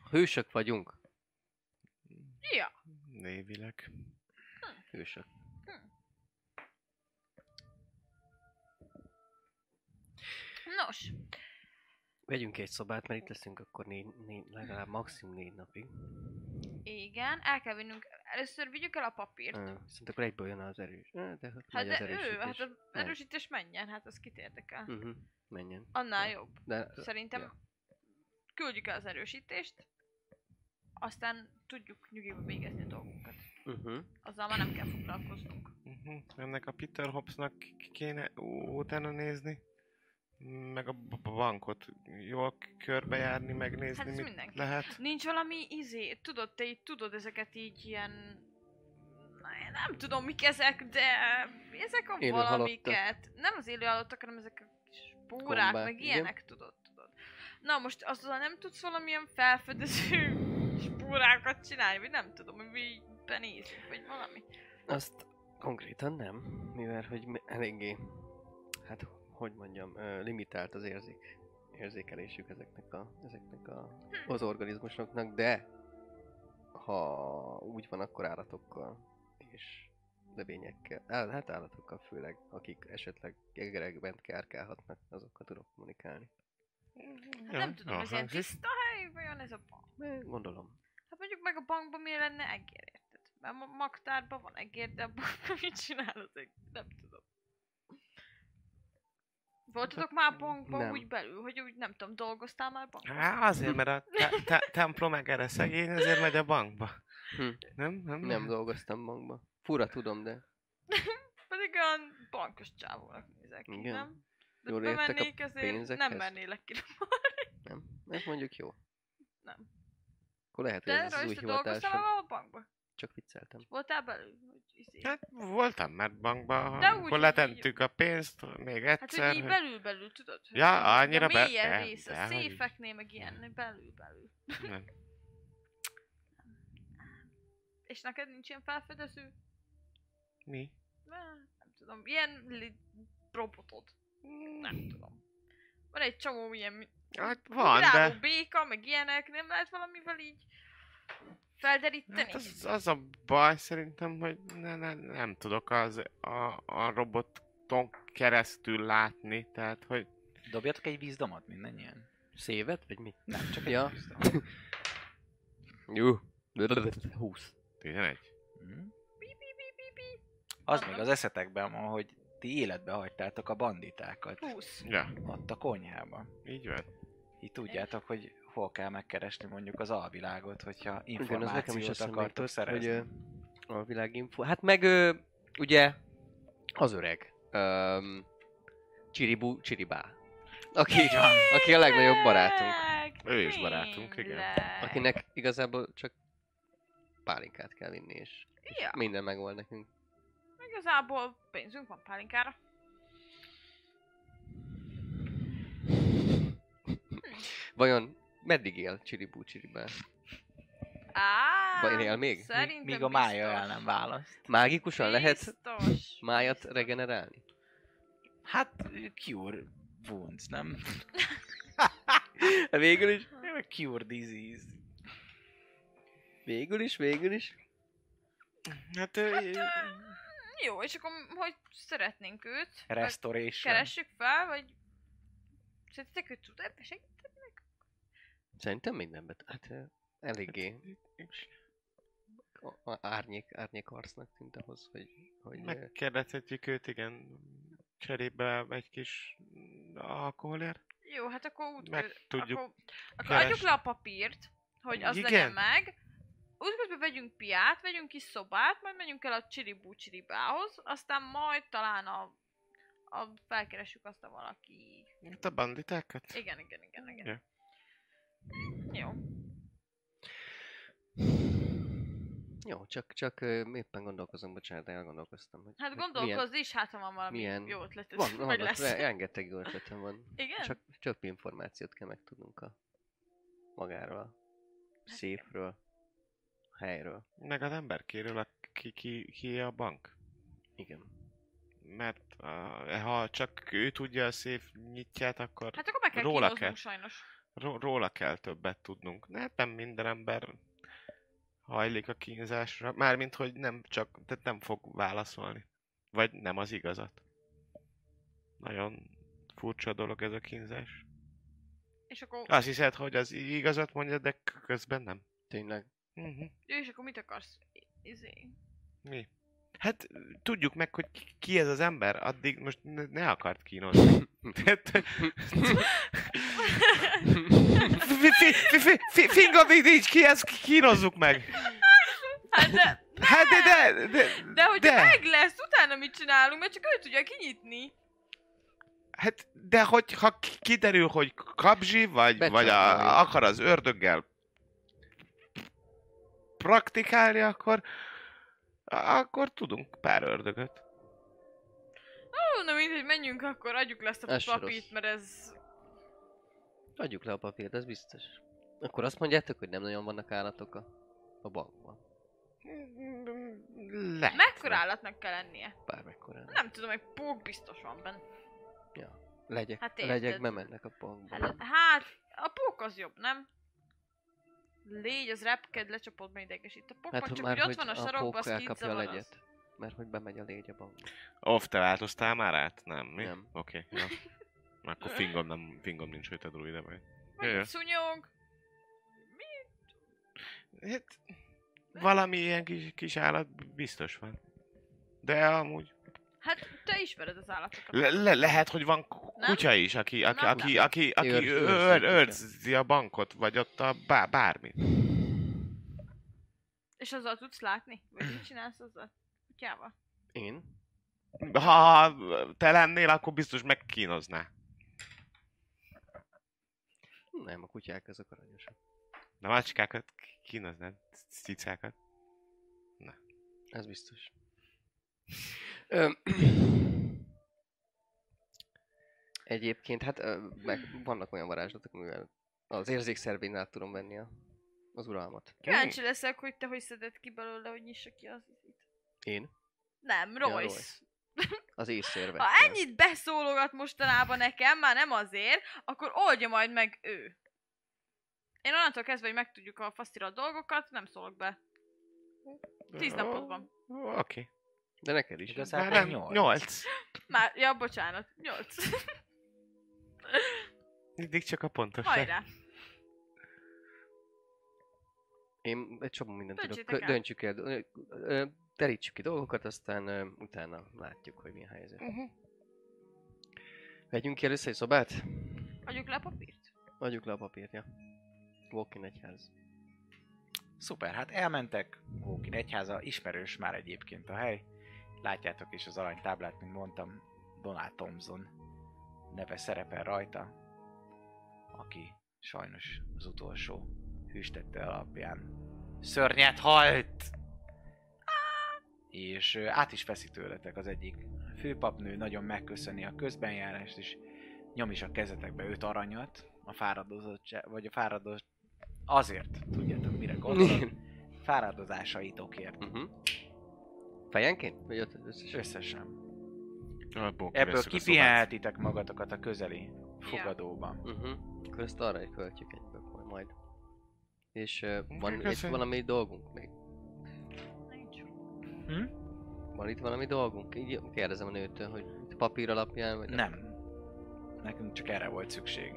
B: Hősök vagyunk.
C: Ja,
D: Névileg.
B: Hősök.
C: nos,
B: Vegyünk egy szobát, mert itt leszünk akkor négy, négy, legalább maximum négy napig.
C: igen, el kell vinnünk, először vigyük el a papírt.
B: Ah, viszont akkor egyből jön az erős. Ah, de hát,
C: Hát
B: megy az
C: de ő, hát
B: erősítés.
C: az erősítés menjen, hát az kit érdekel.
B: Uh-huh. Menjen.
C: Annál
B: Ja.
C: jobb.
B: De
C: Szerintem
B: ja.
C: küldjük el az erősítést, aztán tudjuk nyugiba végezni a dolgunkat.
B: uh-huh.
C: Azzal már nem kell foglalkoznunk. Hát
D: Mhm. Ennek a Peter Hobbsnak k- kéne ú- utána nézni. Meg a b- bankot jól körbejárni, megnézni,
C: Hát ez
D: mit
C: mindenki.
D: lehet.
C: Nincs valami izé, tudod, te így tudod ezeket így ilyen... Na, én Nem tudom mik ezek, de ezek a
B: Élő
C: valamiket. Nem az élő halottak, hanem ezek a kis bórák,
B: Gombák,
C: meg
B: igen.
C: ilyenek tudod, tudod. Na most azzal nem tudsz valamilyen felfedező spórákat csinálni, vagy nem tudom, hogy így benézünk, vagy valami.
B: Azt konkrétan nem, mivel hogy mi- eléggé, hát hogy mondjam, ö, limitált az érzék, érzékelésük ezeknek, a, ezeknek a,
C: Hm.
B: az organizmusoknak, de ha úgy van, akkor állatokkal és növényekkel, áll, hát állatokkal főleg, akik esetleg egerekben kárkálhatnak, azokkal tudok kommunikálni.
C: Hát
D: Ja,
C: nem tudom,
D: ja,
C: ez ilyen
D: hát
C: tiszta hely, vajon ez a bank?
B: Mert Gondolom.
C: Hát mondjuk meg a bankban miért lenne egér, érted? Mert ma- magtárban van egér, de a bankban mit csinál az egér? Nem tudom. Voltatok már
B: Hát, nem.
C: bankban
B: Hát.
C: úgy belül, hogy úgy nem tudom, dolgoztál már bankban?
D: Há, azért, mert a te- te- templom egere szegény, ezért megy a bankba.
B: Hm.
D: Nem? Nem?
B: Nem dolgoztam bankba. Fura tudom, de
C: Pedig olyan bankos csávónak nézek ki,
B: Igen.
C: nem? De
B: Jól
C: Jól
B: értek a
C: bemennék, ezért nem
B: pénzekhez?
C: mernélek ki.
B: nem. Ez mondjuk jó.
C: Nem.
B: Akkor lehet, hogy
C: De
B: ez az új
C: rajta dolgoztál
B: hivatásom.
C: már a bankban?
B: Csak vicceltem.
C: Voltál belül? Hogy izé.
D: Hát voltam már bankban,
C: De úgy,
D: akkor
C: hogy
D: letettük a pénzt még
C: Hát, hogy
D: egyszer.
C: így
D: hogy-
C: belül-belül, tudod? hogy
D: Ja,
C: így a
D: annyira be-
C: mélyen
D: de-
C: rész, a
D: dehogy is.
C: széfeknél, meg ilyen, belül-belül.
D: Nem.
C: És neked nincs ilyen felfedező?
D: Mi?
C: Nem, nem tudom, ilyen li- robotod. Nem tudom. Van egy csomó ilyen mi-
D: Hát van,
C: ugráló
D: de
C: béka, meg ilyenek, nem lehet valamivel így felderíteni?
D: hát az, az a baj szerintem, hogy ne, ne, nem tudok az, a, a roboton keresztül látni, tehát hogy
A: Dobjatok egy vízdomot mindannyian?
B: Szévet, vagy mi?
A: Nem, csak
B: Ja.
A: egy vízdomot.
B: Jó. 20.
D: 11.
A: Mhm.
C: Pi-pi-pi-pi-pi.
A: Az még az eszetekben van, hogy ti életbe hagytátok a banditákat.
C: 20.
D: Ja, Hát
A: Ott a konyhában.
D: így van.
A: Így tudjátok, hogy hol kell megkeresni mondjuk az alvilágot, hogyha
B: Igen, az nekem is
A: információt
B: eszembe
A: akartok
B: jutott, hogy
A: szerezni.
B: ö, a világinfo. Hát meg ö, ugye az öreg. Um, Csiribú Csiribá. Aki,
A: Így van.
B: aki a legnagyobb barátunk.
D: Ő is barátunk, igen.
C: Tényleg.
B: Akinek igazából csak pálinkát kell vinni, és
C: Ja,
B: minden megvan nekünk.
C: Igazából pénzünk van pálinkára.
B: Vajon meddig él Csiribú Csiribán?
C: Á,
B: Vajon él még?
C: Szerintem
A: Míg a mája
C: biztos.
A: el nem választ.
B: Mágikusan lehet
C: Biztos.
B: májat regenerálni?
A: Hát, cure wounds, nem?
B: Végül is,
A: Cure disease.
B: végül is, végül is.
D: Hát, ö,
C: Jó, és akkor hogy szeretnénk őt? Vagy
A: Restoration.
C: Keressük fel, vagy... Szerintetek, hogy tud ebbe segíteni?
B: Szerintem mindenben. Hát ö, eléggé
C: Hát
B: a- a- árnyék, árnyék arcnak tűnt ahhoz, hogy, hogy ö,
D: megkérdezhetjük őt, igen. Cserébe egy kis alkoholért.
C: Jó, hát akkor úgy...
D: Meg tudjuk
C: Akkor, akkor
D: keresni.
C: adjuk le a papírt, hogy az
D: Igen.
C: legyen meg. Útközben vegyünk piát, vegyünk kis szobát, majd menjünk el a csiribú csiribához, aztán majd talán a, a felkeressük azt a valaki.
D: Hát a banditákat?
C: Igen, igen, igen, igen.
D: Ja.
C: Jó.
B: Jó, csak, csak ö, éppen gondolkozom, bocsánat, elgondolkoztam. Hogy
C: Hát
B: hogy
C: gondolkozz is, hát ha van valami
B: milyen-
C: jó ötleted,
B: Milyen... Van,
C: vagy
B: van,
C: lesz.
B: lesz. rengeteg jó ötletem van.
C: Igen?
B: Csak több információt kell megtudnunk a magáról,
C: Hát
B: a szépről, a helyről.
D: Meg az emberkéről, aki ki, ki a bank.
B: Igen.
D: Mert uh, ha csak ő tudja a szép nyitját, akkor
C: Hát akkor be kell
D: Róla
C: kínoznunk
D: kell.
C: sajnos.
D: ró- róla kell többet tudnunk. De hát nem minden ember hajlik a kínzásra. Mármint, hogy nem csak, tehát nem fog válaszolni. Vagy nem az igazat. Nagyon furcsa dolog ez a kínzás.
C: És akkor,
D: Azt hiszed, hogy az igazat mondja, de k- közben nem.
B: Tényleg.
D: Uh-huh.
C: jó, és akkor mit akarsz? Izé.
D: Mi? Hát tudjuk meg, hogy ki- ki ez az ember, addig most ne, ne akart kínozni. Tehát- Fi- fi- fi- fi- fi- Fingamig nincs ki, ezt ki- kínozzuk meg.
C: Hát de,
D: Hát de, de, de,
C: de hogyha
D: De.
C: meg lesz, utána mit csinálunk, mert csak ő tudja kinyitni.
D: hát de hogy ha ki- kiderül, hogy kapzsi, vagy, vagy a,
B: Becsatolja.
D: akar az ördöggel praktikálni, akkor akkor tudunk pár ördögöt.
C: Ó, na mindegy, menjünk akkor, adjuk le ezt a
B: Ez se
C: papírt,
B: rossz.
C: mert ez...
B: Adjuk le a papírt, ez biztos. Akkor azt mondjátok, hogy nem nagyon vannak állatok a, a bankban.
D: Lehet.
C: Mekkora állatnak kell lennie?
B: Bármikor.
C: Nem tudom, egy pók biztos van benne.
B: Legyek,
C: Hát
B: hát
C: érted.
B: legyek, bemennek a bankba.
C: Hát- Hát, a pók az jobb, nem? Légy, az repked, lecsapod, mert idegesít. A pók
B: Hát,
C: hát,
B: hogy
C: csak
B: már,
C: úgy ott
B: hogy
C: van a
B: a
C: sarokba,
B: pók
C: az kit
B: elkapja a
C: zavar az.
B: legyet. Mert hogy bemegy a légy a bankba.
D: Off, te változtál már át? Nem, mi?
B: Nem.
D: Oké, jó. Akkor fingom, nem, fingom nincs, hogy te drúj, de vagy.
C: Vagy
D: Jaj.
C: egy szúnyog.
D: Hát, valami ilyen kis, kis állat biztos van. De amúgy...
C: Hát, te ismered az állatokat.
D: Le, le, lehet, hogy van ku-
C: Nem?
D: kutya is, aki, aki,
C: Nem.
D: aki, aki, aki
B: Őrz-
D: őr-
B: őrzi a
D: őrzi a bankot, vagy ott a bá, bármit.
C: És azzal tudsz látni? Vagy mit csinálsz azzal? Kutyával?
B: Én?
D: Ha, ha te lennél, akkor biztos megkínozná.
B: Nem, a kutyák azok aranyosak.
D: De macskákat k- kínoznád, cicákat.
B: Ez biztos. Ö, Egyébként, hát ö, meg vannak olyan varázslatok, amivel az érzékszervén át tudom venni a, az uralmat.
C: Kíváncsi leszek, hogy te hogy szeded ki belőle, hogy nyissa ki az izit.
B: Én?
C: Nem,
B: Royce.
C: Royce.
B: Az észérve.
C: Ha ennyit beszólogat mostanában nekem, már nem azért, akkor oldja majd meg ő. Én onnantól kezdve, hogy megtudjuk a faszira a dolgokat, nem szólok be. Tíz napod van.
D: Ó, Oké.
B: De neked is.
A: Igazán-
D: Okay.
A: Szerintem
D: Nem,
A: nyolc.
D: nyolc.
C: Már, ja, bocsánat, nyolc.
D: Mindig csak a pontos.
C: Hajrá.
B: Én egy csomó mindent tudok.
C: Döntsétek
B: Kö-
C: el.
B: Döntsük el. Ö, ö, Terítsük ki dolgokat, aztán ö, utána látjuk, hogy mi a helyzet.
C: Hm.
D: Uh-huh.
B: Vegyünk ki először egy szobát?
C: Adjuk le a papírt.
B: Adjuk le a papírja. Walking egyház.
A: Szuper, hát elmentek Hókin egyháza, ismerős már egyébként a hely. Látjátok is az aranytáblát, mint mondtam, Donald Thompson neve szerepel rajta, aki sajnos az utolsó hűstette alapján szörnyet halt! és ö, át is veszi tőletek az egyik főpapnő, nagyon megköszöni a közbenjárást, és nyom is a kezetekbe öt aranyat, a fáradozottság, vagy a fáradoz... Azért, tudjátok mire gondolok, fáradozásaitokért.
B: Uh-huh. Fejenként? Vagy ott összesen?
A: Összesen.
D: Abból
A: Ebből
D: kivesszük a szobát.
A: kipihenhetitek magatokat a közeli fogadóban.
B: Uh-huh. Akkor ezt arra is költjük egyből majd- majd. És uh, van
D: köszönöm.
B: itt valami dolgunk még?
C: Nincs.
A: Hm?
B: Van itt valami dolgunk? Így kérdezem a nőtől, hogy itt papír alapján vagy...
A: Nem. Nekünk csak erre volt szükség.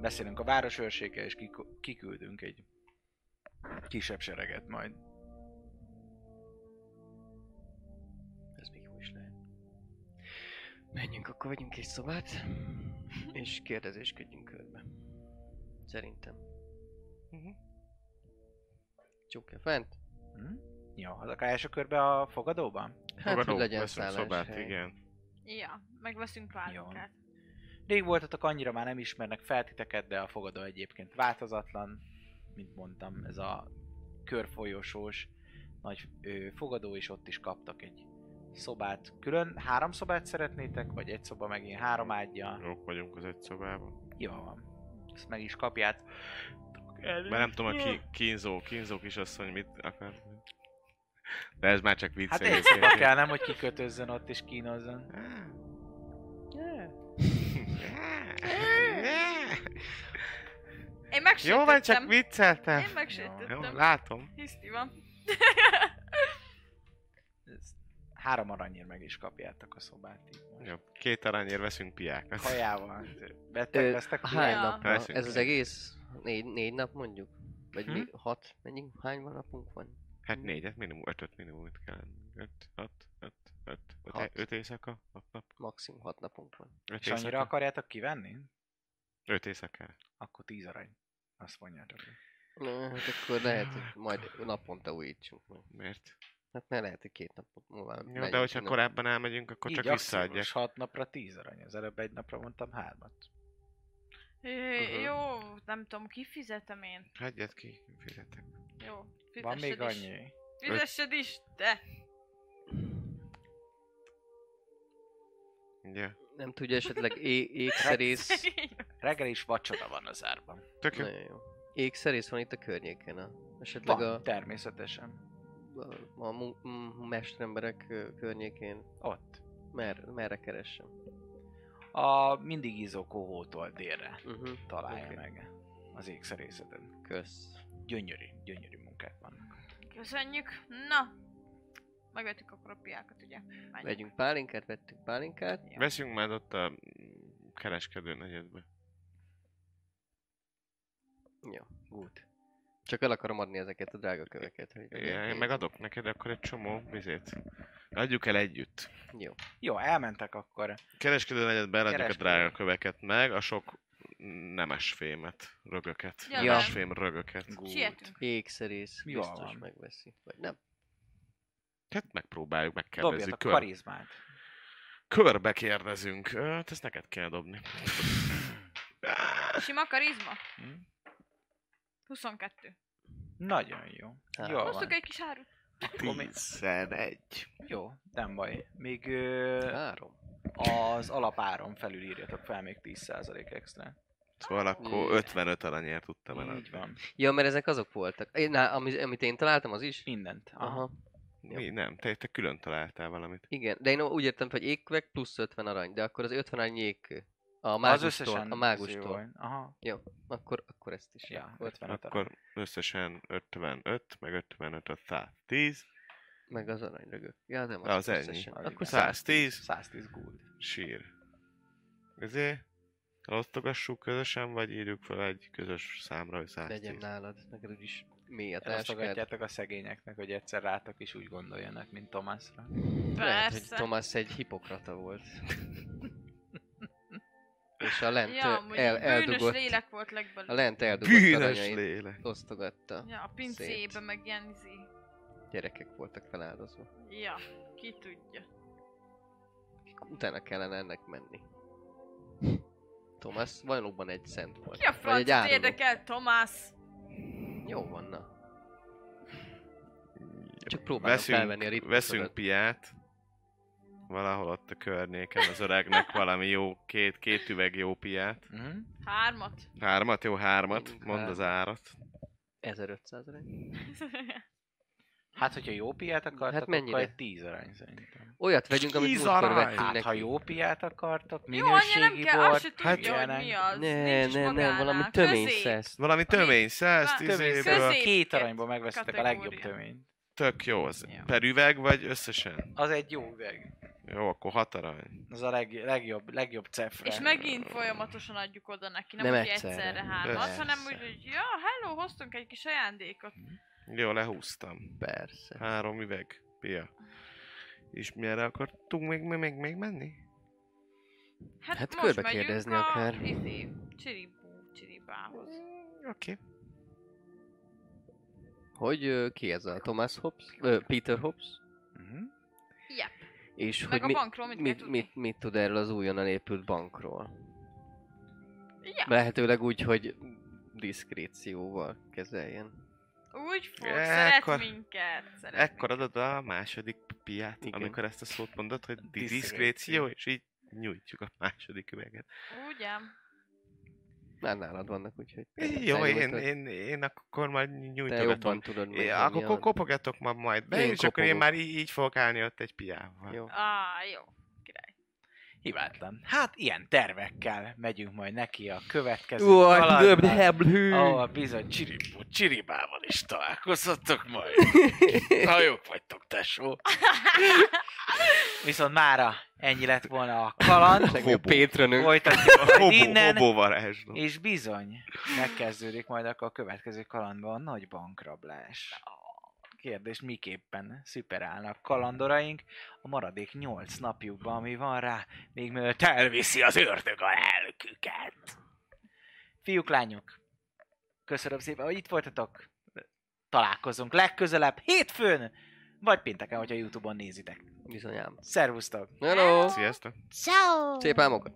A: Beszélünk a városőrséggel, és kik- kiküldünk egy kisebb sereget majd.
B: Ez még jó is lehet. Menjünk, akkor vegyünk egy szobát, és kérdezésködjünk körbe. Szerintem.
D: Mhm.
B: Csukja fent?
A: Hm? Jó, az a első körbe a fogadóban?
B: Hát, hogy
D: Fogadó,
B: legyen
D: veszünk
B: szobát,
D: szobát, igen.
C: Ja, megveszünk pálinkát.
A: Rég voltatok, annyira már nem ismernek fel titeket, de a fogadó egyébként változatlan. Mint mondtam, ez a körfolyosós nagy ö, fogadó, és ott is kaptak egy szobát. Külön három szobát szeretnétek, vagy egy szoba meg én három ágyja?
D: Jók vagyunk az egy szobában.
A: Jó van. Ezt meg is kapját.
D: Mert nem tudom, hogy ki, kínzó, kínzó kisasszony mit akar. De ez már csak vicc.
A: Hát egy
D: egész
A: szoba
D: életében.
A: kell, nem, hogy kikötözzön ott és kínozzon.
C: Én
D: Jó van,
C: megsértettem.
D: csak vicceltem.
C: Én
D: Jó,
C: megsértettem.
D: látom.
C: Hiszti van.
A: Ezt három aranyért meg is kapjátok a szobát. így most.
D: Jó, két aranyért veszünk piákat.
A: Kajával.
B: Ö,
A: Beteg lesztek?
B: Hány
C: Ja.
B: napra?
D: Veszünk
B: Ez az
D: el.
B: egész? Négy, négy nap mondjuk? Vagy
A: Hm?
B: mi? Hat? Mennyi? Hány van napunk van?
D: Hát négyet minimum, ötöt minimum itt kell. Öt, hat, öt, öt,
B: Hat.
D: öt, öt éjszaka, hat nap.
B: Maximum hat napunk van.
D: Öt
A: És annyira
D: éjszaka.
A: akarjátok kivenni?
D: Öt éjszaka.
A: Akkor tíz arany. Azt mondjátok.
B: Na, hát akkor lehet, hogy majd naponta újítsunk meg.
D: Miért?
B: Hát ne lehet, hogy két nap múlva
D: Jó, de hogyha korábban elmegyünk, akkor csak visszaadják.
A: axiomos, hat napra tíz arany. Az előbb egy napra mondtam hármat.
C: Jé,
D: Mhm.
C: Jó, nem tudom, kifizetem én.
D: Hagyjad ki, fizetek.
C: Jó,
A: Van még
C: fizessed is.
A: annyi.
C: Fizessed is, te!
D: Ja.
B: Nem tudja esetleg é-
D: Hát,
B: ékszerész...
A: Reggel is vacsora van az árban.
D: Tök jó.
B: Nagyon jó. Ékszerész van itt a környéken. A, esetleg a,
A: Van, természetesen.
B: a, a mu- m- mesteremberek ö, környékén.
A: Ott.
B: Mer, merre keressem?
A: A mindig izzó kohótól délre.
B: Uh-huh.
A: találja
B: Oké.
A: meg az ékszerészeten.
B: Kösz.
A: Gyönyörű, gyönyörű munkák vannak.
C: Köszönjük. Na, megvettük akkor a piákat, ugye? Menjünk.
B: Vegyünk pálinkát, vettük pálinkát.
C: Jó.
D: Veszünk már ott a kereskedő negyedbe.
B: Gut. Csak el akarom adni ezeket a drága köveket. Hogy
D: Én én megadok neked akkor egy csomó vizét. Adjuk el együtt.
B: Jó.
A: Jó, elmentek akkor.
D: Kereskedő negyedbe eladjuk a
A: Kereskedő.
D: drága köveket meg, a sok nemes fémet, rögöket.
C: Ja.
D: Nemes fém rögöket.
C: Sietünk.
B: Ékszerész
A: Mi
B: biztos
A: van?
B: megveszi. Vagy nem?
D: Hát megpróbáljuk, megkérdezzük.
A: Dobjatok
D: Kör,
A: karizmát.
D: körbe kérdezünk. Ö, Hát ezt neked kell dobni.
C: Sima karizma?
A: Hm?
C: 22.
A: Nagyon jó.
B: Á.
A: Jó van.
C: Hoztuk egy kis árut.
A: Akkor mi-
D: 11.
A: Jó, nem baj. Még ö,
B: Három.
A: az alapáron felül írjatok fel még 10% extra.
D: Szóval akkor 55 aranyért tudtam
A: Így
D: eladni.
A: van.
B: Ja, mert ezek azok voltak. Én, na, amit, amit én találtam, az is?
A: Mindent. Aha.
B: Aha.
D: Mi? Nem, te, te külön találtál valamit.
B: Igen, de én úgy értem, hogy ékkövek plusz 50 arany, de akkor az 50 arany ékkő. A mágustól, a
A: az ő
B: mágustól.
A: volt. Aha.
B: Akkor, akkor ezt is.
A: Ja,
B: akkor.
A: 50
D: Akkor összesen 55, meg 55, a 110.
B: Meg az aranyrögök. Ja, nem
D: Na, az ennyi.
B: összesen.
A: Az
B: Akkor
A: igen.
D: 110.
A: 110 gold.
D: Sír. Ezért elosztogassuk közösen, vagy írjuk fel egy közös számra, hogy 110.
B: legyen nálad, neked is mély a táskád.
A: Elosztogatjátok a szegényeknek, hogy egyszer rátok is úgy gondoljanak, mint Tomásra.
B: Lehet, hogy
C: Persze.
B: Tomás egy hipokrata volt. És a lent
C: Ja, amúgy
B: el,
C: bűnös
B: eldugott,
C: lélek volt
B: a
C: legbelül.
B: lent eldugott
D: Bűnös
B: aranyait
D: lélek.
B: osztogatta.
C: Ja, a pincébe,
B: Szét.
C: meg ilyen izé.
B: Gyerekek voltak feláldozva.
C: Ja, ki tudja.
B: Utána kellene ennek menni. Tomás valóban egy szent volt.
C: Ki a
B: Vagy egy
C: franc
B: áruló.
C: érdekel, Tomás?
B: Jó van, na. Csak próbálom felvenni a ritmusodat.
D: Veszünk piát. Valahol ott a környéken az öregnek valami jó, két, két üveg jó piát.
E: Mhm.
C: Hármat.
D: Hármat, jó hármat, mondd
B: Hár-
D: az árat.
B: 1500 arány.
E: Hát, hogyha jó piát akartak, hát
B: mennyire?
E: akkor egy 10 arány szerintem.
B: Olyat vegyünk, amit
E: Tíz
B: múltkor
E: arány!
B: vettünk
E: Hát,
B: neki. Hát,
E: ha jó piát akartok,
C: Jó, anya nem
E: minőségi
C: kell, azt se
E: bort,
C: tudja,
A: Hát-
E: ilyenek.
C: hogy mi az.
B: Ne,
C: Nincs
B: ne, ne,
C: magánál.
B: valami
C: Közé.
B: tömény szesz.
D: Valami tömény, száz
C: Vá-
D: tízéből.
C: Közé.
E: Közé,
C: Közép
E: két
C: két
E: aranyból megvesztek a
C: kategória.
E: legjobb töményt.
D: Tök jó az.
E: Ja.
D: Per üveg vagy összesen?
E: Az egy jó üveg.
D: Jó, akkor hat arany.
E: Az a leg, legjobb, legjobb cefre.
C: És megint folyamatosan adjuk oda neki, nem,
B: Nem
C: nem úgy
B: egyszerre.
C: egyszerre hármat,
D: Persze.
C: hanem úgy, hogy ja, hello, hoztunk egy kis ajándékot.
D: Jó, lehúztam.
B: Persze.
D: Három üveg. Pia. És merre akartunk még, még, még menni?
C: Hát,
B: Hát
C: most
B: körbe
C: megyünk
B: kérdezni
C: a,
B: akár.
C: Izé, csiribú, csiribához.
D: Mm, Oké.
B: Hogy ö, ki ez a Thomas Hobbes? Ö, Peter Hobbes?
E: Mhm.
C: Yep.
B: És
C: Meg a
B: hogy mi,
C: bankról mit, kell
B: mit,
C: tudni?
B: mit, mit tud erről az újonnan épült bankról?
C: Ja,
B: Lehetőleg úgy, hogy diszkrécióval kezeljen.
C: úgy fog,
D: Ekkor-
C: szeret minket. Szeret
D: Ekkor adod a második piát,
B: Igen.
D: amikor ezt a szót mondod, hogy di-
E: Diszkréció.
D: diszkréció, és így nyújtjuk a második üveget.
C: minket. Ugye?
B: Már nálad vannak, úgyhogy... te-
D: Jó,
B: te
D: én,
B: nyújtod.
D: én, én akkor majd
B: Te jobban
D: nyújtogatom.
B: tudod
D: É,
B: meg,
D: akkor ko- kopogatok ma majd be,
B: Én
D: és akkor én
B: kopogok.
D: már így, így fogok állni ott egy piával.
B: Jó.
C: Á, jó.
E: Hibátlan. Hát ilyen tervekkel megyünk majd neki a következő
B: Uaj,
E: kalandnak,
B: több heblű!
E: ahol bizony csiribú, csiribával is találkozhatok majd. Ha jók vagytok, tesó. Viszont mára ennyi lett volna a kaland.
B: Legjobb Pétrönünk.
E: Folytatjuk majd
D: Hobó,
E: innen.
D: hobó varázsló.
E: És bizony, megkezdődik majd akkor a következő kalandban a nagy bankrablás. Kérdés, miképpen szuperálnak kalandoraink a maradék 8 napjukban, ami van rá, még mielőtt elviszi az ördög a lelküket. Fiúk, lányok, köszönöm szépen, hogy itt voltatok. Találkozunk legközelebb hétfőn, vagy pénteken, hogyha Youtube-on nézitek.
B: Bizonyám.
E: Szervusztok!
B: Hello!
D: Sziasztok!
F: Ciao!
B: Szép álmokat!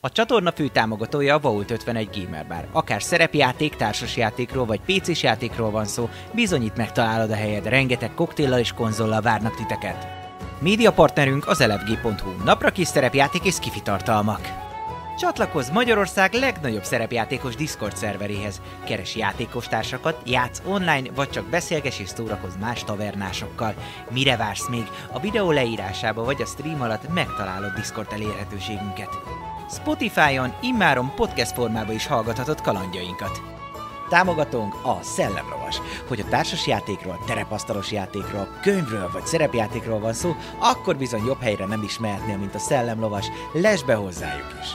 A: A csatorna fő támogatója a Vault 51 Gamer Bar. Akár szerepjáték, társasjátékról vagy PC-s játékról van szó, bizonyít megtalálod a helyed, rengeteg koktéllal és konzollal várnak titeket. Média partnerünk az elefg.hu, napra kis szerepjáték és skifi tartalmak. Csatlakozz Magyarország legnagyobb szerepjátékos Discord szerveréhez. Keres játékostársakat, játsz online, vagy csak beszélges és szórakozz más tavernásokkal. Mire vársz még? A videó leírásába vagy a stream alatt megtalálod Discord elérhetőségünket. Spotify-on immáron podcast formában is hallgathatod kalandjainkat. Támogatónk a Szellemlovas. Hogy a társasjátékról, terepasztalos játékról, könyvről vagy szerepjátékról van szó, akkor bizony jobb helyre nem is mehetnél, mint a Szellemlovas. Lesz be hozzájuk is!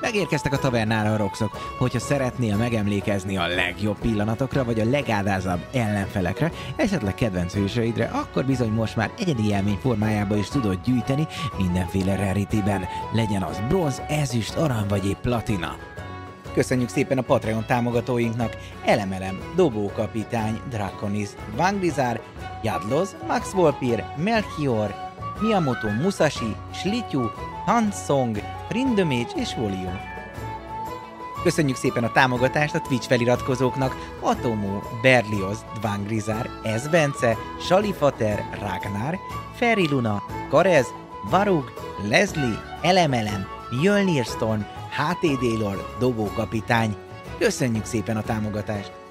A: Megérkeztek a tavernára a roxok. Hogyha szeretnél megemlékezni a legjobb pillanatokra, vagy a legádázabb ellenfelekre, esetleg kedvenc hősöidre, akkor bizony most már egyedi élmény formájába is tudod gyűjteni mindenféle rarityben. Legyen az bronz, ezüst, arany vagy épp platina. Köszönjük szépen a Patreon támogatóinknak! Elemelem, Dobókapitány, Draconis, Van Bizár, Jadloz, Max Volpir, Melchior, Miyamoto Musashi, Slityu, Hansong, Rindemécs és Volio. Köszönjük szépen a támogatást a Twitch feliratkozóknak Atomó, Berlioz, Dvangrizár, Ez Bence, Salifater, Ragnar, Feri Luna, Karez, Varug, Leslie, Elemelem, Jölnirston, HT Délor, Dobókapitány. Köszönjük szépen a támogatást!